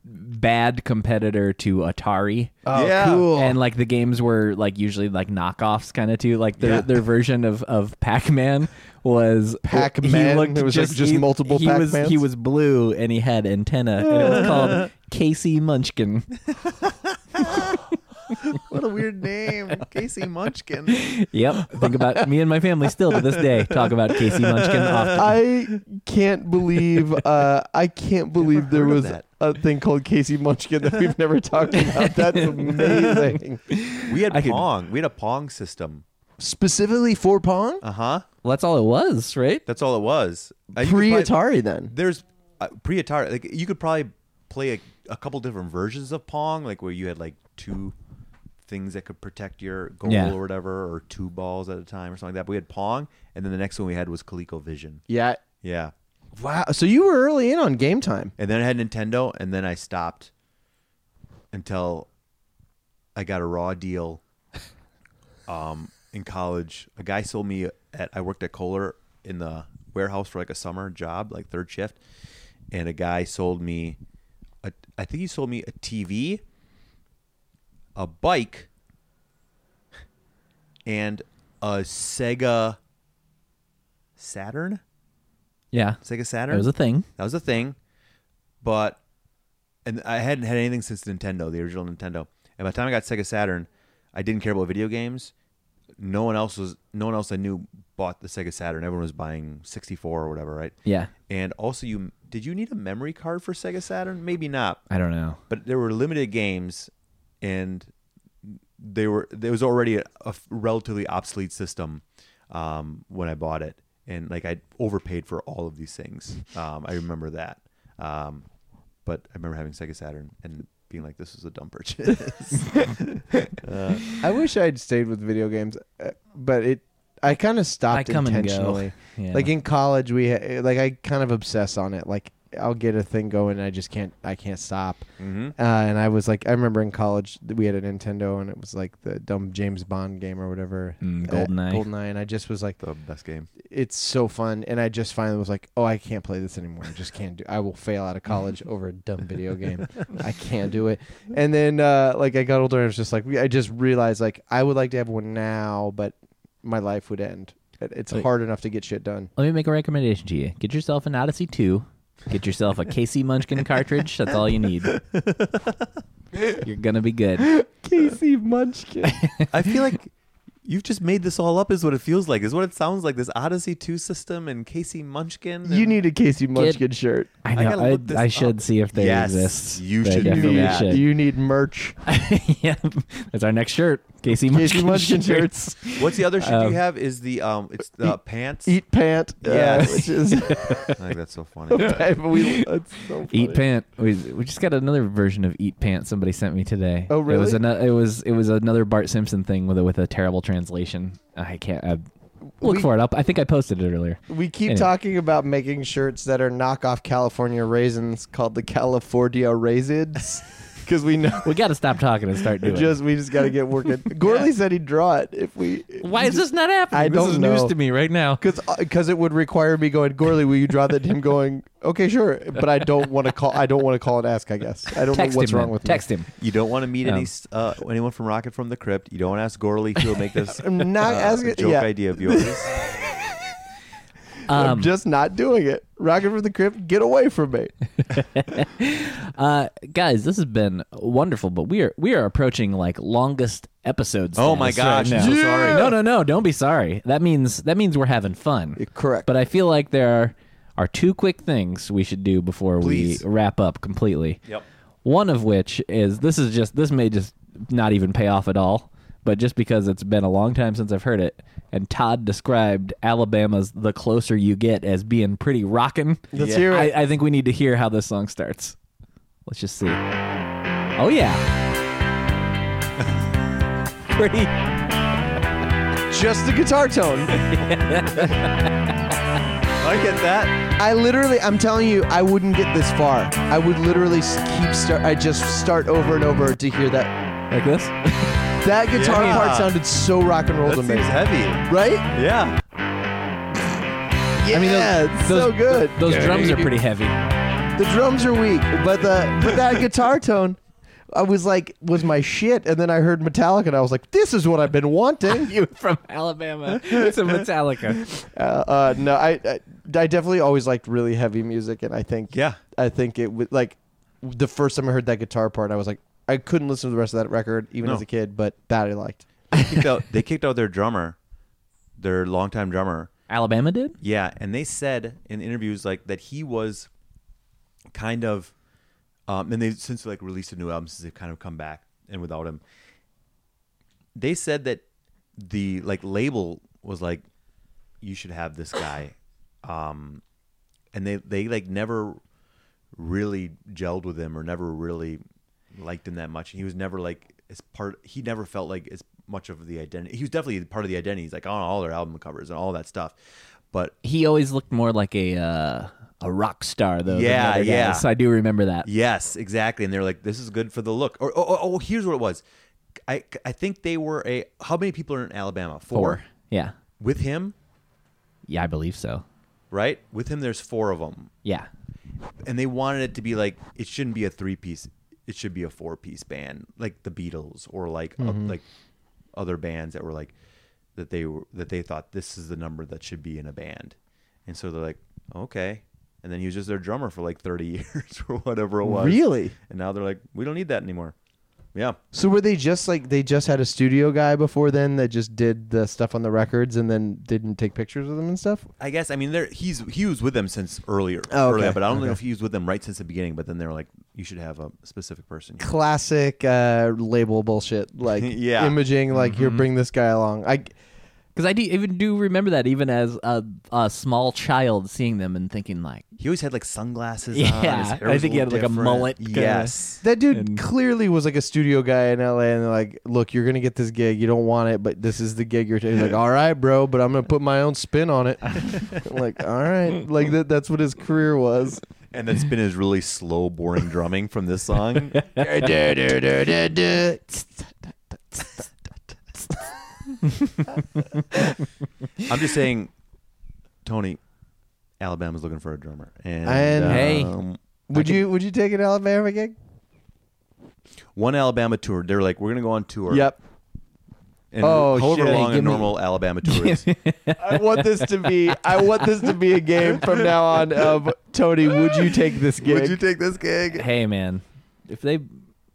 A: bad competitor to Atari.
C: yeah.
A: And like the games were like usually like knockoffs kind of too. Like their
C: Yeah.
A: their version of of Pac Man was
B: Pac-Man?
A: He looked
B: There was, like,
A: just,
B: just
A: he-
B: multiple
A: He
B: Pac-Mans?
A: was he was blue and he had antenna and it was called Casey Munchkin.
C: What a weird name, Casey Munchkin.
A: Yep. Think about me and my family still to this day talk about Casey Munchkin often.
B: I can't believe uh, I can't believe there
C: heard of
B: was
C: that.
B: a thing called Casey Munchkin that we've never talked about. That's amazing.
C: We had
A: I could-
C: Pong. We had a Pong system.
B: Specifically for Pong,
C: Uh huh.
A: Well, that's all it was, right?
C: That's all it was. Uh, you could
B: pre
C: probably-
B: Atari. Then
C: There's uh, pre Atari. Like you could probably play a, a couple different versions of Pong, like where you had like two things that could protect your goal
A: Yeah.
C: or whatever, or two balls at a time or something like that. But we had Pong, and then the next one we had was ColecoVision.
B: yeah.
C: Yeah.
B: Wow. So you were early in on game time.
C: And then I had Nintendo, and then I stopped until I got a raw deal um, in college. A guy sold me at I worked at Kohler in the warehouse for like a summer job, like third shift, and a guy sold me. A, I think he sold me a TV, a bike, and a Sega Saturn.
A: Yeah.
C: Sega Saturn.
A: It was a thing.
C: That was a thing, but and I hadn't had anything since Nintendo, the original Nintendo. And by the time I got Sega Saturn, I didn't care about video games. No one else was no one else I knew bought the Sega Saturn. Everyone was buying 64 or whatever, right?
A: Yeah.
C: And also you did you need a memory card for Sega Saturn? Maybe not,
A: I don't know.
C: but there were limited games and they were there was already a, a relatively obsolete system um, when I bought it, and like I overpaid for all of these things. Um, I remember that, um, but I remember having Sega Saturn and being like, "This is a dumb purchase."
B: I wish I had stayed with video games, uh, but it. I kind of stopped
A: I come and go.
B: intentionally.
A: Yeah.
B: Like in college, we ha- eh, like I kind of obsess on it. Like I'll get a thing going, and I just can't. I can't stop.
C: mm-hmm.
B: Uh, and I was like, I remember in college that we had a Nintendo, and it was like the dumb James Bond game or whatever,
A: Mm,
B: uh,
A: GoldenEye.
B: GoldenEye, and I just was like,
C: The best game.
B: it's so fun, and I just finally was like, oh, I can't play this anymore. I just can't do. I will fail out of college over a dumb video game. I can't do it. And then uh, like I got older, and I was just like, I just realized like I would like to have one now, but my life would end. It- It's
A: Wait.
B: hard enough to get shit done.
A: Let me make a recommendation to you. Get yourself an Odyssey 2. Get yourself a Casey Munchkin cartridge. That's all you need. You're going to be good.
B: Casey Munchkin.
C: I feel like you've just made this all up. Is what it feels like. Is what it sounds like. This Odyssey Two system and Casey Munchkin.
B: you
C: and-
B: need a Casey Munchkin shirt.
A: I
C: I
A: know.
C: gotta
A: I,
C: look this
A: I should
C: up.
A: see if they
C: Yes,
A: exist.
C: you
A: They
C: should do
A: definitely
C: that.
A: should.
B: You need merch.
A: yeah. That's our next shirt. Casey Munchkin,
B: Casey Munchkin shirts.
C: What's the other shit
A: Um,
C: you have? Is the um? It's the pants.
B: Eat pant. Yeah,
C: Yes.
B: which is
C: I think that's so funny.
B: we, that's so funny.
A: Eat Pant. We, we just got another version of Eat Pant somebody sent me today.
B: Oh,
A: It was
B: really?
A: another. It was it was another Bart Simpson thing with a, with a terrible translation. I can't. I, look
B: We-
A: for it up. I think I posted it earlier.
B: We keep
A: Anyway.
B: talking about making shirts that are knockoff California raisins called the California raisins because we know
A: We got to stop talking and start doing. it.
B: just we just got to get working. Gorley said he'd draw it if we
A: Why is this not happening?
B: I don't
A: this is
B: know.
A: news to me right now.
B: because because it would require me going Gorley. Will you draw that? Him going okay, sure, but I don't want to call. I don't want to call and ask. I guess I don't
A: Text
B: know what's
A: him.
B: wrong
A: then.
B: with
A: Text him.
C: You don't want to meet any
A: Um,
C: s- uh, anyone from Rocket from the Crypt. You don't want to ask Gorley if he'll make this
B: me. I'm not
C: uh,
B: asking.
C: joke
B: yeah,
C: idea of yours.
B: I'm
A: Um,
B: just not doing it. Rocket from the crypt, get away from me.
A: uh, guys, this has been wonderful, but we are we are approaching like longest episodes.
C: oh my gosh!
A: status
C: I'm
A: right
C: so
A: now.
C: sorry.
A: No, no, no! Don't be sorry. That means that means we're having fun.
B: Correct.
A: But I feel like there are, are two quick things we should do before
C: Please.
A: we wrap up completely.
C: Yep.
A: One of which is this is just this may just not even pay off at all, but just because it's been a long time since I've heard it, and Todd described Alabama's "The Closer You Get" as being pretty rockin'.
B: Let's hear it.
A: I, I think we need to hear how this song starts. Let's just see. Oh yeah. pretty
B: just the guitar tone.
C: I get that.
B: I literally, I'm telling you, I wouldn't get this far. I would literally s- keep start. I just start over and over to hear that.
A: like this.
B: That guitar
C: Yeah.
B: part sounded so rock and roll
C: That
B: to
C: seems
B: me.
C: heavy.
B: Right?
C: Yeah.
B: Yeah, I mean, it's so good.
A: Those drums are pretty heavy.
B: The drums are weak, but the but that guitar tone, I was like, was my shit. And then I heard Metallica, and I was like, this is what I've been wanting.
A: You from Alabama to Metallica.
B: Uh, uh, no, I, I I definitely always liked really heavy music, and I think
C: Yeah.
B: I think it was like the first time I heard that guitar part, I was like, I couldn't listen to the rest of that record even
C: No.
B: as a kid, but that I liked.
C: They kicked out, they kicked out their drummer, their longtime drummer.
A: Alabama did?
C: Yeah, and they said in interviews like that he was kind of, um, and they since like released a new album since they've kind of come back and without him, they said that the like label was like, you should have this guy, um, and they they like never really gelled with him or never really liked him that much. He was never like as part. He never felt like as much of the identity. He was definitely part of the identity. He's like on all their album covers and all that stuff. But
A: He always looked more like a uh, a rock star though. than the
C: Yeah,
A: other
C: yeah.
A: guys. I do remember that.
C: Yes, exactly. And they're like, this is good for the look. Or oh, oh, oh, here's what it was. I I think they were a how many people are in Alabama? Four.
A: Four. Yeah.
C: With him,
A: Yeah, I believe so.
C: right? With him, there's four of them,
A: Yeah.
C: and they wanted it to be like it shouldn't be a three piece. It should be a four piece band, like the Beatles or like uh,
B: Mm-hmm.
C: like other bands that were like that they were that they thought this is the number that should be in a band, and so they're like, okay. And then he was just their drummer for like 30 years or whatever it was.
B: Really?
C: And now they're like, we don't need that anymore. Yeah.
B: So were they just like they just had a studio guy before then that just did the stuff on the records and then didn't take pictures of them and stuff?
C: I guess I mean there he's he was with them since earlier,
B: Oh, okay.
C: earlier but I don't know if he was with them right since the beginning. But then they were like, you should have a specific person.
B: Classic uh, label bullshit, like
C: Yeah.
B: imaging, like here, bring this guy along. I
A: Because I do even do remember that even as a, a small child seeing them and thinking like,
C: He always had like sunglasses. on,
A: Yeah,
C: his hair
A: I
C: was
A: think he had,
C: little
A: like, a
C: different.
A: mullet kinda-
C: Yes,
B: that dude clearly was like a studio guy in LA, and they're like, look, you're gonna get this gig. You don't want it, but this is the gig you're taking. Like, all right, bro, but I'm gonna put my own spin on it. like, all right, like that, that's what his career was.
C: and then spin is really slow, boring drumming from this song. I'm just saying, Tony, Alabama's looking for a drummer, and,
B: And- Hey.
C: um,
B: Would you would you take an Alabama gig?
C: one Alabama tour. They're like, we're gonna go on tour.
B: Yep.
C: And
B: Oh,
C: however
B: shit.
C: long
B: Give
C: a
B: me-
C: normal Alabama tour is.
B: I want this to be I want this to be a game from now on of Tony, would you take this gig?
C: Would you take this gig?
A: "Hey, man, if they,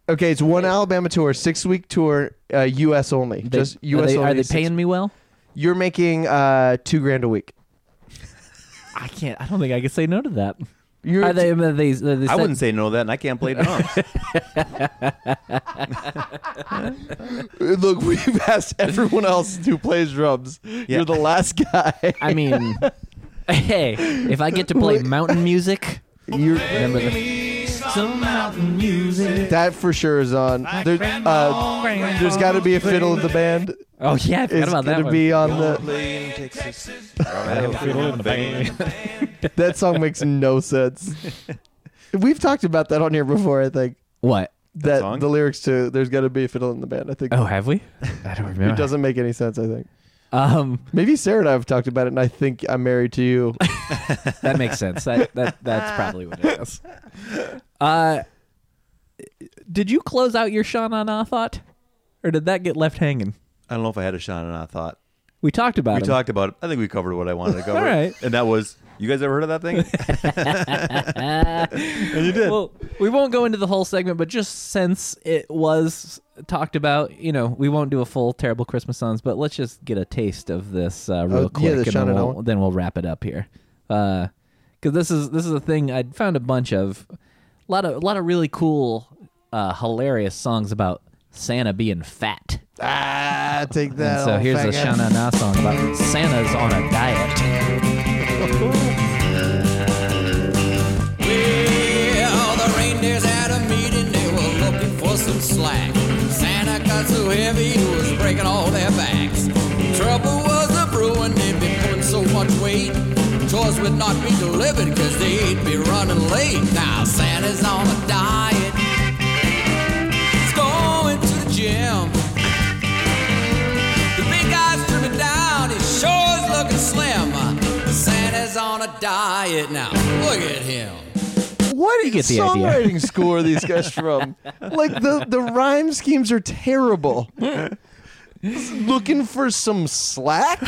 B: okay, it's one Alabama tour, six week tour, uh, US only.
A: they
B: Just
A: are
B: US
A: they,
B: only.
A: are they
B: six-
A: paying me well?
B: You're making uh, two grand a week.
A: I can't. I don't think I can say no to that.
B: You're
A: Are they? Are they, are they
C: I wouldn't say no to that, and I can't play drums.
B: look, we've asked everyone else who plays drums. You're the last guy.
A: I mean, hey, if I get to play mountain music,
B: You're,
A: remember the,
B: that for sure is on. There, uh, there's got to be a fiddle of the band.
A: oh yeah, I forgot
B: It's
A: about that
B: gonna
A: one.
B: be on the. That song makes no sense. We've talked about that on here before. I think
A: what?
B: that,
C: song?
B: the lyrics to "There's Got to Be a Fiddle in the Band." I think
A: Oh, have we? I don't
B: it
A: remember.
B: doesn't make any sense. I think
A: Um,
B: maybe Sarah and I have talked about it, and I think I'm married to you.
A: that makes sense. That that that's probably what it is. Uh, did you close out your Sean on Athot, or did that get left hanging?
C: I don't know if I had a shot or not. I thought
A: We talked about
C: we
A: him.
C: talked about it. I think we covered what I wanted to cover.
A: All right.
C: and that was you guys ever heard of that thing?
A: you did. Well, we won't go into the whole segment, but just since it was talked about, you know, we won't do a full terrible Christmas songs, but let's just get a taste of this uh,
B: Oh,
A: real
B: yeah,
A: quick,
B: the
A: and
B: Sean
A: then
B: and
A: we'll,
B: Owen.
A: then we'll wrap it up here. Because this is this is a thing I found a bunch of, a lot of a lot of really cool, uh, hilarious songs about Santa being fat.
B: ah, take that.
A: so
B: old
A: here's a
B: faggot.
A: Shana Na song about Santa's on a diet.
F: Well, the reindeers had a meeting, they were looking for some slack. Santa got so heavy, he was breaking all their backs. Trouble was a brewing, they'd been putting so much weight. Chores would not be delivered, cause they'd be running late. Now Santa's on a diet. He's going to the gym. The big guy's driven down, his shore's looking slim. Santa's on a diet now. Look at him.
B: Why do you
E: get the idea.
B: songwriting school are these guys from? like the the rhyme schemes are terrible. Looking for some slack?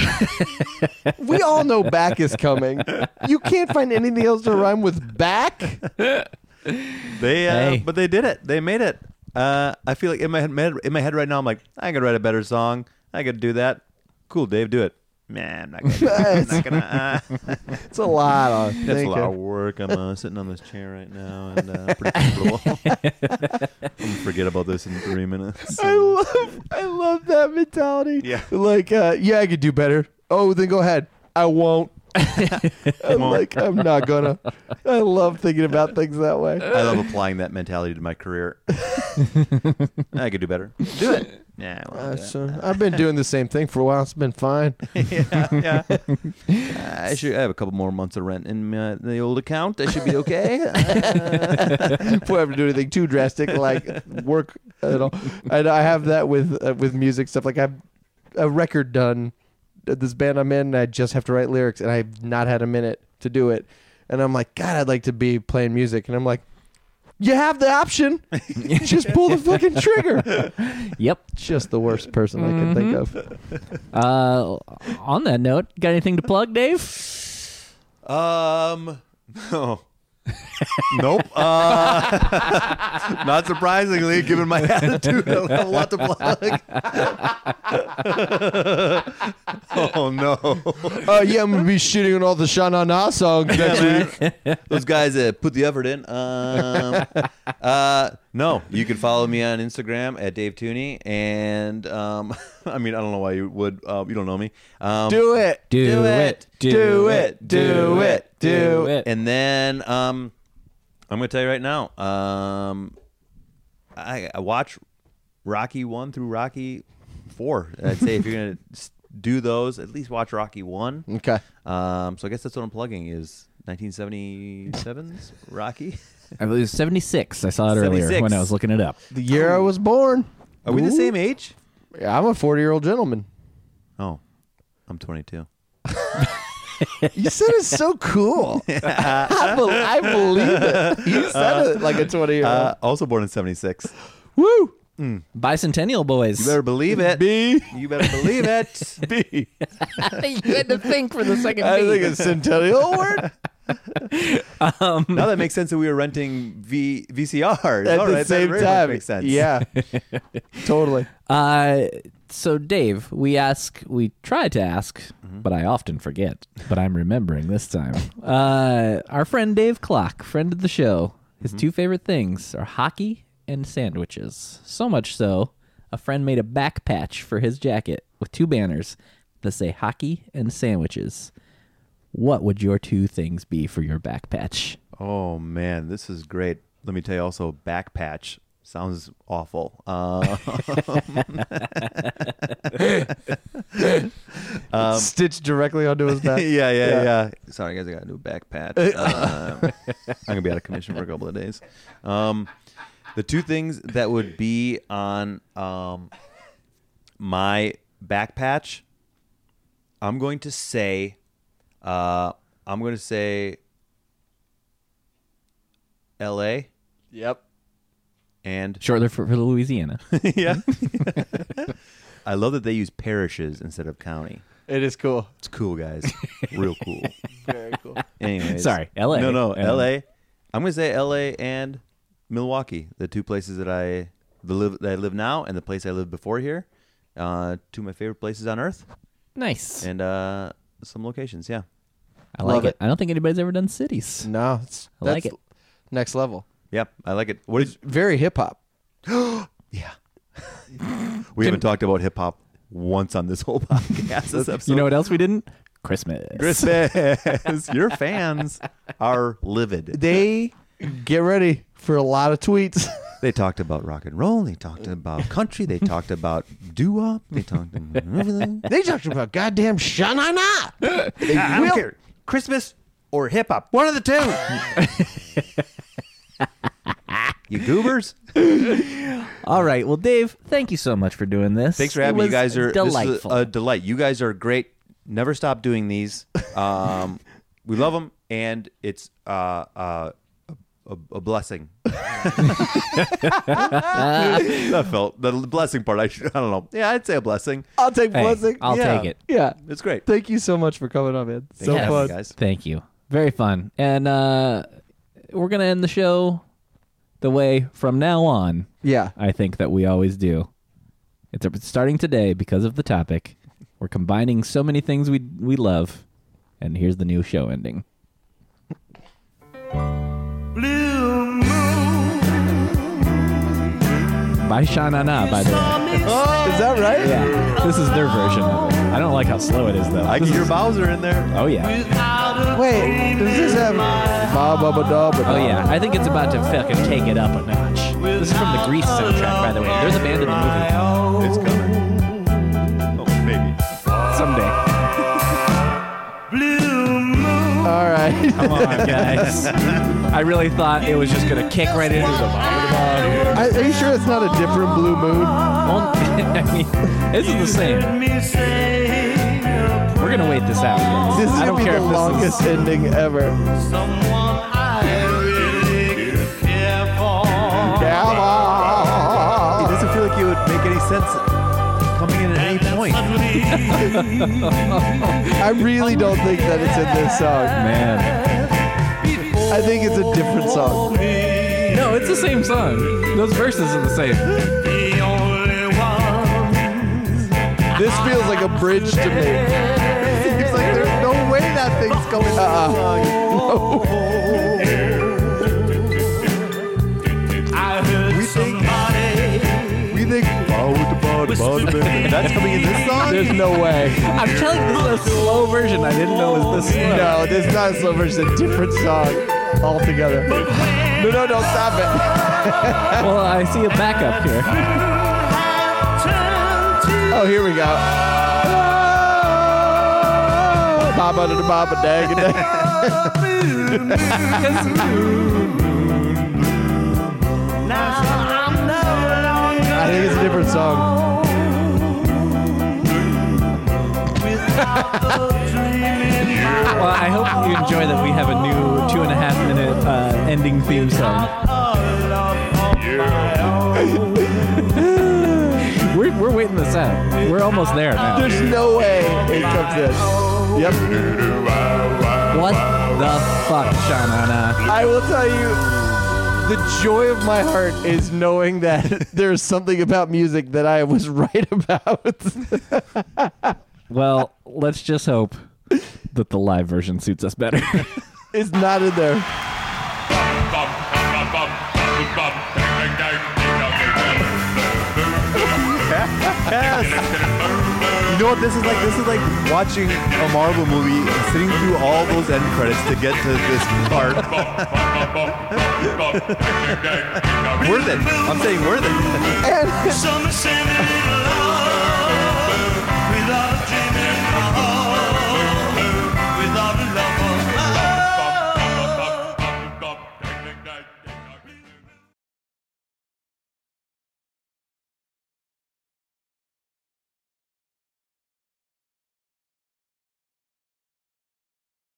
B: we all know back is coming. You can't find anything else to rhyme with back.
C: They, uh,
E: Hey.
C: but they did it. They made it. Uh, I feel like in my head, in my head right now, I'm like, I could write a better song. I could do that. Cool, Dave, do it. Man, I'm not gonna. do it. I'm not gonna uh.
B: It's a lot. Of,
C: That's a lot of work. I'm uh, sitting on this chair right now, and uh, pretty comfortable. I'm gonna forget about this in three minutes.
B: I love I love that mentality.
C: Yeah.
B: Like, uh, yeah, I could do better. Oh, then go ahead. I won't. I'm like, I'm not gonna. I love thinking about things that way.
C: I love applying that mentality to my career. I could do better. Do it. Yeah,
B: Uh,
C: I won't do it.
B: so I've been doing the same thing for a while. It's been fine.
C: yeah, yeah. I should. I have a couple more months of rent in uh, the old account. I should be okay.
B: Before I have to do anything too drastic, like work at all. And I have that with uh, with music stuff. Like I have a record done, uh, this band I'm in, and I just have to write lyrics, and I've not had a minute to do it. And I'm like, God, I'd like to be playing music. And I'm like, you have the option. just pull the fucking trigger.
E: Yep.
B: Just the worst person I can think of.
C: Mm-hmm.
E: Uh, on that note, got anything to plug, Dave?
C: Um, no. nope. Uh, not surprisingly, given my attitude, I don't have a lot to plug. oh no!
B: Uh, yeah, I'm gonna be shitting on all the Shana Na songs next week.
C: Those guys that put the effort in. Um, uh, no, you can follow me on Instagram at Dave Tooney, and um, I mean, I don't know why you would. Uh, you don't know me. Um,
B: Do it.
E: Do it.
C: do it, do it, do
E: do
C: it.
E: it.
C: And then um, I'm gonna tell you right now. Um, I, I watch Rocky one through Rocky four. I'd say if you're gonna s- do those, at least watch Rocky one.
B: Okay.
C: Um, so I guess that's what I'm plugging is 1977's Rocky.
E: I believe it's 76. I saw it earlier
C: 76.
E: when I was looking it up.
B: The year I was born.
C: Are we the same age?
B: I'm a 40 year old gentleman.
C: Oh, I'm 22.
B: You said it's so cool. I, bel I believe it. You said it like a 20 year old.
C: Uh, also born in 76.
B: Woo!
E: Bicentennial boys.
C: You better believe it.
B: B.
C: You better believe it. B.
G: you had to think for the second
B: I think it's centennial word.
C: Now that makes sense that we were renting v- VCRs.
B: At
C: All
B: the
C: right, that
B: same
C: really
B: time.
C: Makes sense.
B: Yeah. totally.
E: Uh, so Dave, we ask, we try to ask, but I often forget. But I'm remembering this time. Uh, our friend Dave Clock, friend of the show, his two favorite things are hockey and sandwiches. So much so, a friend made a back patch for his jacket with two banners that say hockey and sandwiches. What would your two things be for your back patch?
C: Oh man, this is great. Let me tell you also, back patch sounds awful. Uh,
B: Stitched directly onto his back.
C: yeah, yeah, yeah, Sorry guys, I got a new back patch. Um, I'm gonna be out of commission for a couple of days. Um, the two things that would be on um, my back patch, I'm going to say, uh, I'm going to say, L.A.
B: Yep.
C: and
E: Shortly for, for Louisiana.
C: yeah. I love that they use parishes instead of county.
B: It is cool.
C: It's cool, guys. Real cool.
B: Very cool.
C: Anyways,
E: Sorry, Um, LA.
C: No, no,
E: And-
C: L.A. I'm gonna say L.A. and Milwaukee, the two places that I the live that I live now and the place I lived before here. Uh, two of my favorite places on earth
E: nice.
C: and uh, some locations. Yeah,
E: I like
B: love
E: it.
B: it.
E: I don't think anybody's ever done cities.
B: No, it's,
E: I
B: that's
E: like it.
B: next level.
C: yep, I like it. What is?
B: Very hip hop.
C: Yeah, we haven't talked about hip hop once on this whole podcast. This episode.
E: You know what else we didn't? Christmas.
C: Christmas. Your fans are livid.
B: They get ready for a lot of tweets.
C: They talked about rock and roll. They talked about country. They talked about doo wop. They talked about everything.
B: They talked about goddamn Shanana.
C: I don't care. Christmas or hip hop. One of the two. you goobers.
H: All right. Well, Dave, thank you so much for doing this.
C: Thanks for having
H: It
C: me. You
H: was
C: guys are This is
H: delightful.
C: a delight. You guys are great. Never stop doing these. Um, we love them, and it's uh, uh, a, a blessing. that felt the blessing part. I should, I don't know. Yeah, I'd say a blessing.
B: I'll take
A: Hey,
B: blessing.
A: I'll
C: Yeah.
A: take it.
B: yeah.
C: It's great.
B: Thank you so much for coming on, man. So
C: Thank you for having
B: fun.
C: me, guys.
A: Thank you. Very fun. And uh, we're going to end the show the way from now on
B: Yeah.
A: I think that we always do. It's it's starting today because of the topic. We're combining so many things we we love, and here's the new show ending. By Shanana, by the way.
B: Is that right?
A: Yeah, this is their version of it. I don't like how slow it is though.
C: I
A: This
C: can
A: is-
C: hear Bowser in there.
A: oh yeah,
B: Wait, does this have ba ba ba da ba
A: oh
B: da?
A: yeah. I think it's about to fucking take it up a notch. This is from the Grease soundtrack, by the way. There's a band in the movie
C: It's coming. Oh, maybe.
A: someday.
B: All right.
A: Come on, guys. I really thought it was just gonna kick right into the
B: I- Are you sure it's not a different blue moon?
A: Well, I mean, this is the same. We're gonna wait this out. guys.
B: This is
A: I don't
B: gonna be
A: care
B: the
A: if this
B: longest ending ever. Come on.
C: It doesn't feel like it would make any sense coming in at any point.
B: I really don't think that it's in this song.
A: man.
B: I think it's a different song.
A: No, it's the same song. Those verses are the same.
B: This feels like a bridge to me. It's like there's no way that thing's going to
C: We think. We think.
B: "Oh,
C: That's coming in this song.
B: There's no way.
A: I'm telling you, this is a slow version. I didn't know it was this slow.
B: No, this is not a slow version. It's a different song altogether. No, no, no, stop
A: Well, I see a backup here.
B: it. Oh, here we go. Baba da da baba dag a dag. I think it's a different song.
A: Well, I hope you enjoy that we have a new two and a half minute uh, ending theme song. we're, we're waiting this out. We're almost there now.
B: There's no way it comes in. Yep.
A: What the fuck, Shanana?
B: I will tell you, the joy of my heart is knowing that there's something about music that I was right about.
A: Well, let's just hope that the live version suits us better.
B: it's not in there.
C: You know what? This is like. This is like watching a Marvel movie, and sitting through all those end credits to get to this part. worth it. I'm saying worth it.
B: And